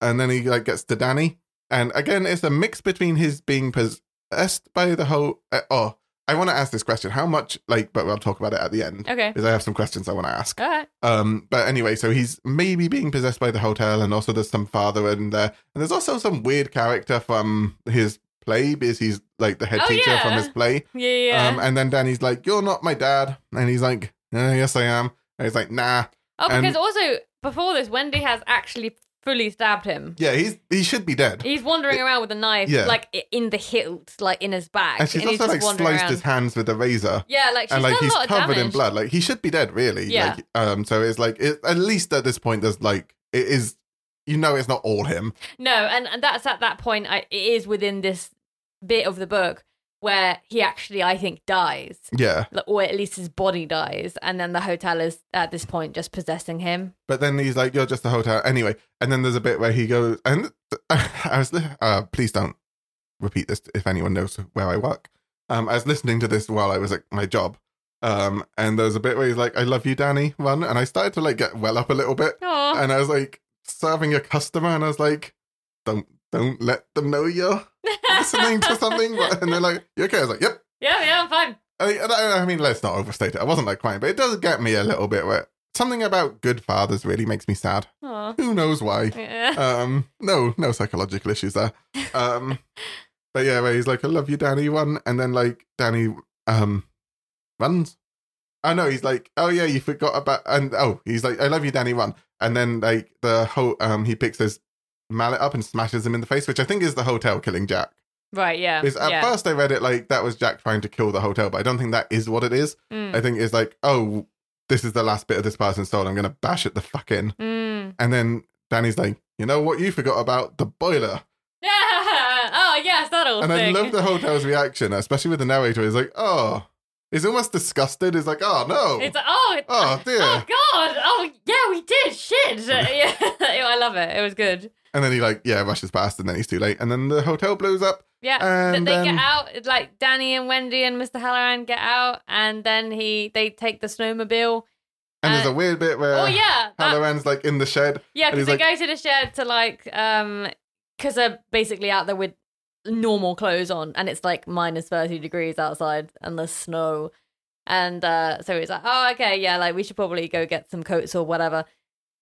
Speaker 2: and then he like gets to danny and again it's a mix between his being possessed by the whole uh, oh i want to ask this question how much like but we'll talk about it at the end
Speaker 1: Okay,
Speaker 2: because I have some questions I want to ask.
Speaker 1: all right.
Speaker 2: Um, but anyway, so he's maybe being possessed by the hotel, and also there's some father in there, and there's also some weird character from his play because he's like the head
Speaker 1: Oh,
Speaker 2: teacher from
Speaker 1: yeah.
Speaker 2: his play.
Speaker 1: Yeah, yeah.
Speaker 2: Um, and then Danny's like, "You're not my dad," and he's like, "Uh, "Yes, I am." And he's like, "Nah,
Speaker 1: oh, because
Speaker 2: and-
Speaker 1: also before this, Wendy has actually fully stabbed him.
Speaker 2: yeah, he's he should be dead."
Speaker 1: He's wandering around with a knife,
Speaker 2: Yeah.
Speaker 1: like i- in the hilt, like in his back,
Speaker 2: and she's
Speaker 1: he's
Speaker 2: also
Speaker 1: just
Speaker 2: like
Speaker 1: wandering
Speaker 2: sliced
Speaker 1: around.
Speaker 2: his hands with a razor.
Speaker 1: yeah, like she's
Speaker 2: and like
Speaker 1: done
Speaker 2: he's
Speaker 1: a lot of
Speaker 2: covered
Speaker 1: damage.
Speaker 2: in blood. Like he should be dead, really.
Speaker 1: Yeah.
Speaker 2: Like, um. So it's like it, at least at this point, there's like it is. You know, it's not all him.
Speaker 1: No, and, and that's at that point. I, it is within this bit of the book where he actually, I think, dies,
Speaker 2: Yeah.
Speaker 1: like, or at least his body dies, and then the hotel is at this point just possessing him.
Speaker 2: But then he's like, "You're just a hotel anyway." And then there's a bit where he goes, and I was, li- uh, please don't repeat this if anyone knows where I work. Um, I was listening to this while I was at my job, um, and there's a bit where he's like, "I love you, Danny." One, and I started to like get well up a little bit,
Speaker 1: Oh,
Speaker 2: and I was like serving a customer, and I was like, "Don't, don't let them know you're listening to something." But, and they're like, "You okay?" I was like, "Yep."
Speaker 1: Yeah, yeah, I'm fine.
Speaker 2: I, I I mean, let's not overstate it. I wasn't like crying, but it does get me a little bit. Where something about good fathers really makes me sad
Speaker 1: Oh,
Speaker 2: who knows why
Speaker 1: yeah.
Speaker 2: um no no psychological issues there um but yeah where he's like i love you danny one and then like danny um runs oh no he's like oh yeah you forgot about and oh he's like i love you danny one and then like the whole um he picks his mallet up and smashes him in the face which i think is the hotel killing jack
Speaker 1: Right, yeah.
Speaker 2: because at
Speaker 1: Um, yeah.
Speaker 2: first i read it like that was jack trying to kill the hotel but i don't think that is what it is
Speaker 1: Mm,
Speaker 2: i think it's like oh this is the last bit of this person's soul i'm gonna bash it the fuck in
Speaker 1: mm.
Speaker 2: and then Danny's like, you know what you forgot about? The boiler.
Speaker 1: Yeah. Oh, yes, that old
Speaker 2: And I
Speaker 1: thing.
Speaker 2: love the hotel's reaction, especially with the narrator. He's like, oh. He's almost disgusted. He's like, oh no.
Speaker 1: It's like, oh,
Speaker 2: oh dear.
Speaker 1: Oh God! Oh yeah, we did shit. yeah, I love it. It was good.
Speaker 2: And then he like, yeah, rushes past and then he's too late. And then the hotel blows up.
Speaker 1: Yeah. Th-
Speaker 2: And
Speaker 1: they
Speaker 2: then
Speaker 1: get out. it's Like Danny and Wendy and Mr. Halloran get out, and then he they take the snowmobile.
Speaker 2: and there's
Speaker 1: uh,
Speaker 2: a weird bit where
Speaker 1: oh yeah, that-
Speaker 2: Halloran's like in the shed.
Speaker 1: yeah.
Speaker 2: and
Speaker 1: Because they
Speaker 2: he's
Speaker 1: go to the shed to like um because they're basically out there with normal clothes on, and it's like minus thirty degrees outside, and there's snow. And uh, so it's like, oh, okay, yeah, like we should probably go get some coats or whatever.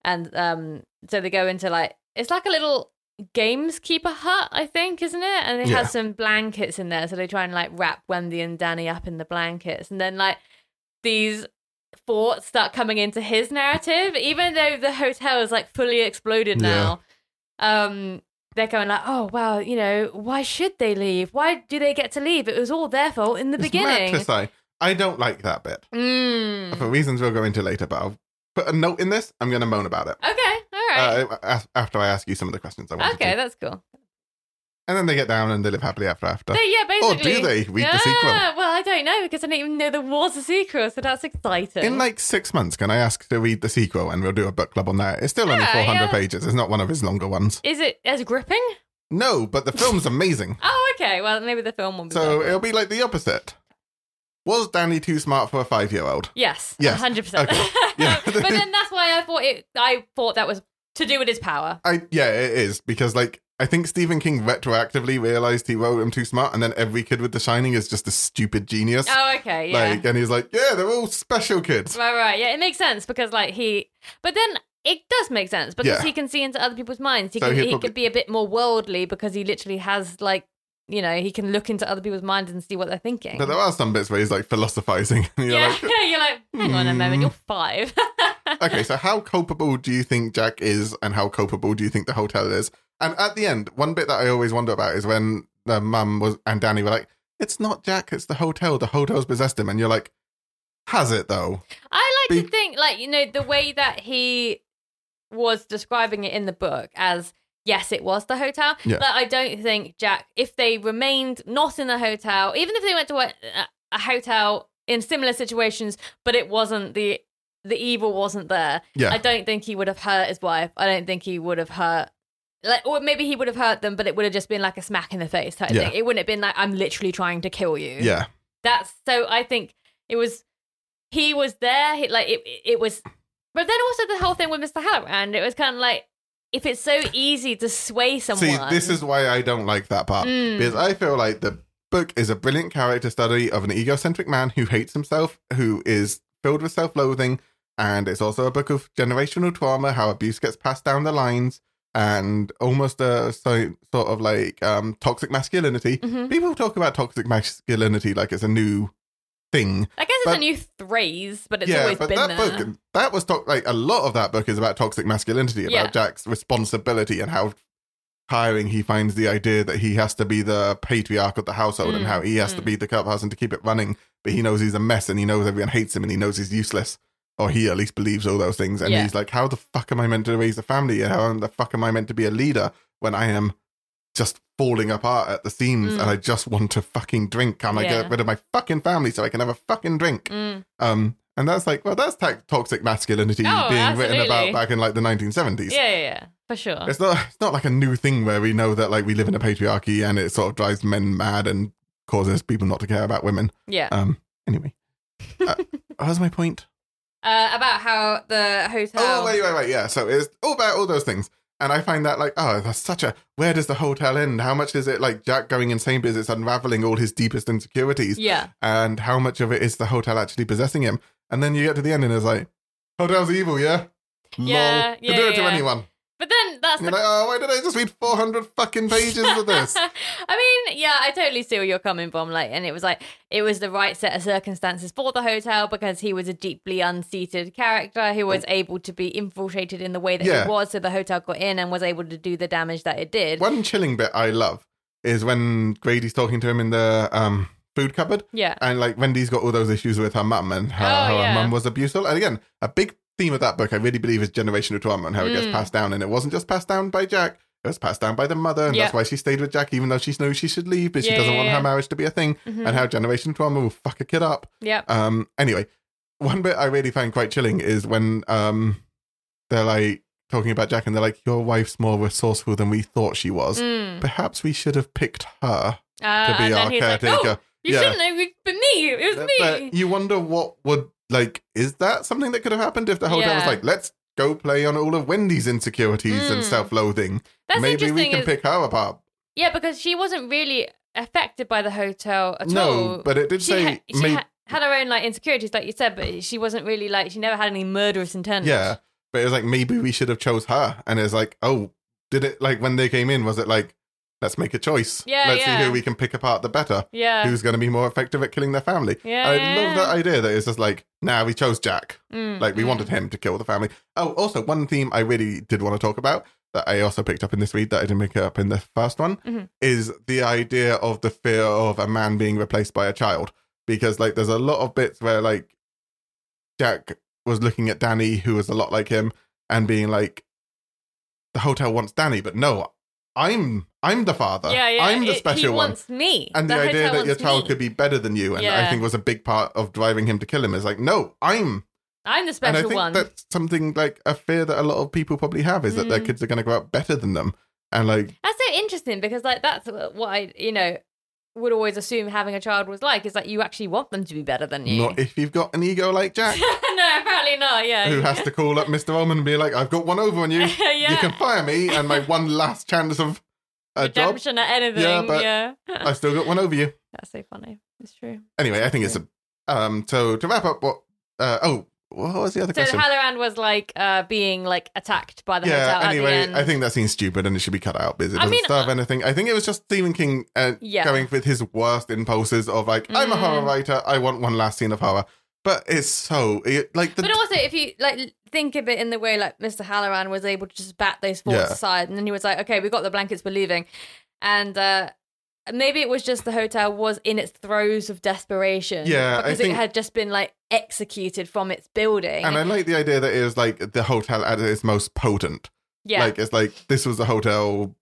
Speaker 1: And um, so they go into like it's like a little gameskeeper hut, I think, isn't it? And it
Speaker 2: Yeah.
Speaker 1: has some blankets in there, so they try and like wrap Wendy and Danny up in the blankets, and then like these thoughts start coming into his narrative, even though the hotel is like fully exploded now. Um, they're going like, oh well, you know, why should they leave? Why do they get to leave? It was all their fault in the
Speaker 2: It's
Speaker 1: beginning.
Speaker 2: mad to say. I don't like that bit.
Speaker 1: Mm.
Speaker 2: For reasons we'll go into later, but I'll put a note in this. I'm going to moan about it.
Speaker 1: Okay, all right.
Speaker 2: Uh, af- after I ask you some of the questions I Oh, wanted
Speaker 1: okay,
Speaker 2: to.
Speaker 1: that's cool.
Speaker 2: And then they get down and they live happily ever after.
Speaker 1: They- yeah,
Speaker 2: Or
Speaker 1: basically.
Speaker 2: oh, do they read
Speaker 1: yeah,
Speaker 2: the sequel?
Speaker 1: Well, I don't know because I didn't even know there was a sequel, so that's exciting.
Speaker 2: In like six months, can I ask to read the sequel and we'll do a book club on that? It's still only
Speaker 1: Yeah,
Speaker 2: 400
Speaker 1: yeah.
Speaker 2: pages. It's not one of his longer ones.
Speaker 1: is it as gripping?
Speaker 2: No, but the film's amazing.
Speaker 1: Oh, okay. Well, maybe the film will be.
Speaker 2: So
Speaker 1: better.
Speaker 2: it'll be like the opposite. Was Danny too smart for a five year old?
Speaker 1: yes,
Speaker 2: Yes,
Speaker 1: hundred percent.
Speaker 2: okay, yeah.
Speaker 1: But then that's why I thought it. I thought that was to do with his power.
Speaker 2: I Yeah, it is. Because like, I think Stephen King retroactively realized he wrote him too smart, and then every kid with The Shining is just a stupid genius.
Speaker 1: Oh, okay. Yeah.
Speaker 2: Like, and he's like, yeah, they're all special kids.
Speaker 1: Right, right. Yeah, it makes sense because like he, but then it does make sense because
Speaker 2: Yeah.
Speaker 1: he can see into other people's minds. He
Speaker 2: So
Speaker 1: can
Speaker 2: he'd
Speaker 1: he
Speaker 2: probably-
Speaker 1: could be a bit more worldly because he literally has like you know he can look into other people's minds and see what they're thinking.
Speaker 2: But there are some bits where he's like philosophizing, and you're
Speaker 1: yeah,
Speaker 2: like,
Speaker 1: you're like, hang on a moment,
Speaker 2: hmm.
Speaker 1: you're five.
Speaker 2: okay, so how culpable do you think Jack is, and how culpable do you think the hotel is? And at the end, one bit that I always wonder about is when the mum was and Danny were like, "It's not Jack, it's the hotel. The hotel's possessed him," and you're like, "Has it though?"
Speaker 1: I like
Speaker 2: Be-
Speaker 1: to think, like, you know, the way that he was describing it in the book as yes, it was the hotel.
Speaker 2: Yeah.
Speaker 1: But I don't think Jack, if they remained not in the hotel, even if they went to a, a hotel in similar situations, but it wasn't the the evil wasn't there.
Speaker 2: Yeah.
Speaker 1: I don't think he would have hurt his wife. I don't think he would have hurt. Like, or maybe he would have hurt them, but it would have just been like a smack in the face type
Speaker 2: Yeah.
Speaker 1: thing. It wouldn't have been like I'm literally trying to kill you
Speaker 2: Yeah,
Speaker 1: that's so i think it was he was there he, like it, it was but then also the whole thing with mr halloran it was kind of like if it's so easy to sway someone
Speaker 2: see, this is why I don't like that part
Speaker 1: Mm.
Speaker 2: because I feel like the book is a brilliant character study of an egocentric man who hates himself, who is filled with self-loathing, and it's also a book of generational trauma, how abuse gets passed down the lines. And almost a so, sort of like um, toxic masculinity,
Speaker 1: Mhm.
Speaker 2: People talk about toxic masculinity like it's a new thing.
Speaker 1: i guess it's
Speaker 2: but-
Speaker 1: a new phrase but it's
Speaker 2: yeah,
Speaker 1: always
Speaker 2: but
Speaker 1: been
Speaker 2: that
Speaker 1: there
Speaker 2: book, that was to- like a lot of that book is about toxic masculinity, about
Speaker 1: Yeah.
Speaker 2: Jack's responsibility and how tiring he finds the idea that he has to be the patriarch of the household and
Speaker 1: Mm,
Speaker 2: how he has to
Speaker 1: mm.
Speaker 2: be the clubhouse and to keep it running. But he knows he's a mess and he knows everyone hates him and he knows he's useless. Or he at least believes all those things. And
Speaker 1: Yeah.
Speaker 2: he's like, how the fuck am I meant to raise a family? How the fuck am I meant to be a leader when I am just falling apart at the seams
Speaker 1: Mm.
Speaker 2: and I just want a fucking drink. Can I
Speaker 1: Yeah.
Speaker 2: get rid of my fucking family so I can have a fucking drink?
Speaker 1: Mm.
Speaker 2: Um, and that's like, well, that's ta- toxic masculinity
Speaker 1: Oh,
Speaker 2: being written
Speaker 1: absolutely.
Speaker 2: about back in like the 1970s.
Speaker 1: Yeah, yeah, yeah, for sure.
Speaker 2: It's not, it's not like a new thing where we know that like we live in a patriarchy and it sort of drives men mad and causes people not to care about women.
Speaker 1: Yeah.
Speaker 2: Um, anyway, uh, what was my point?
Speaker 1: Uh, about how the hotel.
Speaker 2: Oh wait, wait, wait. Yeah. So it's all about all those things, and I find that like, oh, that's such a. Where does the hotel end? How much is it like Jack going insane because it's unraveling all his deepest insecurities,
Speaker 1: Yeah.
Speaker 2: and how much of it is the hotel actually possessing him? And then you get to the end, and it's like, hotel's evil, yeah. Lol.
Speaker 1: Yeah,
Speaker 2: You
Speaker 1: yeah,
Speaker 2: can do it to
Speaker 1: yeah.
Speaker 2: anyone.
Speaker 1: But then that's
Speaker 2: You're
Speaker 1: the
Speaker 2: like, oh, why did I just read four hundred fucking pages of this?
Speaker 1: I mean, yeah, I totally see where you're coming from. Like, and it was like it was the right set of circumstances for the hotel because he was a deeply unseated character who was able to be infiltrated in the way that
Speaker 2: Yeah.
Speaker 1: he was, so the hotel got in and was able to do the damage that it did.
Speaker 2: One chilling bit I love is when Grady's talking to him in the um food cupboard,
Speaker 1: Yeah,
Speaker 2: and like Wendy's got all those issues with her mum and how,
Speaker 1: Oh,
Speaker 2: how
Speaker 1: yeah.
Speaker 2: her mum was abusive. And again, a big theme of that book, I really believe, is generational trauma and how it gets
Speaker 1: Mm.
Speaker 2: passed down. And it wasn't just passed down by Jack; it was passed down by the mother, and that's
Speaker 1: Yeah.
Speaker 2: why she stayed with Jack, even though she knows she should leave, but
Speaker 1: Yeah,
Speaker 2: she doesn't
Speaker 1: yeah,
Speaker 2: want
Speaker 1: yeah.
Speaker 2: her marriage to be a thing.
Speaker 1: Mhm.
Speaker 2: And how generational trauma will fuck a kid up.
Speaker 1: yep,
Speaker 2: Um. Anyway, one bit I really find quite chilling is when um they're like talking about Jack, and they're like, "Your wife's more resourceful than we thought she was."
Speaker 1: Mm.
Speaker 2: Perhaps we should have picked her
Speaker 1: Uh,
Speaker 2: to be
Speaker 1: and then
Speaker 2: our
Speaker 1: he's like,
Speaker 2: caretaker.
Speaker 1: "No, you
Speaker 2: Yeah.
Speaker 1: shouldn't have. It was me. It was
Speaker 2: But-
Speaker 1: me."
Speaker 2: But you wonder what would like is that something that could have happened if the hotel was
Speaker 1: Yeah.
Speaker 2: like, let's go play on all of Wendy's insecurities and
Speaker 1: Mm.
Speaker 2: self-loathing.
Speaker 1: That's
Speaker 2: Maybe
Speaker 1: interesting.
Speaker 2: we can
Speaker 1: is-
Speaker 2: pick her apart.
Speaker 1: yeah, because she wasn't really affected by the hotel at all.
Speaker 2: No, but it did
Speaker 1: she,
Speaker 2: say
Speaker 1: ha- she
Speaker 2: may-
Speaker 1: ha- had her own like insecurities, like you said, but she wasn't really like she never had any murderous intent.
Speaker 2: yeah, but it was like maybe we should have chose her, and it's like, oh, did it like when they came in? Was it like, let's make a choice?
Speaker 1: Yeah,
Speaker 2: let's see
Speaker 1: yeah.
Speaker 2: who we can pick apart the better.
Speaker 1: yeah,
Speaker 2: Who's going to be more effective at killing their family?
Speaker 1: yeah.
Speaker 2: I love that idea that it's just like, nah, we chose Jack.
Speaker 1: Mm,
Speaker 2: Like we
Speaker 1: mm.
Speaker 2: wanted him to kill the family. Oh, also one theme I really did want to talk about that I also picked up in this read that I didn't pick up in the first one
Speaker 1: Mhm.
Speaker 2: is the idea of the fear of a man being replaced by a child because like there's a lot of bits where like Jack was looking at Danny who was a lot like him and being like the hotel wants Danny but no I'm I'm the father
Speaker 1: Yeah, yeah.
Speaker 2: I'm the
Speaker 1: it-
Speaker 2: special
Speaker 1: he
Speaker 2: one
Speaker 1: Wants me.
Speaker 2: and the,
Speaker 1: hotel
Speaker 2: idea that
Speaker 1: wants
Speaker 2: your child
Speaker 1: me.
Speaker 2: could be better than you and
Speaker 1: Yeah.
Speaker 2: I think was a big part of driving him to kill him is like no I'm
Speaker 1: I'm the
Speaker 2: and I
Speaker 1: special
Speaker 2: think
Speaker 1: one.
Speaker 2: that's something like a fear that a lot of people probably have is that their
Speaker 1: Mm.
Speaker 2: kids are going to grow up better than them, and like
Speaker 1: That's so interesting because like that's what I you know would always assume having a child was like is that you actually want them to be better than you.
Speaker 2: not if you've got an ego like Jack,
Speaker 1: no, apparently not. Yeah.
Speaker 2: who has to call up Mr. Ullman and be like, "I've got one over on you. You
Speaker 1: yeah.
Speaker 2: can fire me, and my one last chance of a job,
Speaker 1: Redemption at anything.
Speaker 2: Yeah, but-
Speaker 1: yeah.
Speaker 2: I've still got one over you."
Speaker 1: that's so funny. It's true.
Speaker 2: Anyway, I think it's a. Um. So to wrap up, what? Uh, oh, what was the other
Speaker 1: So
Speaker 2: question?
Speaker 1: Halloran was like uh, being like attacked by the
Speaker 2: yeah.
Speaker 1: hotel at the
Speaker 2: Anyway,
Speaker 1: end.
Speaker 2: I think that seems stupid, and it should be cut out because it
Speaker 1: I
Speaker 2: doesn't
Speaker 1: mean, uh,
Speaker 2: serve anything. I think it was just Stephen King uh,
Speaker 1: Yeah.
Speaker 2: going with his worst impulses of like, I'm a
Speaker 1: Mm.
Speaker 2: horror writer. I want one last scene of horror. But it's so it, like the
Speaker 1: but also, if you like think of it in the way like Mr. Halloran was able to just bat those thoughts
Speaker 2: Yeah.
Speaker 1: aside, and then he was like, "Okay, we got the blankets, we're leaving," and uh, maybe it was just the hotel was in its throes of desperation,
Speaker 2: Yeah, I
Speaker 1: because
Speaker 2: think-
Speaker 1: it had just been like executed from its building,
Speaker 2: and I like the idea that it was like the hotel at its most potent.
Speaker 1: yeah,
Speaker 2: Like it's like this was the hotel,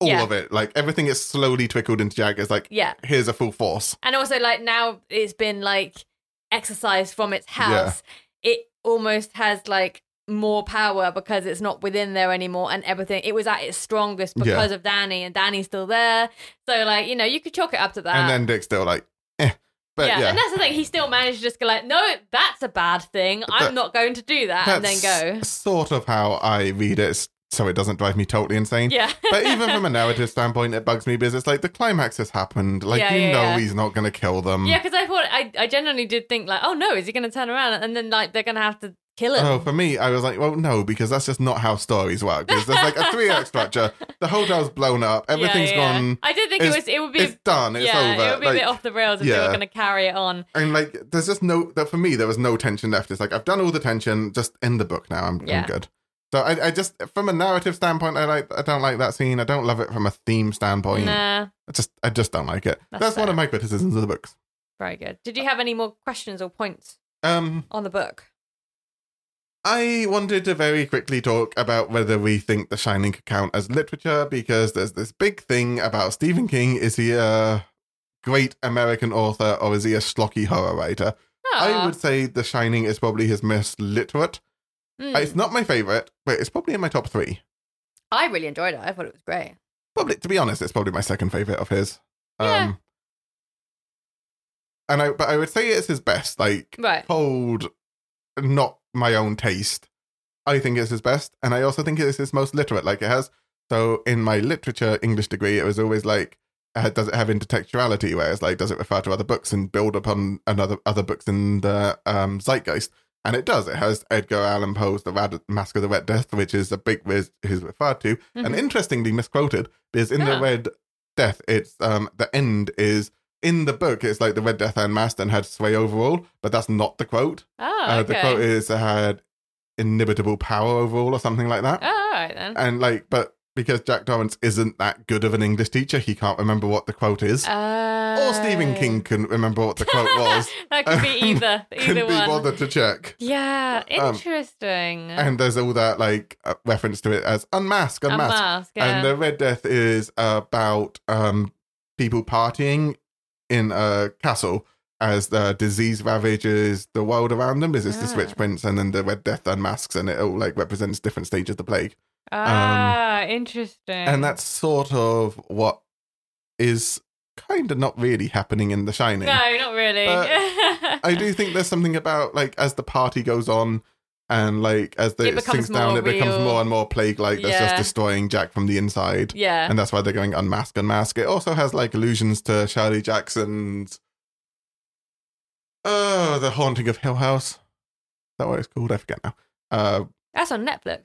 Speaker 2: all
Speaker 1: Yeah.
Speaker 2: of it. Like everything is slowly trickled into Jack. It's like
Speaker 1: yeah,
Speaker 2: here's a full force.
Speaker 1: and also like now it's been like exercised from its house it almost has like more power because it's not within there anymore and everything it was at its strongest
Speaker 2: Yeah.
Speaker 1: because of danny and danny's still there so like you know you could chalk it up to that
Speaker 2: and then Dick's still like, eh. But yeah,
Speaker 1: Uh. and that's the thing he still managed to just go like no that's a bad thing i'm
Speaker 2: That-
Speaker 1: not going to do that and then
Speaker 2: that's
Speaker 1: go
Speaker 2: sort of how I read it, so it doesn't drive me totally insane.
Speaker 1: yeah
Speaker 2: but even from a narrative standpoint, it bugs me because it's like the climax has happened. Like
Speaker 1: Yeah,
Speaker 2: you
Speaker 1: yeah,
Speaker 2: know
Speaker 1: yeah.
Speaker 2: he's not going to kill them.
Speaker 1: yeah because i thought I, I genuinely did think like oh no is he going to turn around and then like they're going to have to kill him
Speaker 2: Oh, for me, I was like, well, no, because that's just not how stories work. Because there's like a three act structure. The hotel's blown up.
Speaker 1: Yeah,
Speaker 2: Everything's
Speaker 1: yeah.
Speaker 2: gone.
Speaker 1: i did think it
Speaker 2: It's-
Speaker 1: was it would be
Speaker 2: It's done. It's
Speaker 1: yeah,
Speaker 2: over.
Speaker 1: it would be a
Speaker 2: like,
Speaker 1: bit off the rails if they were
Speaker 2: yeah.
Speaker 1: going to carry it on.
Speaker 2: and like, there's just no. That for me, there was no tension left. It's like I've done all the tension. Just end the book now. I'm,
Speaker 1: Yeah.
Speaker 2: I'm good. So I, I just, from a narrative standpoint, I like. I don't like that scene. I don't love it from a theme standpoint.
Speaker 1: Nah,
Speaker 2: I just, I just don't like it.
Speaker 1: That's
Speaker 2: That's, one
Speaker 1: fair.
Speaker 2: of my criticisms of the books.
Speaker 1: very good. Did you have any more questions or points
Speaker 2: Um,
Speaker 1: on the book?
Speaker 2: I wanted to very quickly talk about whether we think The Shining could count as literature because there's this big thing about Stephen King. Is he a great American author or is he a schlocky horror writer? I
Speaker 1: Ah,
Speaker 2: would say The Shining is probably his most literate.
Speaker 1: mm.
Speaker 2: It's not my favorite, but it's probably in my top three.
Speaker 1: I really enjoyed it. I thought it was great.
Speaker 2: Probably, to be honest, it's probably my second favorite of his. Um,
Speaker 1: Yeah.
Speaker 2: and I, but I would say it's his best. Like,
Speaker 1: Right.
Speaker 2: cold, not my own taste. I think it's his best, and I also think it's his most literate. Like it has. So in my literature English degree, it was always like, uh, does it have intertextuality? Where it's like, does it refer to other books and build upon another other books in the um, zeitgeist? And it does. It has Edgar Allan Poe's The Rad- Mask of the Red Death, which is a big whiz who's referred to, and
Speaker 1: Mhm.
Speaker 2: interestingly misquoted because in the
Speaker 1: Ah.
Speaker 2: Red Death, it's um the end is in the book. It's like the Red Death and Master and had sway over all, but that's not the quote.
Speaker 1: Ah,
Speaker 2: Uh,
Speaker 1: okay.
Speaker 2: the quote is uh, had inimitable power over all or something like that.
Speaker 1: oh, all right then.
Speaker 2: And like, but because Jack Torrance isn't that good of an English teacher, he can't remember what the quote is.
Speaker 1: Uh,
Speaker 2: or Stephen King couldn't remember what the quote was. um,
Speaker 1: that could be either. either
Speaker 2: couldn't be
Speaker 1: one.
Speaker 2: bothered to check.
Speaker 1: Yeah,
Speaker 2: Um,
Speaker 1: interesting.
Speaker 2: And there's all that like uh, reference to it as unmask,
Speaker 1: a
Speaker 2: unmask,
Speaker 1: mask. yeah.
Speaker 2: and the red death is about um people partying in a castle as the disease ravages the world around them because it's the
Speaker 1: Ah.
Speaker 2: switch prince and then the red death unmasks and it all like represents different stages of the plague
Speaker 1: ah, interesting.
Speaker 2: um, and that's sort of what is kind of not really happening in the shining
Speaker 1: no, not really.
Speaker 2: But i do think there's something about like as the party goes on and like as the,
Speaker 1: It
Speaker 2: it,
Speaker 1: becomes
Speaker 2: sinks down
Speaker 1: more
Speaker 2: it becomes
Speaker 1: real.
Speaker 2: more and more plague like that's just
Speaker 1: Yeah.
Speaker 2: destroying jack from the inside
Speaker 1: Yeah.
Speaker 2: and that's why they're going unmask unmask it also has like allusions to shirley jackson's oh the haunting of hill house is that what it's called i forget now uh
Speaker 1: that's on Netflix.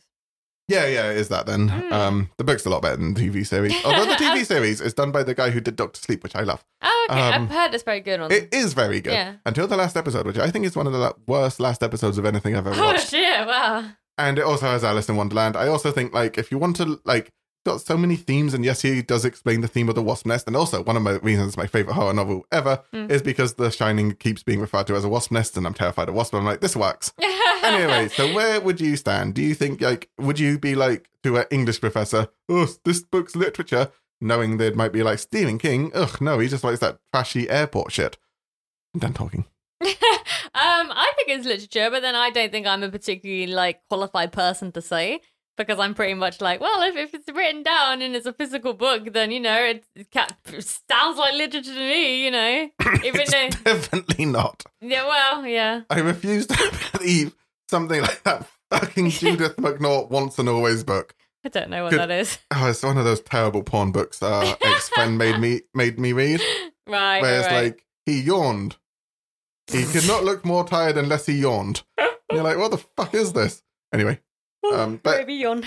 Speaker 2: yeah yeah it is that then
Speaker 1: Mm.
Speaker 2: um the book's a lot better than the tv series although the tv series is done by the guy who did doctor sleep which i love
Speaker 1: Oh, okay.
Speaker 2: Um,
Speaker 1: I've heard it's very good on.
Speaker 2: it is very good
Speaker 1: Um, Yeah.
Speaker 2: until the last episode which i think is one of the la- worst last episodes of anything i've ever
Speaker 1: oh
Speaker 2: watched
Speaker 1: shit! Wow.
Speaker 2: and it also has Alice in Wonderland. I also think like if you want to like got so many themes, and yes, he does explain the theme of the wasp nest. And also one of my reasons my favorite horror novel ever
Speaker 1: Mm.
Speaker 2: is because The Shining keeps being referred to as a wasp nest, and I'm terrified of wasps. I'm like, this works. Anyway, so where would you stand? Do you think like would you be like to an English professor? Oh, this book's literature, knowing they might be like Stephen King. Ugh, no, he just likes that trashy airport shit. I'm done talking.
Speaker 1: um, I think it's literature, but then I don't think I'm a particularly like qualified person to say because I'm pretty much like, well, if, if it's written down and it's a physical book, then you know it, it ca- sounds like literature to me, you know. Even
Speaker 2: It's
Speaker 1: though,
Speaker 2: definitely not.
Speaker 1: yeah, well, yeah,
Speaker 2: I refuse to believe something like that fucking Judith McNaught Once and Always book.
Speaker 1: I don't know what
Speaker 2: Good.
Speaker 1: that is.
Speaker 2: Oh, it's one of those terrible porn books that our ex friend made me made me read.
Speaker 1: Right,
Speaker 2: Where it's
Speaker 1: right.
Speaker 2: like he yawned. He could not look more tired unless he yawned. And you're like, what the fuck is this? Anyway, um, but-
Speaker 1: Maybe yawn.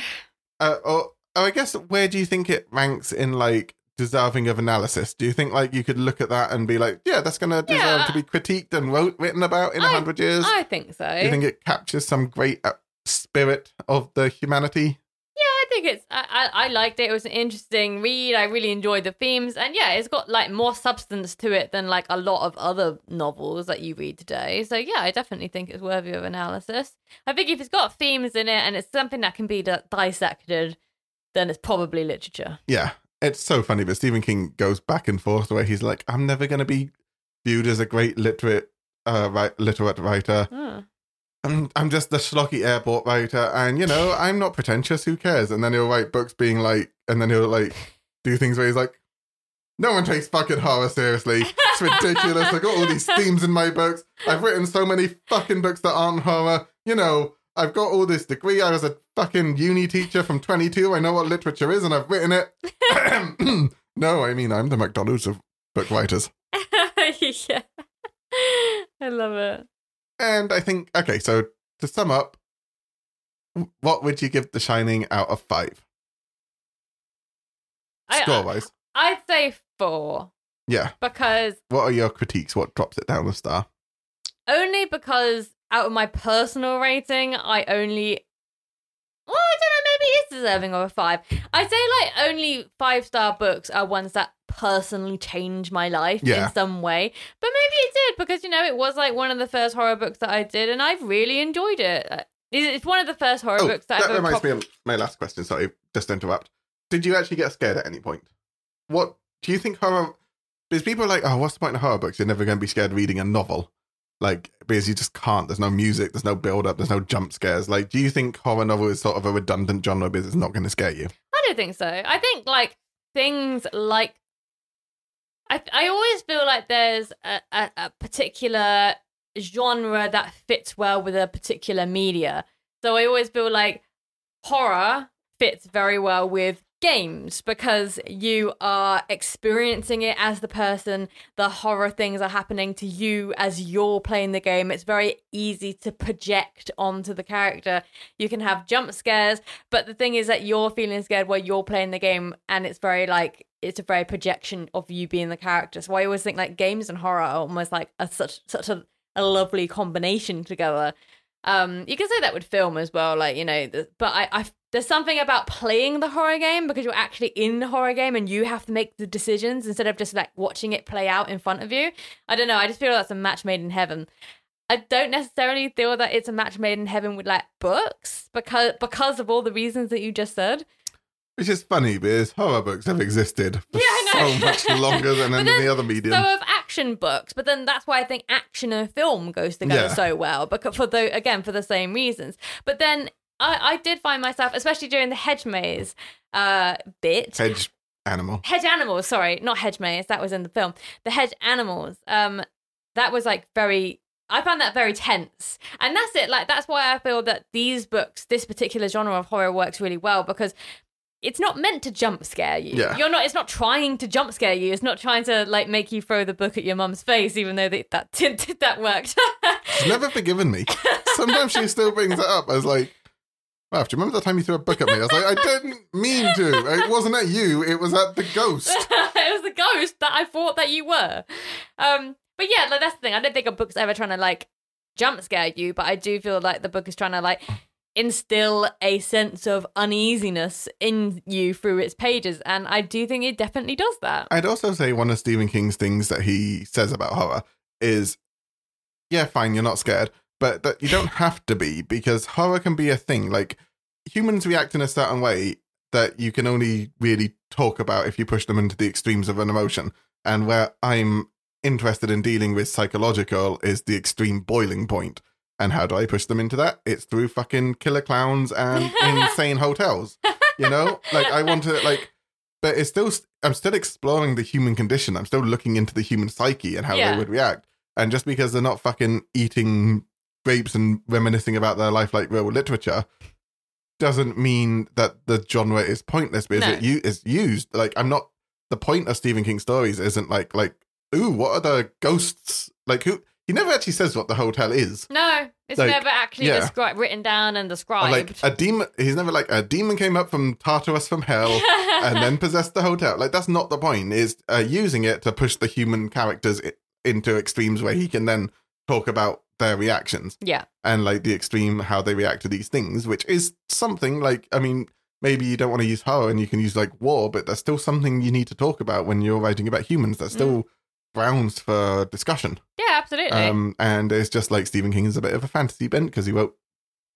Speaker 2: uh, or, or I guess where do you think it ranks in like deserving of analysis? Do you think like you could look at that and be like, yeah, that's going to deserve
Speaker 1: Yeah.
Speaker 2: to be critiqued and wrote, written about in a
Speaker 1: I-
Speaker 2: hundred years?
Speaker 1: I think so.
Speaker 2: Do you think it captures some great uh, spirit of the humanity?
Speaker 1: I think it's. I, I I liked it. It was an interesting read. I really enjoyed the themes, and yeah, it's got like more substance to it than like a lot of other novels that you read today. So yeah, I definitely think it's worthy of analysis. I think if it's got themes in it and it's something that can be di- dissected, then it's probably literature.
Speaker 2: Yeah, it's so funny, but Stephen King goes back and forth where he's like, "I'm never going to be viewed as a great literate, uh, write, literate writer.
Speaker 1: Oh.
Speaker 2: I'm, I'm just the schlocky airport writer, and you know, I'm not pretentious. Who cares?" And then he'll write books being like, and then he'll like do things where he's like. No one takes fucking horror seriously. It's ridiculous. I got all these themes in my books. I've written so many fucking books that aren't horror. You know, I've got all this degree. I was a fucking uni teacher from 22. I know what literature is and I've written it. no, I mean, I'm the McDonald's of book writers.
Speaker 1: yeah, I love it.
Speaker 2: And I think, okay, so to sum up, what would you give The Shining out of five?
Speaker 1: I-
Speaker 2: Score wise.
Speaker 1: I, I'd say four
Speaker 2: Yeah.
Speaker 1: because
Speaker 2: What are your critiques? What drops it down a star?
Speaker 1: only because out of my personal rating, I only. Well, I don't know. Maybe it is deserving of a five. I say like only five star books are ones that personally change my life
Speaker 2: Yeah.
Speaker 1: in some way. But maybe it did because you know it was like one of the first horror books that I did, and I've really enjoyed it. It's it's one of the first horror
Speaker 2: oh,
Speaker 1: books that,
Speaker 2: that
Speaker 1: I've ever
Speaker 2: reminds
Speaker 1: prob-
Speaker 2: me of my last question. Sorry, just to interrupt. Did you actually get scared at any point? What do you think horror? Because people are like, oh, what's the point of horror books? You're never going to be scared reading a novel, like because you just can't. There's no music. There's no build up. There's no jump scares. Like, do you think horror novel is sort of a redundant genre because it's not going to scare you?
Speaker 1: I don't think so. I think like things like I I always feel like there's a, a, a particular genre that fits well with a particular media. So I always feel like horror fits very well with games because you are experiencing it as the person the horror things are happening to you as you're playing the game it's very easy to project onto the character you can have jump scares but the thing is that you're feeling scared while you're playing the game, and it's very like it's a very projection of you being the character. So I always think like games and horror are almost like a, such such a, a lovely combination together. Um, you can say that with film as well, like you know. The, but I, I there's something about playing the horror game because you're actually in the horror game and you have to make the decisions instead of just like watching it play out in front of you. I don't know. I just feel that's a match made in heaven. I don't necessarily feel that it's a match made in heaven with like books because because of all the reasons that you just said.
Speaker 2: Which is funny because horror books have existed for
Speaker 1: Yeah, I know.
Speaker 2: so much longer than
Speaker 1: But
Speaker 2: any
Speaker 1: then-
Speaker 2: other medium.
Speaker 1: So of action books, but then that's why I think action and film goes together
Speaker 2: Yeah.
Speaker 1: so well because for the again for the same reasons. But then I, I did find myself, especially during the hedge maze uh, bit,
Speaker 2: Hedge animal.
Speaker 1: hedge animals sorry not hedge maze that was in the film the hedge animals um that was like very i found that very tense and that's it like that's why i feel that these books this particular genre of horror works really well because it's not meant to jump scare you
Speaker 2: Yeah.
Speaker 1: you're not it's not trying to jump scare you it's not trying to like make you throw the book at your mum's face even though that that did that worked
Speaker 2: She's never forgiven me. Sometimes she still brings it up as like, Ralph, do you remember that time you threw a book at me? I was like, I didn't mean to. It wasn't at you. It was at the ghost.
Speaker 1: it was the ghost that I thought that you were. Um, but yeah, like, that's the thing. I don't think a book's ever trying to like jump scare you, but I do feel like the book is trying to like instill a sense of uneasiness in you through its pages, and I do think it definitely does that.
Speaker 2: I'd also say one of Stephen King's things that he says about horror is, yeah, fine, you're not scared, but that you don't have to be because horror can be a thing. Like humans react in a certain way that you can only really talk about if you push them into the extremes of an emotion. And where I'm interested in dealing with psychological is the extreme boiling point. And how do I push them into that? It's through fucking killer clowns and insane hotels. You know, like I want to like but it's still i'm still exploring the human condition i'm still looking into the human psyche and how
Speaker 1: Yeah.
Speaker 2: they would react and just because they're not fucking eating grapes and reminiscing about their life like real literature doesn't mean that the genre is pointless because
Speaker 1: No.
Speaker 2: it u- is used like i'm not the point of stephen king stories isn't like like ooh what are the ghosts like who he never actually says what the hotel is
Speaker 1: No, it's
Speaker 2: Like,
Speaker 1: never actually
Speaker 2: yeah.
Speaker 1: descri- written down and
Speaker 2: Or,
Speaker 1: described.
Speaker 2: like a demon he's never like a demon came up from tartarus from hell and then possess the hotel. Like that's not the point. Is uh, using it to push the human characters i- into extremes where he can then talk about their reactions
Speaker 1: yeah,
Speaker 2: and like the extreme how they react to these things, which is something like I mean maybe you don't want to use horror and you can use like war, but that's still something you need to talk about when you're writing about humans. That's still grounds for discussion.
Speaker 1: yeah, absolutely.
Speaker 2: Um, and it's just like Stephen King is a bit of a fantasy bent because he wrote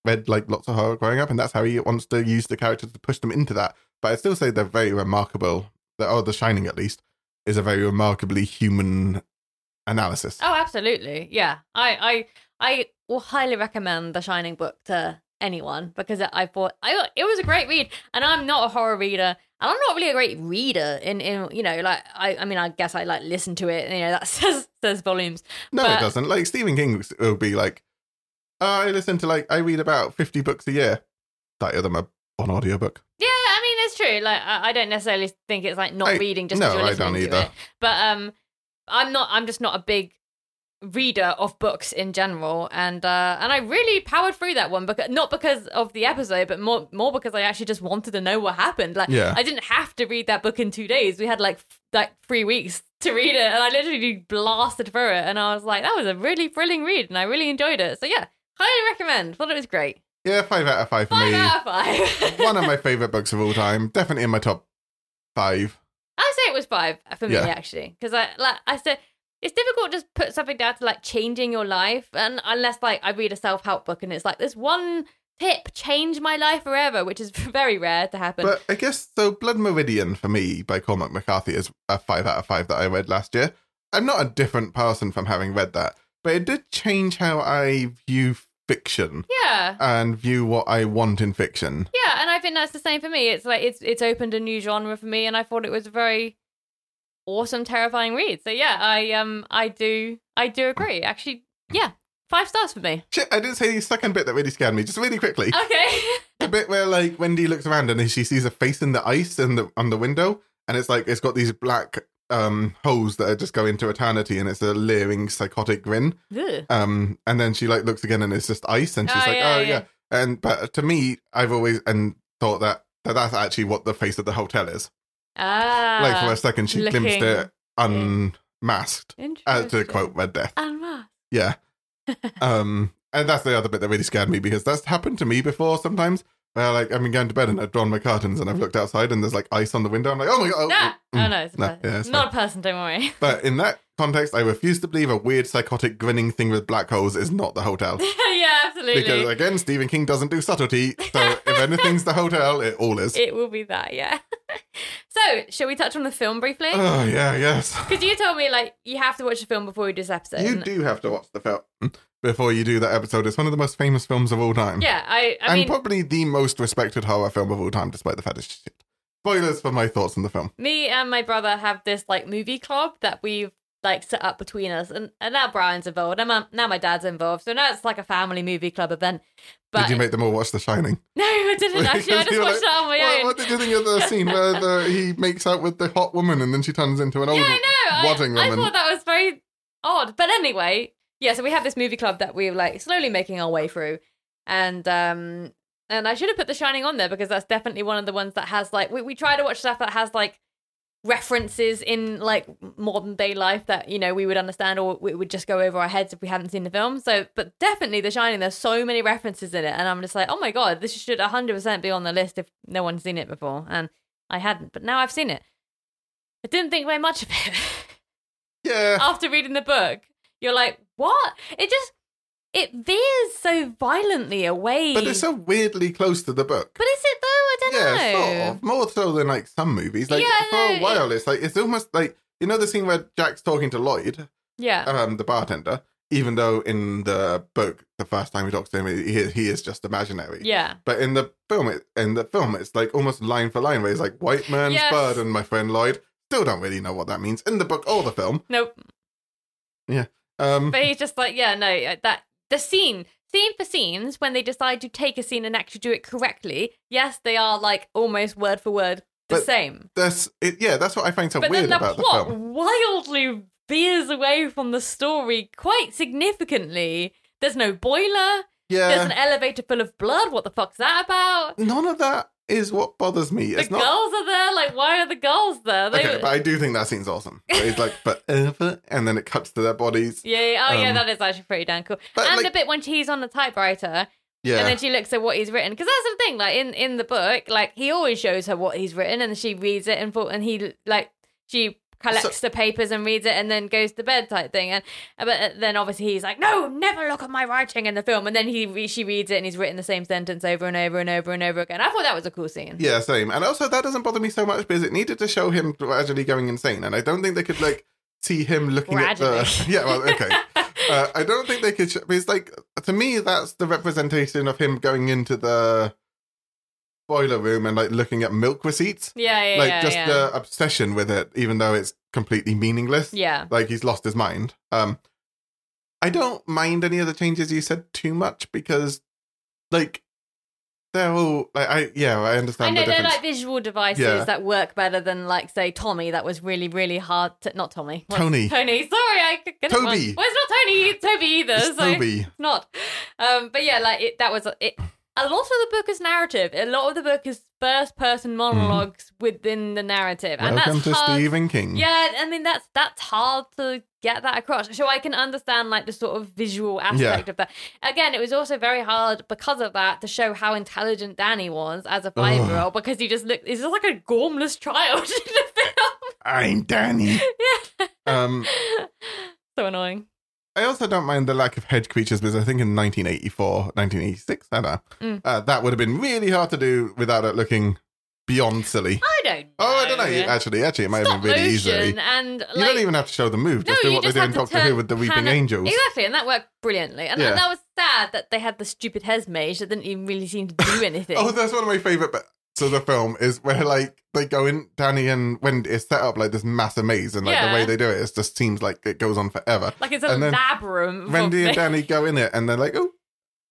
Speaker 2: read like lots of horror growing up, and that's how he wants to use the characters to push them into that. But I still say they're very remarkable. That or The Shining, at least, is a very remarkably human analysis.
Speaker 1: Oh, absolutely. Yeah. I I I will highly recommend The Shining book to anyone because I thought I it was a great read and I'm not a horror reader and I'm not really a great reader in in you know like I I mean I guess I like listen to it and, you know that says says volumes.
Speaker 2: no,
Speaker 1: but-
Speaker 2: it doesn't. Like Stephen King will be like, "Oh, I listen to like I read about fifty books a year. That of them are on audiobook.
Speaker 1: Yeah, I mean it's true. Like I, I don't necessarily think it's like not
Speaker 2: I-
Speaker 1: reading just
Speaker 2: no,
Speaker 1: because you're
Speaker 2: I
Speaker 1: listening
Speaker 2: don't
Speaker 1: to
Speaker 2: either.
Speaker 1: it. But um, I'm not. I'm just not a big reader of books in general, and uh, and I really powered through that one because not because of the episode, but more more because I actually just wanted to know what happened. Like
Speaker 2: Yeah.
Speaker 1: I didn't have to read that book in two days. We had like f- like three weeks to read it, and I literally blasted through it, and I was like, that was a really thrilling read, and I really enjoyed it. So yeah, highly recommend. Thought it was great.
Speaker 2: Yeah, five out of five for
Speaker 1: Five
Speaker 2: me.
Speaker 1: out of five.
Speaker 2: One of my favorite books of all time. Definitely in my top five.
Speaker 1: I say it was five for me
Speaker 2: Yeah.
Speaker 1: actually, because I like I said it's difficult to just put something down to like changing your life, and unless like I read a self help book and it's like this one tip changed my life forever, which is very rare to happen.
Speaker 2: But I guess so. Blood Meridian for me by Cormac McCarthy is a five out of five that I read last year. I'm not a different person from having read that, but it did change how I view fiction
Speaker 1: yeah.
Speaker 2: and view what I want in fiction.
Speaker 1: Yeah, and I think that's the same for me. It's like it's it's opened a new genre for me and I thought it was a very awesome, terrifying read. So yeah, I um I do I do agree. Actually, yeah. Five stars for me.
Speaker 2: Shit, I didn't say the second bit that really scared me. Just really quickly,
Speaker 1: Okay.
Speaker 2: the bit where like Wendy looks around and she sees a face in the ice in the on the window, and it's like it's got these black um holes that are just go into eternity, and it's a leering, psychotic grin.
Speaker 1: Ugh.
Speaker 2: um and then she like looks again and it's just ice and she's
Speaker 1: Oh,
Speaker 2: like
Speaker 1: yeah,
Speaker 2: oh
Speaker 1: yeah.
Speaker 2: yeah. and but to me i've always and thought that, that that's actually what the face of the hotel is
Speaker 1: Ah.
Speaker 2: like for a second she glimpsed it
Speaker 1: looking.
Speaker 2: unmasked uh,
Speaker 1: Interesting.
Speaker 2: to quote red death
Speaker 1: And mask.
Speaker 2: yeah um and that's the other bit that really scared me because that's happened to me before sometimes where like i've been going to bed and i've drawn my curtains and i've looked outside and there's like ice on the window i'm like oh my god oh,
Speaker 1: Nah.
Speaker 2: mm,
Speaker 1: Oh no, it's a
Speaker 2: no,
Speaker 1: person.
Speaker 2: yeah, it's
Speaker 1: not a person, don't worry.
Speaker 2: but in that context i refuse to believe a weird psychotic grinning thing with black holes is not the hotel
Speaker 1: yeah, absolutely.
Speaker 2: Because again, Stephen King doesn't do subtlety, so if anything's the hotel, it all is.
Speaker 1: It will be that, yeah. so, shall we touch on the film briefly?
Speaker 2: oh yeah, yes.
Speaker 1: Because you told me like you have to watch the film before we do this episode.
Speaker 2: You
Speaker 1: and-
Speaker 2: do have to watch the film before you do that episode. It's one of the most famous films of all time,
Speaker 1: Yeah, I, I
Speaker 2: and
Speaker 1: mean,
Speaker 2: probably the most respected horror film of all time, despite the fetish shit. Spoilers for my thoughts on the film.
Speaker 1: me and my brother have this like movie club that we've like set up between us, and, and now Brian's involved, and my, now my dad's involved, so now it's like a family movie club event. But
Speaker 2: Did you make them all watch The Shining?
Speaker 1: no, I didn't actually. I just
Speaker 2: You're
Speaker 1: watched
Speaker 2: like,
Speaker 1: that on my
Speaker 2: What,
Speaker 1: own.
Speaker 2: what did you think of the scene where the, he makes out with the hot woman and then she turns into an old
Speaker 1: yeah, I know.
Speaker 2: wadding
Speaker 1: I, I
Speaker 2: woman?
Speaker 1: thought that was very odd. But anyway, yeah, so we have this movie club that we're like slowly making our way through. And um and I should have put The Shining on there because that's definitely one of the ones that has like we, we try to watch stuff that has like references in like modern day life that you know we would understand or it would just go over our heads if we hadn't seen the film so but definitely the shining there's so many references in it and i'm just like oh my god this should 100% be on the list if no one's seen it before and i hadn't but now i've seen it i didn't think very much of it
Speaker 2: yeah,
Speaker 1: after reading the book, you're like, what? It just it veers so violently away.
Speaker 2: but it's so weirdly close to the book.
Speaker 1: But is it though? I don't
Speaker 2: Yeah,
Speaker 1: know.
Speaker 2: sort of. More so than like some movies. Like
Speaker 1: Yeah,
Speaker 2: for
Speaker 1: no,
Speaker 2: a while, it's like it's almost like you know the scene where Jack's talking to Lloyd,
Speaker 1: Yeah.
Speaker 2: um, the bartender. Even though in the book, the first time he talks to him, he, he is just imaginary.
Speaker 1: yeah.
Speaker 2: But in the film, it, in the film, it's like almost line for line, where he's like, "White man's
Speaker 1: Yes.
Speaker 2: burden, my friend Lloyd." Still don't really know what that means in the book or the film.
Speaker 1: Nope.
Speaker 2: Um,
Speaker 1: But he's just like, yeah, no, uh, that the scene. Scene for scenes, when they decide to take a scene and actually do it correctly, yes, they are like almost word for word the
Speaker 2: But-
Speaker 1: same.
Speaker 2: that's it. Yeah, that's what I find so
Speaker 1: But then
Speaker 2: weird
Speaker 1: the
Speaker 2: about the
Speaker 1: plot
Speaker 2: film.
Speaker 1: wildly veers away from the story quite significantly. There's no boiler. There's an
Speaker 2: Yeah,
Speaker 1: elevator full of blood. What the fuck's that about?
Speaker 2: none of that is what bothers me.
Speaker 1: The
Speaker 2: It's not
Speaker 1: girls are there. Like, why are the girls there? They
Speaker 2: Okay,
Speaker 1: were-
Speaker 2: but I do think that scene's awesome. Where He's like, forever, and then it cuts to their bodies.
Speaker 1: yeah, yeah. Oh, yeah.
Speaker 2: um,
Speaker 1: That is actually pretty damn cool.
Speaker 2: but,
Speaker 1: And
Speaker 2: like-
Speaker 1: the bit when he's on the typewriter and
Speaker 2: Yeah,
Speaker 1: then she looks at what he's written because that's the thing. Like in in the book, like he always shows her what he's written, and she reads it and thought, and he like she collects the papers and reads it and then goes to bed type thing and but uh, then obviously he's like no never look at my writing in the film and then he re- she reads it and he's written the same sentence over and over and over and over again i thought that was a cool scene
Speaker 2: yeah, same. And also, that doesn't bother me so much because it needed to show him gradually going insane, and I don't think they could like see him looking at the.
Speaker 1: Gradually.
Speaker 2: Yeah, well, okay. uh, I don't think they could. Sh- because, like, to me, that's the representation of him going into the boiler room and like looking at milk receipts,
Speaker 1: yeah yeah
Speaker 2: like
Speaker 1: yeah,
Speaker 2: just
Speaker 1: yeah.
Speaker 2: the obsession with it, even though it's completely meaningless.
Speaker 1: yeah
Speaker 2: like he's lost his mind. Um, I don't mind any of the changes you said too much because, like, they're all like I yeah I
Speaker 1: I
Speaker 2: understand
Speaker 1: know
Speaker 2: the
Speaker 1: they're
Speaker 2: difference.
Speaker 1: like visual devices
Speaker 2: Yeah.
Speaker 1: that work better than like say Tommy. That was really really hard. To, not Tommy. What-
Speaker 2: Tony.
Speaker 1: Tony. Sorry, I could get it wrong.
Speaker 2: Toby.
Speaker 1: Well, it's not Tony. Toby either.
Speaker 2: It's
Speaker 1: so
Speaker 2: Toby.
Speaker 1: it's not. Um, but yeah, like it, that was it. A lot of the book is narrative. A lot of the book is first person monologues within the narrative, and
Speaker 2: Hmm. Welcome
Speaker 1: that's
Speaker 2: to
Speaker 1: hard.
Speaker 2: Stephen King.
Speaker 1: Yeah, I mean that's that's hard to get that across. So I can understand like the sort of visual aspect of that. Again, it was also very hard because of that to show how intelligent Danny was as a five year old because he just looked he's just like a gormless child in the film.
Speaker 2: I'm Danny.
Speaker 1: yeah.
Speaker 2: Um,
Speaker 1: So annoying.
Speaker 2: I also don't mind the lack of hedge creatures because I think in 1984, 1986, I don't know,
Speaker 1: Mm.
Speaker 2: uh, that would have been really hard to do without it looking beyond silly.
Speaker 1: I don't. Know.
Speaker 2: Oh, I don't know. Actually, actually, it might have
Speaker 1: Stop
Speaker 2: been really
Speaker 1: motion
Speaker 2: easy.
Speaker 1: and
Speaker 2: You
Speaker 1: like,
Speaker 2: don't even have to show the move.
Speaker 1: No,
Speaker 2: Just do
Speaker 1: you
Speaker 2: what
Speaker 1: just
Speaker 2: they do
Speaker 1: have
Speaker 2: in
Speaker 1: to
Speaker 2: Doctor
Speaker 1: turn
Speaker 2: Who with the Weeping
Speaker 1: Hannah-
Speaker 2: Angels.
Speaker 1: Exactly, and that worked brilliantly. And,
Speaker 2: Yeah.
Speaker 1: and that was sad that they had the stupid Hesmage that didn't even really seem to do anything.
Speaker 2: Oh, that's one of my favorite bits of the film is where like they go in. Danny and Wendy is set up like this massive maze, and like
Speaker 1: Yeah.
Speaker 2: the way they do it, it just seems like it goes on forever.
Speaker 1: like it's a
Speaker 2: and then
Speaker 1: lab room.
Speaker 2: Wendy and
Speaker 1: something.
Speaker 2: Danny go in it, and they're like, oh.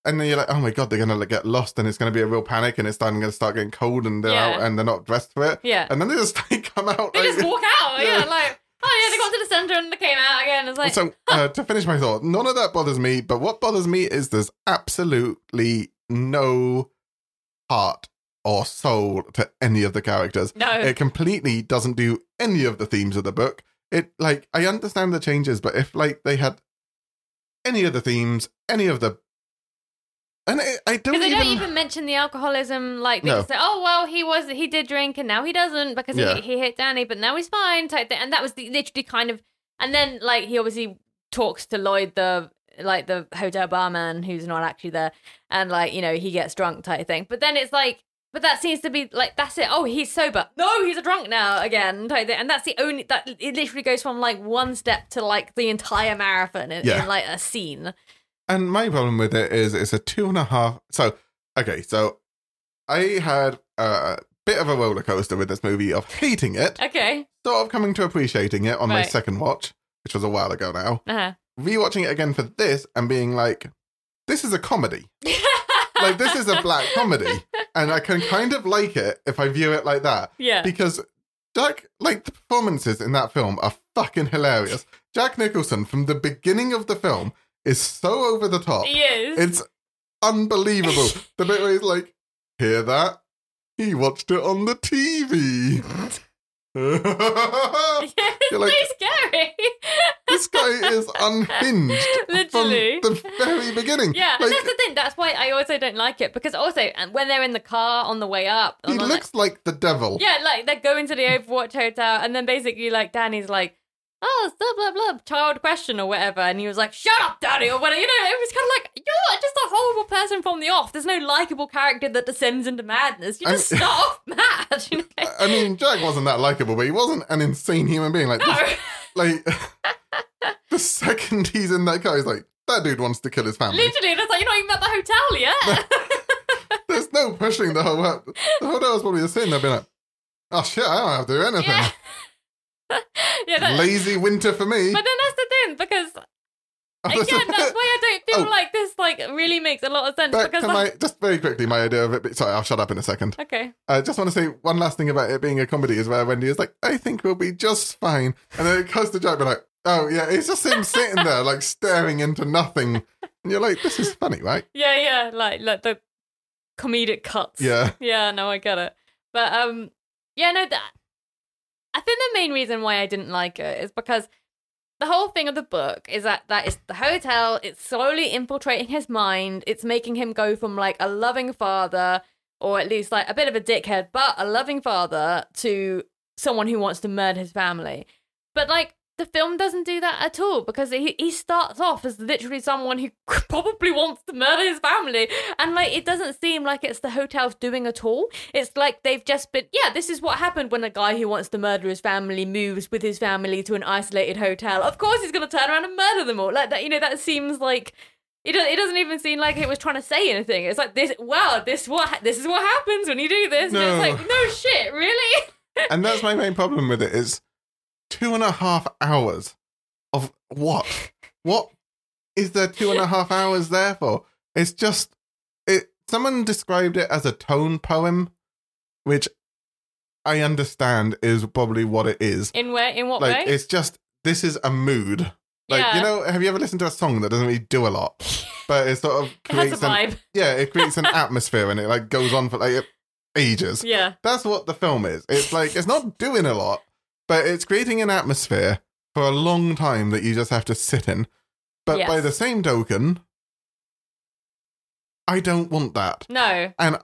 Speaker 2: And then you're like, oh my god, they're gonna like, get lost, and it's gonna be a real panic, and it's starting to start getting cold, and they're
Speaker 1: Yeah.
Speaker 2: out, and they're not dressed for it,
Speaker 1: Yeah.
Speaker 2: and then they just like, come out.
Speaker 1: They
Speaker 2: like-
Speaker 1: just walk out. Yeah.
Speaker 2: Oh, Yeah.
Speaker 1: like oh yeah, they got to the center and they came out again. It's like
Speaker 2: so uh, to finish my thought, none of that bothers me, but what bothers me is there's absolutely no heart or soul to any of the characters.
Speaker 1: no,
Speaker 2: It completely doesn't do any of the themes of the book. It like I understand the changes, but if like they had any of the themes, any of the, and I, I don't,
Speaker 1: because they
Speaker 2: even,
Speaker 1: don't even mention the alcoholism. Like they
Speaker 2: No.
Speaker 1: just say, oh well, he was he did drink and now he doesn't because
Speaker 2: Yeah.
Speaker 1: he he hit Danny, but now he's fine. Type thing. And that was the, literally kind of. And then like he obviously talks to Lloyd the like the hotel barman who's not actually there, and like you know he gets drunk type thing. But then it's like. But that seems to be like that's it. Oh, he's sober. No, he's a drunk now again. type thing. And that's the only that it literally goes from like one step to like the entire marathon in,
Speaker 2: Yeah.
Speaker 1: in like a scene.
Speaker 2: And my problem with it is it's a two and a half. So okay, so I had a bit of a roller coaster with this movie of hating it.
Speaker 1: Okay.
Speaker 2: sort of coming to appreciating it on my
Speaker 1: Right.
Speaker 2: second watch, which was a while ago now.
Speaker 1: Uh-huh.
Speaker 2: Rewatching it again for this and being like, this is a comedy. Like, this is a black comedy. And I can kind of like it if I view it like that.
Speaker 1: Yeah.
Speaker 2: Because Jack, like, the performances in that film are fucking hilarious. Jack Nicholson, from the beginning of the film, is so over the top.
Speaker 1: He is.
Speaker 2: It's unbelievable. the bit where he's like, hear that? He watched it on the TV.
Speaker 1: yeah, it's
Speaker 2: You're like-
Speaker 1: so scary.
Speaker 2: this guy is unhinged
Speaker 1: Literally.
Speaker 2: from the very beginning.
Speaker 1: yeah, and
Speaker 2: Like,
Speaker 1: that's the thing. That's why I also don't like it because also and when they're in the car on the way up,
Speaker 2: he
Speaker 1: and I'm
Speaker 2: looks like the devil.
Speaker 1: like, yeah, like they're going to the Overwatch hotel, and then basically like Danny's like. Oh, blah blah blah, child question or whatever, and he was like, "Shut up, Danny," or whatever. You know, it was kind of like you're just a horrible person from the off. There's no likable character that descends into madness. You
Speaker 2: I'm-
Speaker 1: just start off mad. You know?
Speaker 2: I mean, Jack wasn't that likable, but he wasn't an insane human being. Like,
Speaker 1: No.
Speaker 2: this- like the second he's in that car, he's like, that dude wants to kill his family.
Speaker 1: Literally, and it's like you're not even at the hotel yet.
Speaker 2: There's no pushing the whole world. The whole world's probably just sitting there being like, oh shit, I don't have to do anything.
Speaker 1: yeah, yeah. That,
Speaker 2: Lazy winter for me.
Speaker 1: But then that's the thing because again, that's why I don't feel
Speaker 2: Oh.
Speaker 1: like this like really makes a lot of sense
Speaker 2: Back
Speaker 1: because
Speaker 2: to my, just very quickly, my idea of it. but- Sorry, I'll shut up in a second.
Speaker 1: like- okay,
Speaker 2: I just want to say one last thing about it being a comedy is where Wendy is like, I think we'll be just fine. And then it cuts to Jack, but like, oh yeah, it's just him sitting there, like staring into nothing. And you're like, this is funny, right?
Speaker 1: yeah, yeah, like like the comedic cuts.
Speaker 2: Yeah.
Speaker 1: yeah, no, I get it. But um, yeah, no, that I think the main reason why I didn't like it is because the whole thing of the book is that that is the hotel. It's slowly infiltrating his mind. It's making him go from like a loving father, or at least like a bit of a dickhead, but a loving father, to someone who wants to murder his family. But like. The film doesn't do that at all because he, he starts off as literally someone who probably wants to murder his family. And like, it doesn't seem like it's the hotel's doing at all. It's like they've just been, yeah, this is what happened when a guy who wants to murder his family moves with his family to an isolated hotel. Of course, he's going to turn around and murder them all. Like, that, you know, that seems like. It, do- it doesn't even seem like it was trying to say anything. It's like this. Wow, this what ha- this is what happens when you do this.
Speaker 2: No.
Speaker 1: And it's like no shit, really.
Speaker 2: And that's my main problem with it is two and a half hours of what? What is there two and a half hours there for? It's just it someone described it as a tone poem, which I understand is probably what it is.
Speaker 1: In where? In what
Speaker 2: like
Speaker 1: way?
Speaker 2: it's just this is a mood like
Speaker 1: yeah,
Speaker 2: you know have you ever listened to a song that doesn't really do a lot but it sort of
Speaker 1: it has
Speaker 2: creates
Speaker 1: a
Speaker 2: an,
Speaker 1: vibe.
Speaker 2: yeah it creates an atmosphere and it like goes on for like ages
Speaker 1: Yeah,
Speaker 2: that's what the film is it's like it's not doing a lot but it's creating an atmosphere for a long time that you just have to sit in but by
Speaker 1: Yes.
Speaker 2: the same token i don't want that
Speaker 1: no.
Speaker 2: and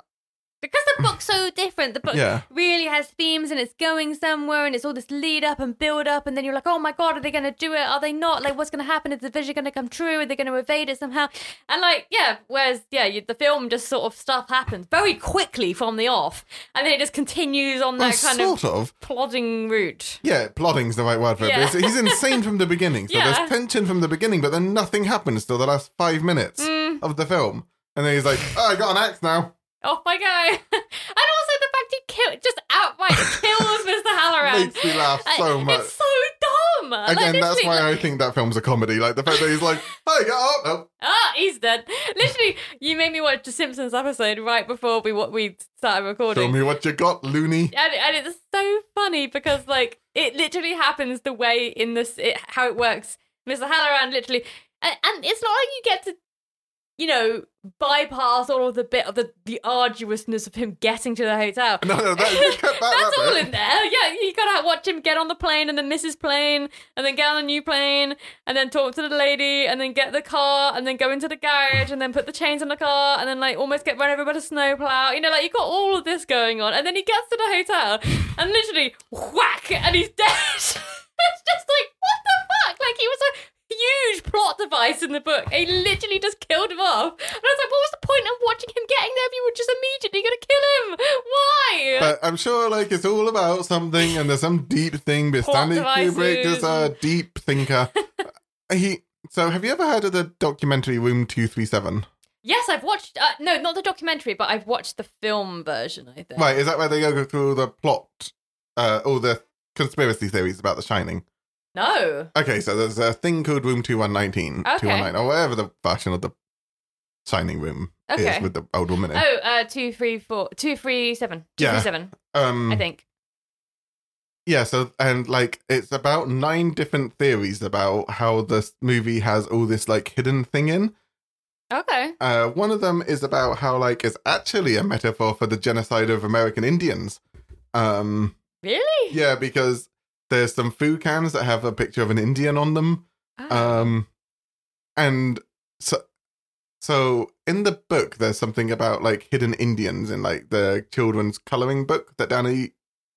Speaker 1: because the book's so different. The book
Speaker 2: Yeah.
Speaker 1: really has themes and it's going somewhere and it's all this lead up and build up and then you're like, oh my god, are they going to do it? Are they not? Like, what's going to happen? Is the vision going to come true? Are they going to evade it somehow? And like, yeah. Whereas, yeah, you, the film just sort of stuff happens very quickly from the off, and then it just continues on that
Speaker 2: Well,
Speaker 1: kind of
Speaker 2: sort of.
Speaker 1: plodding route.
Speaker 2: Yeah, plotting's the right word for
Speaker 1: Yeah.
Speaker 2: it. But it's- he's insane from the beginning. So
Speaker 1: Yeah.
Speaker 2: there's tension from the beginning, but then nothing happens till the last five minutes
Speaker 1: Mm.
Speaker 2: of the film. And then he's like, oh, I got an axe now.
Speaker 1: Off I go. and also the fact he kill just outright kills Mr. Halloran.
Speaker 2: Makes me laugh so
Speaker 1: I-
Speaker 2: much.
Speaker 1: It's so dumb. Like,
Speaker 2: Again, that's
Speaker 1: literally,
Speaker 2: why
Speaker 1: like-
Speaker 2: I think that film's a comedy. Like the fact that he's like, hey, get up. Oh,
Speaker 1: Ah, he's dead. Literally, you made me watch the Simpsons episode right before we what we started
Speaker 2: show
Speaker 1: recording.
Speaker 2: me what you got, loony.
Speaker 1: And, and it's so funny because like it literally happens the way in this it, how it works. Mr. Halloran literally, and, and it's not like you get to, you know, bypass all of the bit of the, the arduousness of him getting to the hotel.
Speaker 2: No, no, that, you cut that,
Speaker 1: That's
Speaker 2: that
Speaker 1: all
Speaker 2: bit.
Speaker 1: in there. Yeah, you gotta watch him get on the plane and then miss his plane and then get on a new plane and then talk to the lady and then get the car and then go into the garage and then put the chains on the car and then like almost get run over by the snowplow. You know, like you got all of this going on and then he gets to the hotel and literally whack and he's dead. it's just like what the fuck? Like he was a huge plot device in the book. He literally just killed him off. And I was like, what was the point of watching him getting there if you were just immediately gonna kill him? Why?
Speaker 2: But I'm sure like it's all about something and there's some deep thing. But
Speaker 1: Plot
Speaker 2: Stanley Kubrick
Speaker 1: devices.
Speaker 2: is a deep thinker. he. So have you ever heard of the documentary Room 237?
Speaker 1: Yes, I've watched. Uh, no, not the documentary, but I've watched the film version. I think.
Speaker 2: Right, is that where they go through the plot, uh, all the conspiracy theories about The Shining?
Speaker 1: No.
Speaker 2: Okay, so there's a thing called Room 2119,
Speaker 1: Okay.
Speaker 2: 219, or whatever the version of the Shining room
Speaker 1: Okay.
Speaker 2: is with the old woman in.
Speaker 1: Oh, uh, two, three, four, two, three, seven, two,
Speaker 2: Yeah.
Speaker 1: three, seven.
Speaker 2: um,
Speaker 1: Oh, I think.
Speaker 2: Yeah, so, and like, it's about nine different theories about how this movie has all this, like, hidden thing in.
Speaker 1: Okay.
Speaker 2: Uh, one of them is about how, like, it's actually a metaphor for the genocide of American Indians. Um,
Speaker 1: Really?
Speaker 2: yeah, because there's some food cans that have a picture of an Indian on them.
Speaker 1: Ah.
Speaker 2: Um, and so, so in the book, there's something about like hidden Indians in like the children's coloring book that Danny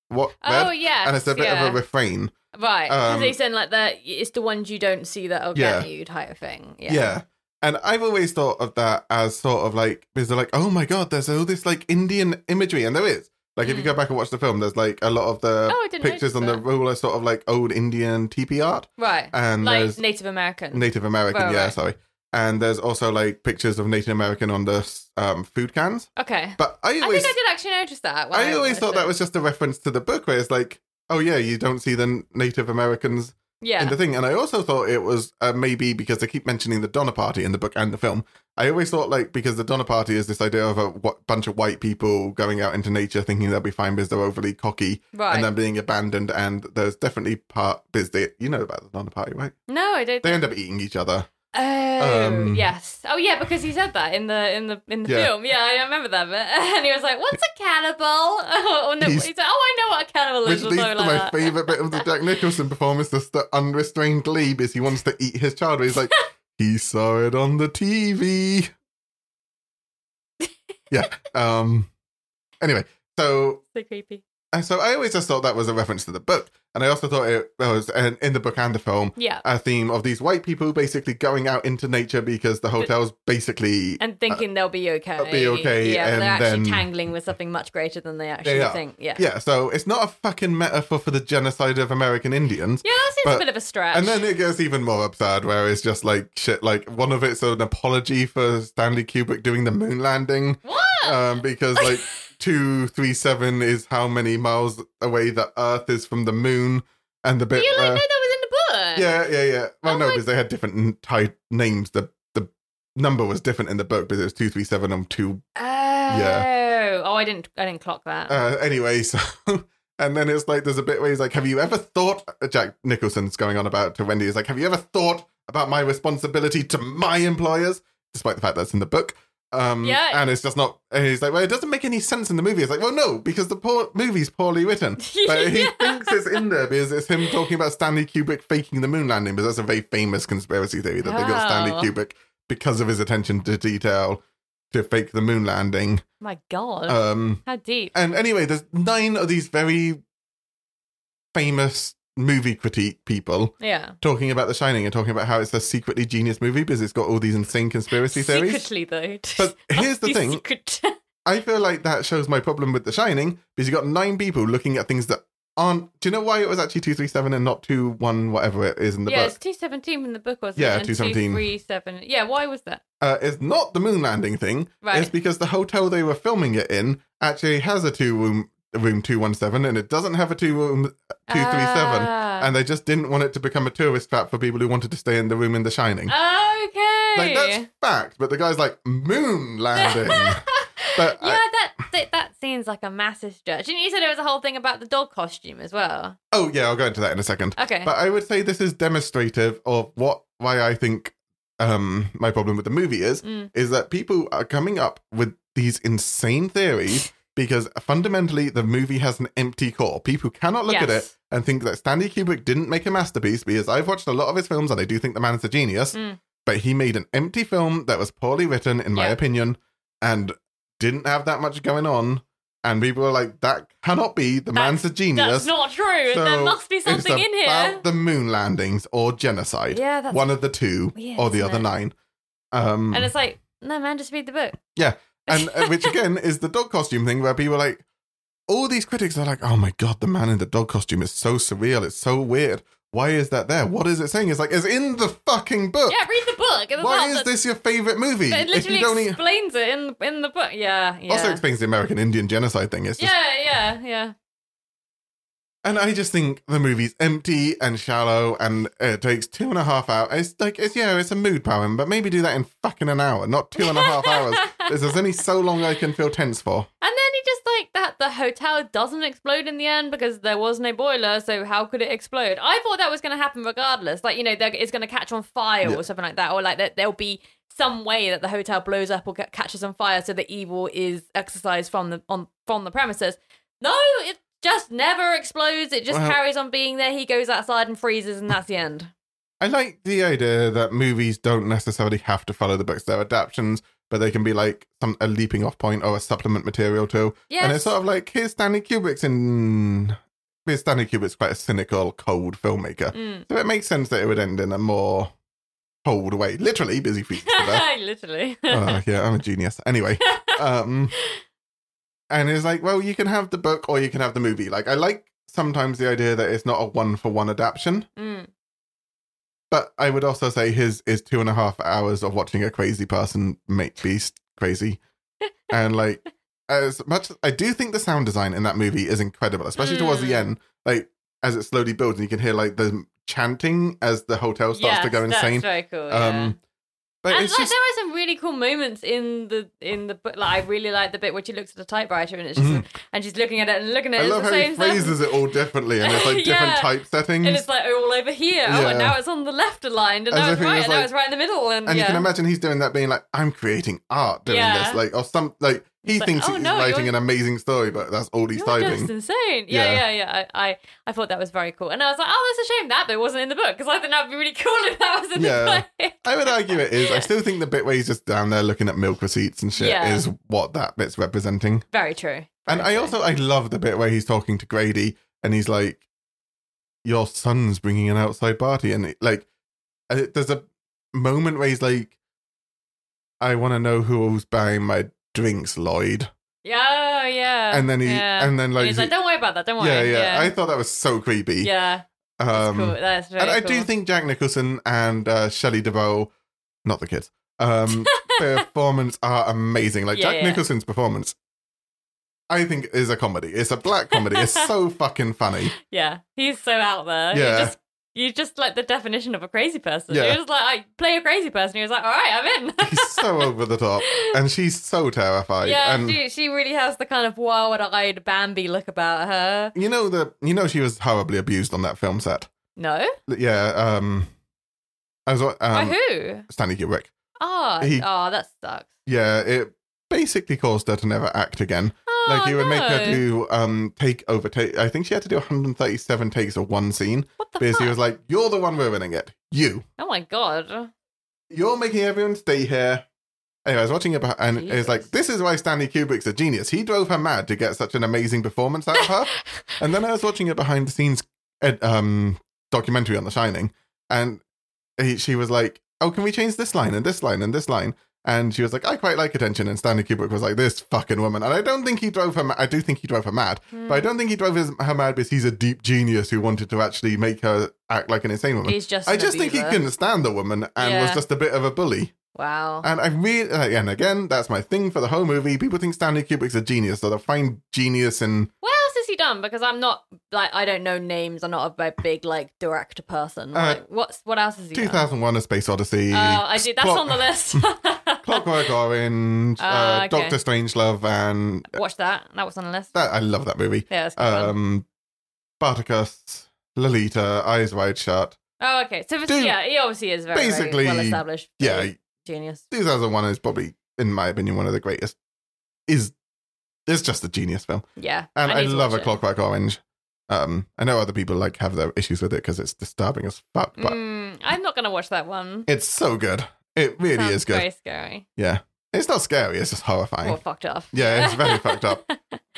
Speaker 2: what
Speaker 1: oh
Speaker 2: read,
Speaker 1: yeah.
Speaker 2: and it's a bit
Speaker 1: yeah.
Speaker 2: of a refrain.
Speaker 1: right. Because
Speaker 2: um,
Speaker 1: they said like that. It's the ones you don't see that'll get you type of thing. Yeah.
Speaker 2: Yeah. And I've always thought of that as sort of like because they're like, oh my god, there's all this like Indian imagery, and there is. Like if you
Speaker 1: Mm.
Speaker 2: go back and watch the film, there's like a lot of the
Speaker 1: Oh, I didn't
Speaker 2: pictures
Speaker 1: notice
Speaker 2: on the
Speaker 1: that.
Speaker 2: wall are sort of like old Indian teepee art,
Speaker 1: Right.
Speaker 2: and
Speaker 1: like
Speaker 2: there's
Speaker 1: Native American.
Speaker 2: Native American,
Speaker 1: Right,
Speaker 2: yeah,
Speaker 1: right.
Speaker 2: sorry. And there's also like pictures of Native American on the um, food cans.
Speaker 1: okay.
Speaker 2: But I
Speaker 1: I
Speaker 2: always,
Speaker 1: think I did actually notice that. when
Speaker 2: I, always
Speaker 1: watched
Speaker 2: thought that
Speaker 1: it.
Speaker 2: was just a reference to the book, where it's like, oh yeah, you don't see the Native Americans in
Speaker 1: Yeah.
Speaker 2: the thing. And I also thought it was uh, maybe because they keep mentioning the Donner Party in the book and the film. I always thought like because the Donner Party is this idea of a wh- bunch of white people going out into nature thinking they'll be fine because they're overly cocky
Speaker 1: right.
Speaker 2: and then being abandoned. And there's definitely part because they, you know about the Donner Party, right?
Speaker 1: no, I don't.
Speaker 2: They end up eating each other.
Speaker 1: Oh
Speaker 2: Um,
Speaker 1: yes. Oh yeah, because he said that in the in the in the
Speaker 2: Yeah.
Speaker 1: film. Yeah, I remember that bit. And he was like, "What's a cannibal?" Oh, no, he's,
Speaker 2: He's-
Speaker 1: like, "Oh, I know what a cannibal
Speaker 2: Which
Speaker 1: is." Or
Speaker 2: leads to
Speaker 1: something like
Speaker 2: my
Speaker 1: that.
Speaker 2: favorite bit of the Jack Nicholson performance, just the unrestrained glee, is he wants to eat his child. He's like, he saw it on the TV. yeah. Um. Anyway, so
Speaker 1: So creepy.
Speaker 2: and so I always just thought that was a reference to the book, and I also thought it was and in the book and the film
Speaker 1: Yeah,
Speaker 2: a theme of these white people basically going out into nature because the hotel's basically
Speaker 1: and thinking they'll be okay.
Speaker 2: Uh, they'll be okay,
Speaker 1: Yeah,
Speaker 2: and
Speaker 1: they're actually
Speaker 2: then-
Speaker 1: tangling with something much greater than they actually
Speaker 2: are.
Speaker 1: think. Yeah.
Speaker 2: yeah. So it's not a fucking metaphor for the genocide of American Indians.
Speaker 1: Yeah, that seems a
Speaker 2: But-
Speaker 1: bit of a stretch.
Speaker 2: And then it gets even more absurd, where it's just like shit. Like one of it's an apology for Stanley Kubrick doing the moon landing,
Speaker 1: what?
Speaker 2: um, because like two three seven is how many miles away the Earth is from the moon, and the bit
Speaker 1: you like,
Speaker 2: where-
Speaker 1: no, that was in the book.
Speaker 2: yeah, yeah, yeah. Well,
Speaker 1: Oh
Speaker 2: no,
Speaker 1: my-
Speaker 2: because they had different n- ty- names. The the number was different in the book, but it was two three seven and two.
Speaker 1: Oh. Oh, I didn't. I didn't clock that.
Speaker 2: Uh, anyway, so. And then it's like there's a bit where he's like, "Have you ever thought?" uh, Jack Nicholson's going on about to Wendy. He's like, "Have you ever thought about my responsibility to my employers?" Despite the fact that's in the book. Um,
Speaker 1: Yeah.
Speaker 2: And it's just not. And he's like, "Well, it doesn't make any sense in the movie." It's like, "Well, no, because the poor movie's poorly written." But he
Speaker 1: Yeah.
Speaker 2: thinks it's in there because it's him talking about Stanley Kubrick faking the moon landing, but that's a very famous conspiracy theory that they got Stanley
Speaker 1: Oh.
Speaker 2: Kubrick because of his attention to detail to fake the moon landing.
Speaker 1: My God.
Speaker 2: Um,
Speaker 1: How deep?
Speaker 2: and anyway, there's nine of these very famous movie critique people
Speaker 1: yeah.
Speaker 2: talking about The Shining and talking about how it's a secretly genius movie because it's got all these insane conspiracy theories.
Speaker 1: Secretly, though.
Speaker 2: But here's the thing:
Speaker 1: Secret.
Speaker 2: I feel like that shows my problem with The Shining because you got nine people looking at things that aren't. Do you know why it was actually two three seven and not two one whatever it is in the
Speaker 1: yeah, it's
Speaker 2: book?
Speaker 1: 217 in the book, wasn't
Speaker 2: Yeah,
Speaker 1: it? And
Speaker 2: 217.
Speaker 1: 237. Yeah, why was that?
Speaker 2: Uh, it's not the moon landing thing.
Speaker 1: Right.
Speaker 2: It's because the hotel they were filming it in actually has a two room room two one seven and it doesn't have a two room two three seven.
Speaker 1: Ah.
Speaker 2: and they just didn't want it to become a tourist trap for people who wanted to stay in the room in The Shining.
Speaker 1: Okay.
Speaker 2: Like that's fact, but the guy's like moon landing. but uh,
Speaker 1: yeah,
Speaker 2: I,
Speaker 1: that, that that seems like a massive stretch. And you said there was a whole thing about the dog costume as well.
Speaker 2: oh yeah, I'll go into that in a second.
Speaker 1: Okay.
Speaker 2: But I would say this is demonstrative of what why I think um my problem with the movie is
Speaker 1: Mm.
Speaker 2: is that people are coming up with these insane theories because fundamentally the movie has an empty core. People cannot look at it
Speaker 1: Yes.
Speaker 2: and think that Stanley Kubrick didn't make a masterpiece because I've watched a lot of his films and I do think the man's a genius,
Speaker 1: Mm.
Speaker 2: but he made an empty film that was poorly written, in my
Speaker 1: Yeah.
Speaker 2: opinion, and didn't have that much going on. And people are like, that cannot be the
Speaker 1: That's-
Speaker 2: man's a genius.
Speaker 1: That's not true. there
Speaker 2: So
Speaker 1: must be something
Speaker 2: it's
Speaker 1: in here.
Speaker 2: about the moon landings or genocide.
Speaker 1: yeah, that's
Speaker 2: One of the two
Speaker 1: weird,
Speaker 2: or the
Speaker 1: isn't
Speaker 2: other
Speaker 1: it?
Speaker 2: nine. Um,
Speaker 1: And it's like, no man, just read the book.
Speaker 2: and uh, which again is the dog costume thing where people are like all these critics are like oh my god the man in the dog costume is so surreal it's so weird why is that there what is it saying it's like it's in the fucking book
Speaker 1: Yeah, read the book. It's
Speaker 2: why
Speaker 1: not
Speaker 2: is
Speaker 1: that-
Speaker 2: this your favorite movie
Speaker 1: It
Speaker 2: if you
Speaker 1: literally
Speaker 2: don't e-
Speaker 1: explains it in in the book. Yeah, yeah.
Speaker 2: also explains the american indian genocide thing it's just
Speaker 1: yeah, yeah, yeah.
Speaker 2: and i just think the movie's empty and shallow and it takes two and a half hours it's like it's yeah it's a mood poem but maybe do that in fucking an hour not two and a half hours There's there's only so long i can feel tense for
Speaker 1: And then he just like that the hotel doesn't explode in the end because there was no boiler, so how could it explode? I thought that was going to happen regardless. Like, you know, they're- it's going to catch on fire
Speaker 2: Yeah.
Speaker 1: or something like that, or like that there'll be some way that the hotel blows up or ca- catches on fire so the evil is exercised from the on from the premises. No, it just never explodes. It just
Speaker 2: Well-
Speaker 1: carries on being there. He goes outside and freezes and that's the end.
Speaker 2: I like the idea that movies don't necessarily have to follow the books. They're adaptions, but they can be like some a leaping off point or a supplement material to.
Speaker 1: Yes.
Speaker 2: And it's sort of like here's Stanley Kubrick's in. Here's Stanley Kubrick's quite a cynical, cold filmmaker,
Speaker 1: Mm.
Speaker 2: so it makes sense that it would end in a more cold way. Literally, busy feet.
Speaker 1: Literally.
Speaker 2: oh, yeah, I'm a genius. Anyway, um, and it's like, well, you can have the book or you can have the movie. Like, I like sometimes the idea that it's not a one for one adaptation.
Speaker 1: Mm.
Speaker 2: But I would also say his is two and a half hours of watching a crazy person make Beast crazy. and like, as much I do think the sound design in that movie is incredible, especially towards the
Speaker 1: Mm.
Speaker 2: end, like as it slowly builds and you can hear like the chanting as the hotel starts to
Speaker 1: Yes,
Speaker 2: go insane.
Speaker 1: That's very cool. yeah.
Speaker 2: Um, but
Speaker 1: and
Speaker 2: it's
Speaker 1: like,
Speaker 2: just,
Speaker 1: there are some really cool moments in the in the book. Like I really like the bit where she looks at a typewriter and it's just, and she's looking at it and looking at
Speaker 2: Mm-hmm. I
Speaker 1: it.
Speaker 2: love
Speaker 1: it's
Speaker 2: how
Speaker 1: the
Speaker 2: he
Speaker 1: same stuff.
Speaker 2: phrases it all differently and it's like different
Speaker 1: Yeah.
Speaker 2: type settings.
Speaker 1: And it's like all over here. Oh, and
Speaker 2: Yeah.
Speaker 1: now it's on the left aligned, and
Speaker 2: As
Speaker 1: now
Speaker 2: if
Speaker 1: it's
Speaker 2: he
Speaker 1: right,
Speaker 2: was
Speaker 1: and now
Speaker 2: like-
Speaker 1: it's right in the middle. And,
Speaker 2: and
Speaker 1: yeah.
Speaker 2: you can imagine he's doing that being like, I'm creating art doing
Speaker 1: Yeah.
Speaker 2: this. Like, or some, like, he
Speaker 1: It's like,
Speaker 2: thinks
Speaker 1: oh,
Speaker 2: he's
Speaker 1: no,
Speaker 2: writing
Speaker 1: you're-
Speaker 2: an amazing story, but that's all he's
Speaker 1: You're
Speaker 2: typing.
Speaker 1: just insane. Yeah, yeah,
Speaker 2: Yeah.
Speaker 1: yeah. I, I, I thought that was very cool. And I was like, oh, that's a shame that bit wasn't in the book because I think that would be really cool if that was in
Speaker 2: Yeah.
Speaker 1: the book.
Speaker 2: I would argue it is. I still think the bit where he's just down there looking at milk receipts and shit
Speaker 1: Yeah.
Speaker 2: is what that bit's representing.
Speaker 1: Very true.
Speaker 2: And I
Speaker 1: Very
Speaker 2: also I love the bit where he's talking to Grady and he's like, "Your son's bringing an outside party," and it, like, uh, there's a moment where he's like, "I want to know who's buying my drinks, Lloyd,"
Speaker 1: Yeah, oh, yeah.
Speaker 2: and then he
Speaker 1: yeah.
Speaker 2: and then like,
Speaker 1: he's
Speaker 2: he-
Speaker 1: like, don't worry about that. Don't worry.
Speaker 2: yeah, yeah,
Speaker 1: yeah.
Speaker 2: I thought that was so creepy.
Speaker 1: yeah. That's
Speaker 2: um,
Speaker 1: cool. That's very
Speaker 2: and I
Speaker 1: cool.
Speaker 2: do think Jack Nicholson and uh, Shelley DeVoe, not the kids, um, performance are amazing. Like
Speaker 1: Yeah,
Speaker 2: Jack
Speaker 1: yeah.
Speaker 2: Nicholson's performance, I think is a comedy. It's a black comedy. it's so fucking funny.
Speaker 1: Yeah, he's so out there.
Speaker 2: Yeah.
Speaker 1: Yeah. Just, you're just like the definition of a crazy person.
Speaker 2: Yeah.
Speaker 1: You're just like, I play a crazy person. He was like, all right, I'm in.
Speaker 2: He's so over the top, and she's so terrified.
Speaker 1: yeah,
Speaker 2: and
Speaker 1: she, she really has the kind of wild eyed Bambi look about her.
Speaker 2: you know the you know she was horribly abused on that film set.
Speaker 1: No?
Speaker 2: Yeah. Um, I was um,
Speaker 1: By who?
Speaker 2: Stanley Kubrick.
Speaker 1: Oh,
Speaker 2: he-
Speaker 1: oh, that sucks.
Speaker 2: Yeah, it basically caused her to never act again.
Speaker 1: Oh,
Speaker 2: Like you would
Speaker 1: no.
Speaker 2: make her do um take over take. I think she had to do 137 takes of one scene
Speaker 1: What the
Speaker 2: because
Speaker 1: fuck?
Speaker 2: he was like, "You're the one ruining it. You,
Speaker 1: oh my god.
Speaker 2: you're making everyone stay here. Anyway, I was watching it, beh- and it was like,
Speaker 1: Jesus.
Speaker 2: this is why Stanley Kubrick's a genius. He drove her mad to get such an amazing performance out of her. and then I was watching a behind the scenes ed- um, documentary on The Shining, and he, she was like, "Oh, can we change this line and this line and this line?" And she was like, "I quite like attention." And Stanley Kubrick was like, "This fucking woman." And I don't think he drove her. Ma- I do think he drove her mad,
Speaker 1: Hmm.
Speaker 2: but I don't think he drove his, her mad because he's a deep genius who wanted to actually make her act like an insane woman.
Speaker 1: He's just.
Speaker 2: I
Speaker 1: an
Speaker 2: just think he
Speaker 1: abuser.
Speaker 2: couldn't stand the woman and was
Speaker 1: Yeah.
Speaker 2: just a bit of a bully.
Speaker 1: Wow.
Speaker 2: And I really, and again, that's my thing for the whole movie. People think Stanley Kubrick's a genius, so they'll find genius in
Speaker 1: what else has he done? Because I'm not like I don't know names. I'm not a very big like director person.
Speaker 2: Uh,
Speaker 1: Like, what's what else has he done?
Speaker 2: 2001 A Space Odyssey.
Speaker 1: Oh, I did. That's
Speaker 2: Clock-
Speaker 1: on the list.
Speaker 2: Clockwork Orange, uh,
Speaker 1: Ah, okay.
Speaker 2: Doctor Strangelove, and
Speaker 1: Watch that. That was on the list.
Speaker 2: that, I love that movie.
Speaker 1: Yeah, that's a good one.
Speaker 2: Um, Spartacus, Lolita, Eyes Wide Shut.
Speaker 1: Oh, okay. So if it's-
Speaker 2: Dude,
Speaker 1: yeah, he obviously is very,
Speaker 2: basically,
Speaker 1: well established.
Speaker 2: Yeah,
Speaker 1: genius.
Speaker 2: 2001 is probably, in my opinion, one of the greatest. Is it's just a genius film,
Speaker 1: Yeah,
Speaker 2: and I,
Speaker 1: need to
Speaker 2: love
Speaker 1: watch
Speaker 2: A Clockwork Orange. Um, I know other people like have their issues with it because it's disturbing as fuck,
Speaker 1: It.
Speaker 2: but
Speaker 1: Mm, I'm not gonna watch that one.
Speaker 2: it's so good. It really
Speaker 1: Sounds
Speaker 2: is good.
Speaker 1: Very scary.
Speaker 2: Yeah, it's not scary. It's just horrifying.
Speaker 1: Or fucked up. Oh,
Speaker 2: Yeah, it's very fucked up.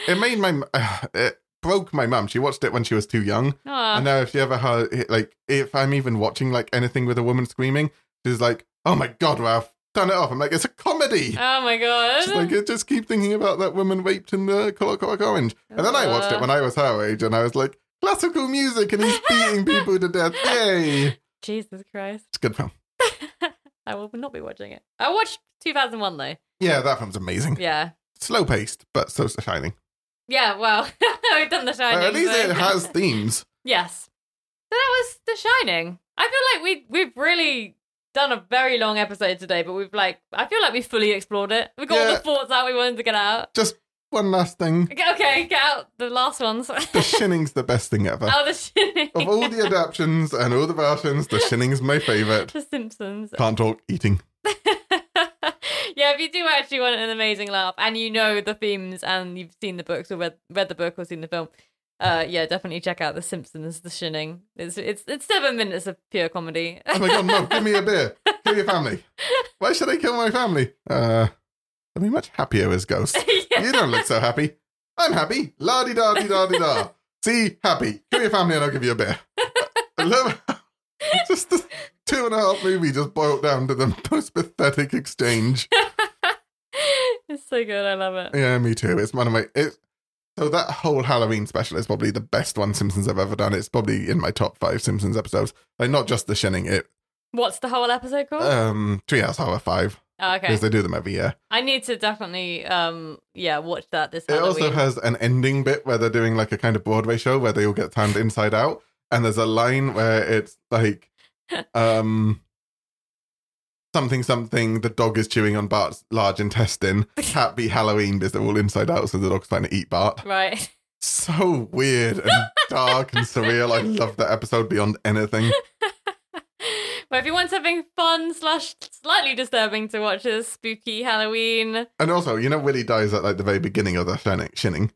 Speaker 2: It made my it broke my mum. She watched it when she was too young.
Speaker 1: Aw.
Speaker 2: And now if you ever heard it- like if I'm even watching like anything with a woman screaming, she's like, "Oh my god, Ralph, turn it off." I'm like, "It's a comedy."
Speaker 1: oh my god.
Speaker 2: She's like, "I just keep thinking about that woman raped in the Clockwork Orange." And then I
Speaker 1: Uh.
Speaker 2: watched it when I was her age, and I was like, "Classical music, and he's beating people to death! Yay!" It's
Speaker 1: Jesus Christ.
Speaker 2: a good film.
Speaker 1: I will not be watching it. I watched 2001 though.
Speaker 2: Yeah, that film's amazing.
Speaker 1: Yeah.
Speaker 2: Slow paced, but so shining.
Speaker 1: Yeah. Well, we've done The Shining.
Speaker 2: But at least
Speaker 1: so-
Speaker 2: it has themes.
Speaker 1: Yes. So that was The Shining. I feel like we we've really done a very long episode today, but we've like I feel like we fully explored it. We got all
Speaker 2: Yeah.
Speaker 1: the thoughts out we wanted to get out.
Speaker 2: Just one last thing:
Speaker 1: Okay, okay get out the last ones. out
Speaker 2: The Shinning's the best thing ever.
Speaker 1: the Shining.
Speaker 2: Of all the adaptions and all the versions, The Shinning's my favorite.
Speaker 1: the Simpsons.
Speaker 2: Can't talk eating.
Speaker 1: yeah, if you do actually want an amazing laugh and you know the themes and you've seen the books or read, read the book or seen the film, uh, yeah, definitely check out The Simpsons, The Shining. It's it's it's seven minutes of pure comedy.
Speaker 2: Oh my god, no, give me a beer. Kill your family. Why should I kill my family? Uh I'd be much happier as ghosts.
Speaker 1: Yeah.
Speaker 2: You don't look so happy. I'm happy. La di da di da di da. See, happy. Kill your family and I'll give you a beer. I love just this two and a half movie just boiled down to the most pathetic exchange.
Speaker 1: it's so good. I love it.
Speaker 2: Yeah, me too. It's one of my it so that whole Halloween special is probably the best one Simpsons I've ever done. It's probably in my top five Simpsons episodes. Like not just the Shining, it
Speaker 1: What's the whole episode called?
Speaker 2: um Treehouse Horror Five
Speaker 1: oh, okay.
Speaker 2: because they do them every year.
Speaker 1: I need to definitely, um, yeah, watch that this
Speaker 2: It
Speaker 1: Halloween.
Speaker 2: also has an ending bit where they're doing like a kind of Broadway show where they all get turned inside out, and there's a line where it's like, um, something something. The dog is chewing on Bart's large intestine. Happy Halloween because they're all inside out, so the dog's trying to eat Bart.
Speaker 1: right.
Speaker 2: So weird and dark and surreal. I love that episode beyond anything.
Speaker 1: But if you want something fun slash slightly disturbing to watch this spooky Halloween,
Speaker 2: And also, you know, Willie dies at like the very beginning of the shining. shining.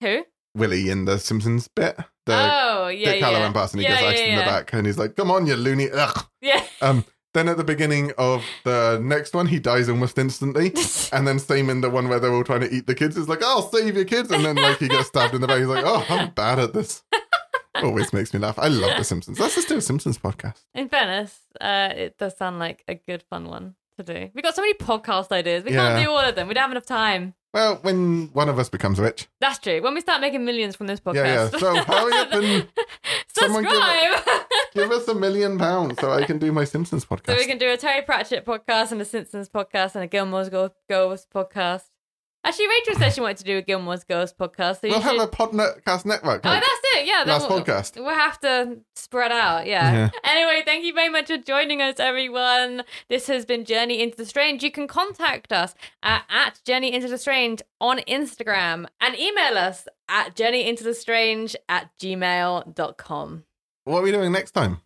Speaker 1: who?
Speaker 2: Willie in the Simpsons bit. The
Speaker 1: oh, yeah,
Speaker 2: Dick
Speaker 1: yeah.
Speaker 2: Halloran person who
Speaker 1: yeah,
Speaker 2: gets
Speaker 1: yeah,
Speaker 2: axed
Speaker 1: yeah.
Speaker 2: in the back, and he's like, "Come on, you loony!" Ugh.
Speaker 1: Yeah.
Speaker 2: Um, then at the beginning of the next one, he dies almost instantly. And then same in the one where they're all trying to eat the kids. It's like, I'll save your kids. And then like he gets stabbed in the back. He's like, oh, I'm bad at this. Always makes me laugh. I love The Simpsons. Let's just do a Simpsons podcast.
Speaker 1: In fairness, uh, it does sound like a good fun one to do. We got so many podcast ideas. We
Speaker 2: Yeah.
Speaker 1: can't do all of them. We don't have enough time.
Speaker 2: Well, when one of us becomes rich.
Speaker 1: That's true. When we start making millions from this podcast,
Speaker 2: Yeah, yeah. So hurry up and someone give-
Speaker 1: subscribe.
Speaker 2: give us a million pounds so I can do my Simpsons
Speaker 1: so
Speaker 2: podcast.
Speaker 1: we can do a Terry Pratchett podcast and a Simpsons podcast and a Gilmore's Girls, Girls podcast. Actually, Rachel said she wanted to do a Gilmore's Girls podcast. So you
Speaker 2: we'll
Speaker 1: should...
Speaker 2: have a podcast network.
Speaker 1: Oh,
Speaker 2: like
Speaker 1: that's it. Yeah, then
Speaker 2: last
Speaker 1: we'll,
Speaker 2: podcast.
Speaker 1: We'll have to spread out. Yeah.
Speaker 2: Yeah.
Speaker 1: Anyway, thank you very much for joining us, everyone. This has been Journey into the Strange. You can contact us at, at Journey into the Strange on Instagram and email us at Journey into the Strange at gmail.com.
Speaker 2: What are we doing next time?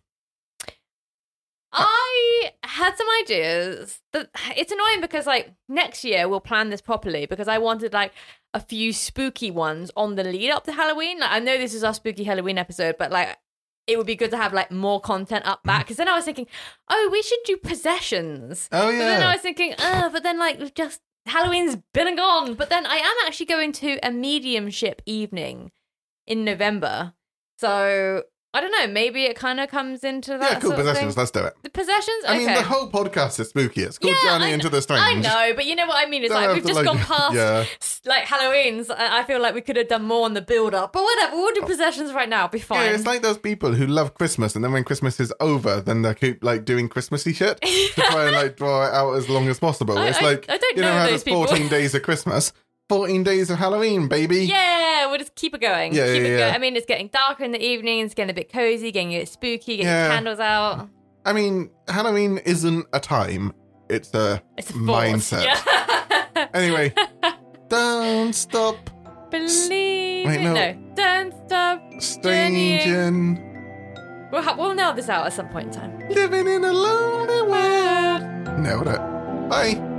Speaker 1: I had some ideas. That it's annoying because like next year we'll plan this properly because I wanted like a few spooky ones on the lead up to Halloween. Like I know this is our spooky Halloween episode, but like it would be good to have like more content up back. Because then I was thinking, oh, we should do possessions.
Speaker 2: Oh
Speaker 1: But then I
Speaker 2: yeah.
Speaker 1: was thinking, oh, but then like we've just Halloween's been and gone. But then I am actually going to a mediumship evening in November, so I don't know. Maybe it kind of comes into that.
Speaker 2: Yeah, cool
Speaker 1: sort of
Speaker 2: possessions.
Speaker 1: thing.
Speaker 2: Let's do it.
Speaker 1: The possessions.
Speaker 2: I
Speaker 1: Okay.
Speaker 2: mean, the whole podcast is spooky. It's called
Speaker 1: Yeah,
Speaker 2: Journey
Speaker 1: I-
Speaker 2: into the Strange.
Speaker 1: I know, but you know what I mean. It's
Speaker 2: Don't
Speaker 1: like
Speaker 2: have
Speaker 1: we've
Speaker 2: to,
Speaker 1: just
Speaker 2: like-
Speaker 1: gone past
Speaker 2: Yeah.
Speaker 1: s- like Halloween's. I I feel like we could have done more on the build up, but whatever. We'll do possessions right now. It'll be fine.
Speaker 2: Oh. Yeah, it's like those people who love Christmas, and then when Christmas is over, then they keep like doing Christmassy shit to try and like draw it out as long as possible.
Speaker 1: I-
Speaker 2: it's
Speaker 1: I-
Speaker 2: like
Speaker 1: I don't
Speaker 2: you know,
Speaker 1: know
Speaker 2: how
Speaker 1: those
Speaker 2: there's
Speaker 1: people.
Speaker 2: 14 days of Christmas, 14 days of Halloween, baby.
Speaker 1: Yeah, we'll just keep it going.
Speaker 2: Yeah,
Speaker 1: keep
Speaker 2: yeah,
Speaker 1: it
Speaker 2: yeah.
Speaker 1: going. I mean, it's getting darker in the evening. It's getting a bit cozy, getting a bit spooky, getting
Speaker 2: Yeah.
Speaker 1: candles out.
Speaker 2: I mean, Halloween isn't a time; it's a
Speaker 1: It's a force.
Speaker 2: mindset.
Speaker 1: Yeah.
Speaker 2: Anyway, don't stop
Speaker 1: Believe it.
Speaker 2: Wait, no.
Speaker 1: no. Don't stop.
Speaker 2: stranging,
Speaker 1: We'll, ha- we'll nail this out at some point in time.
Speaker 2: living in a lonely world. Nailed it. Bye.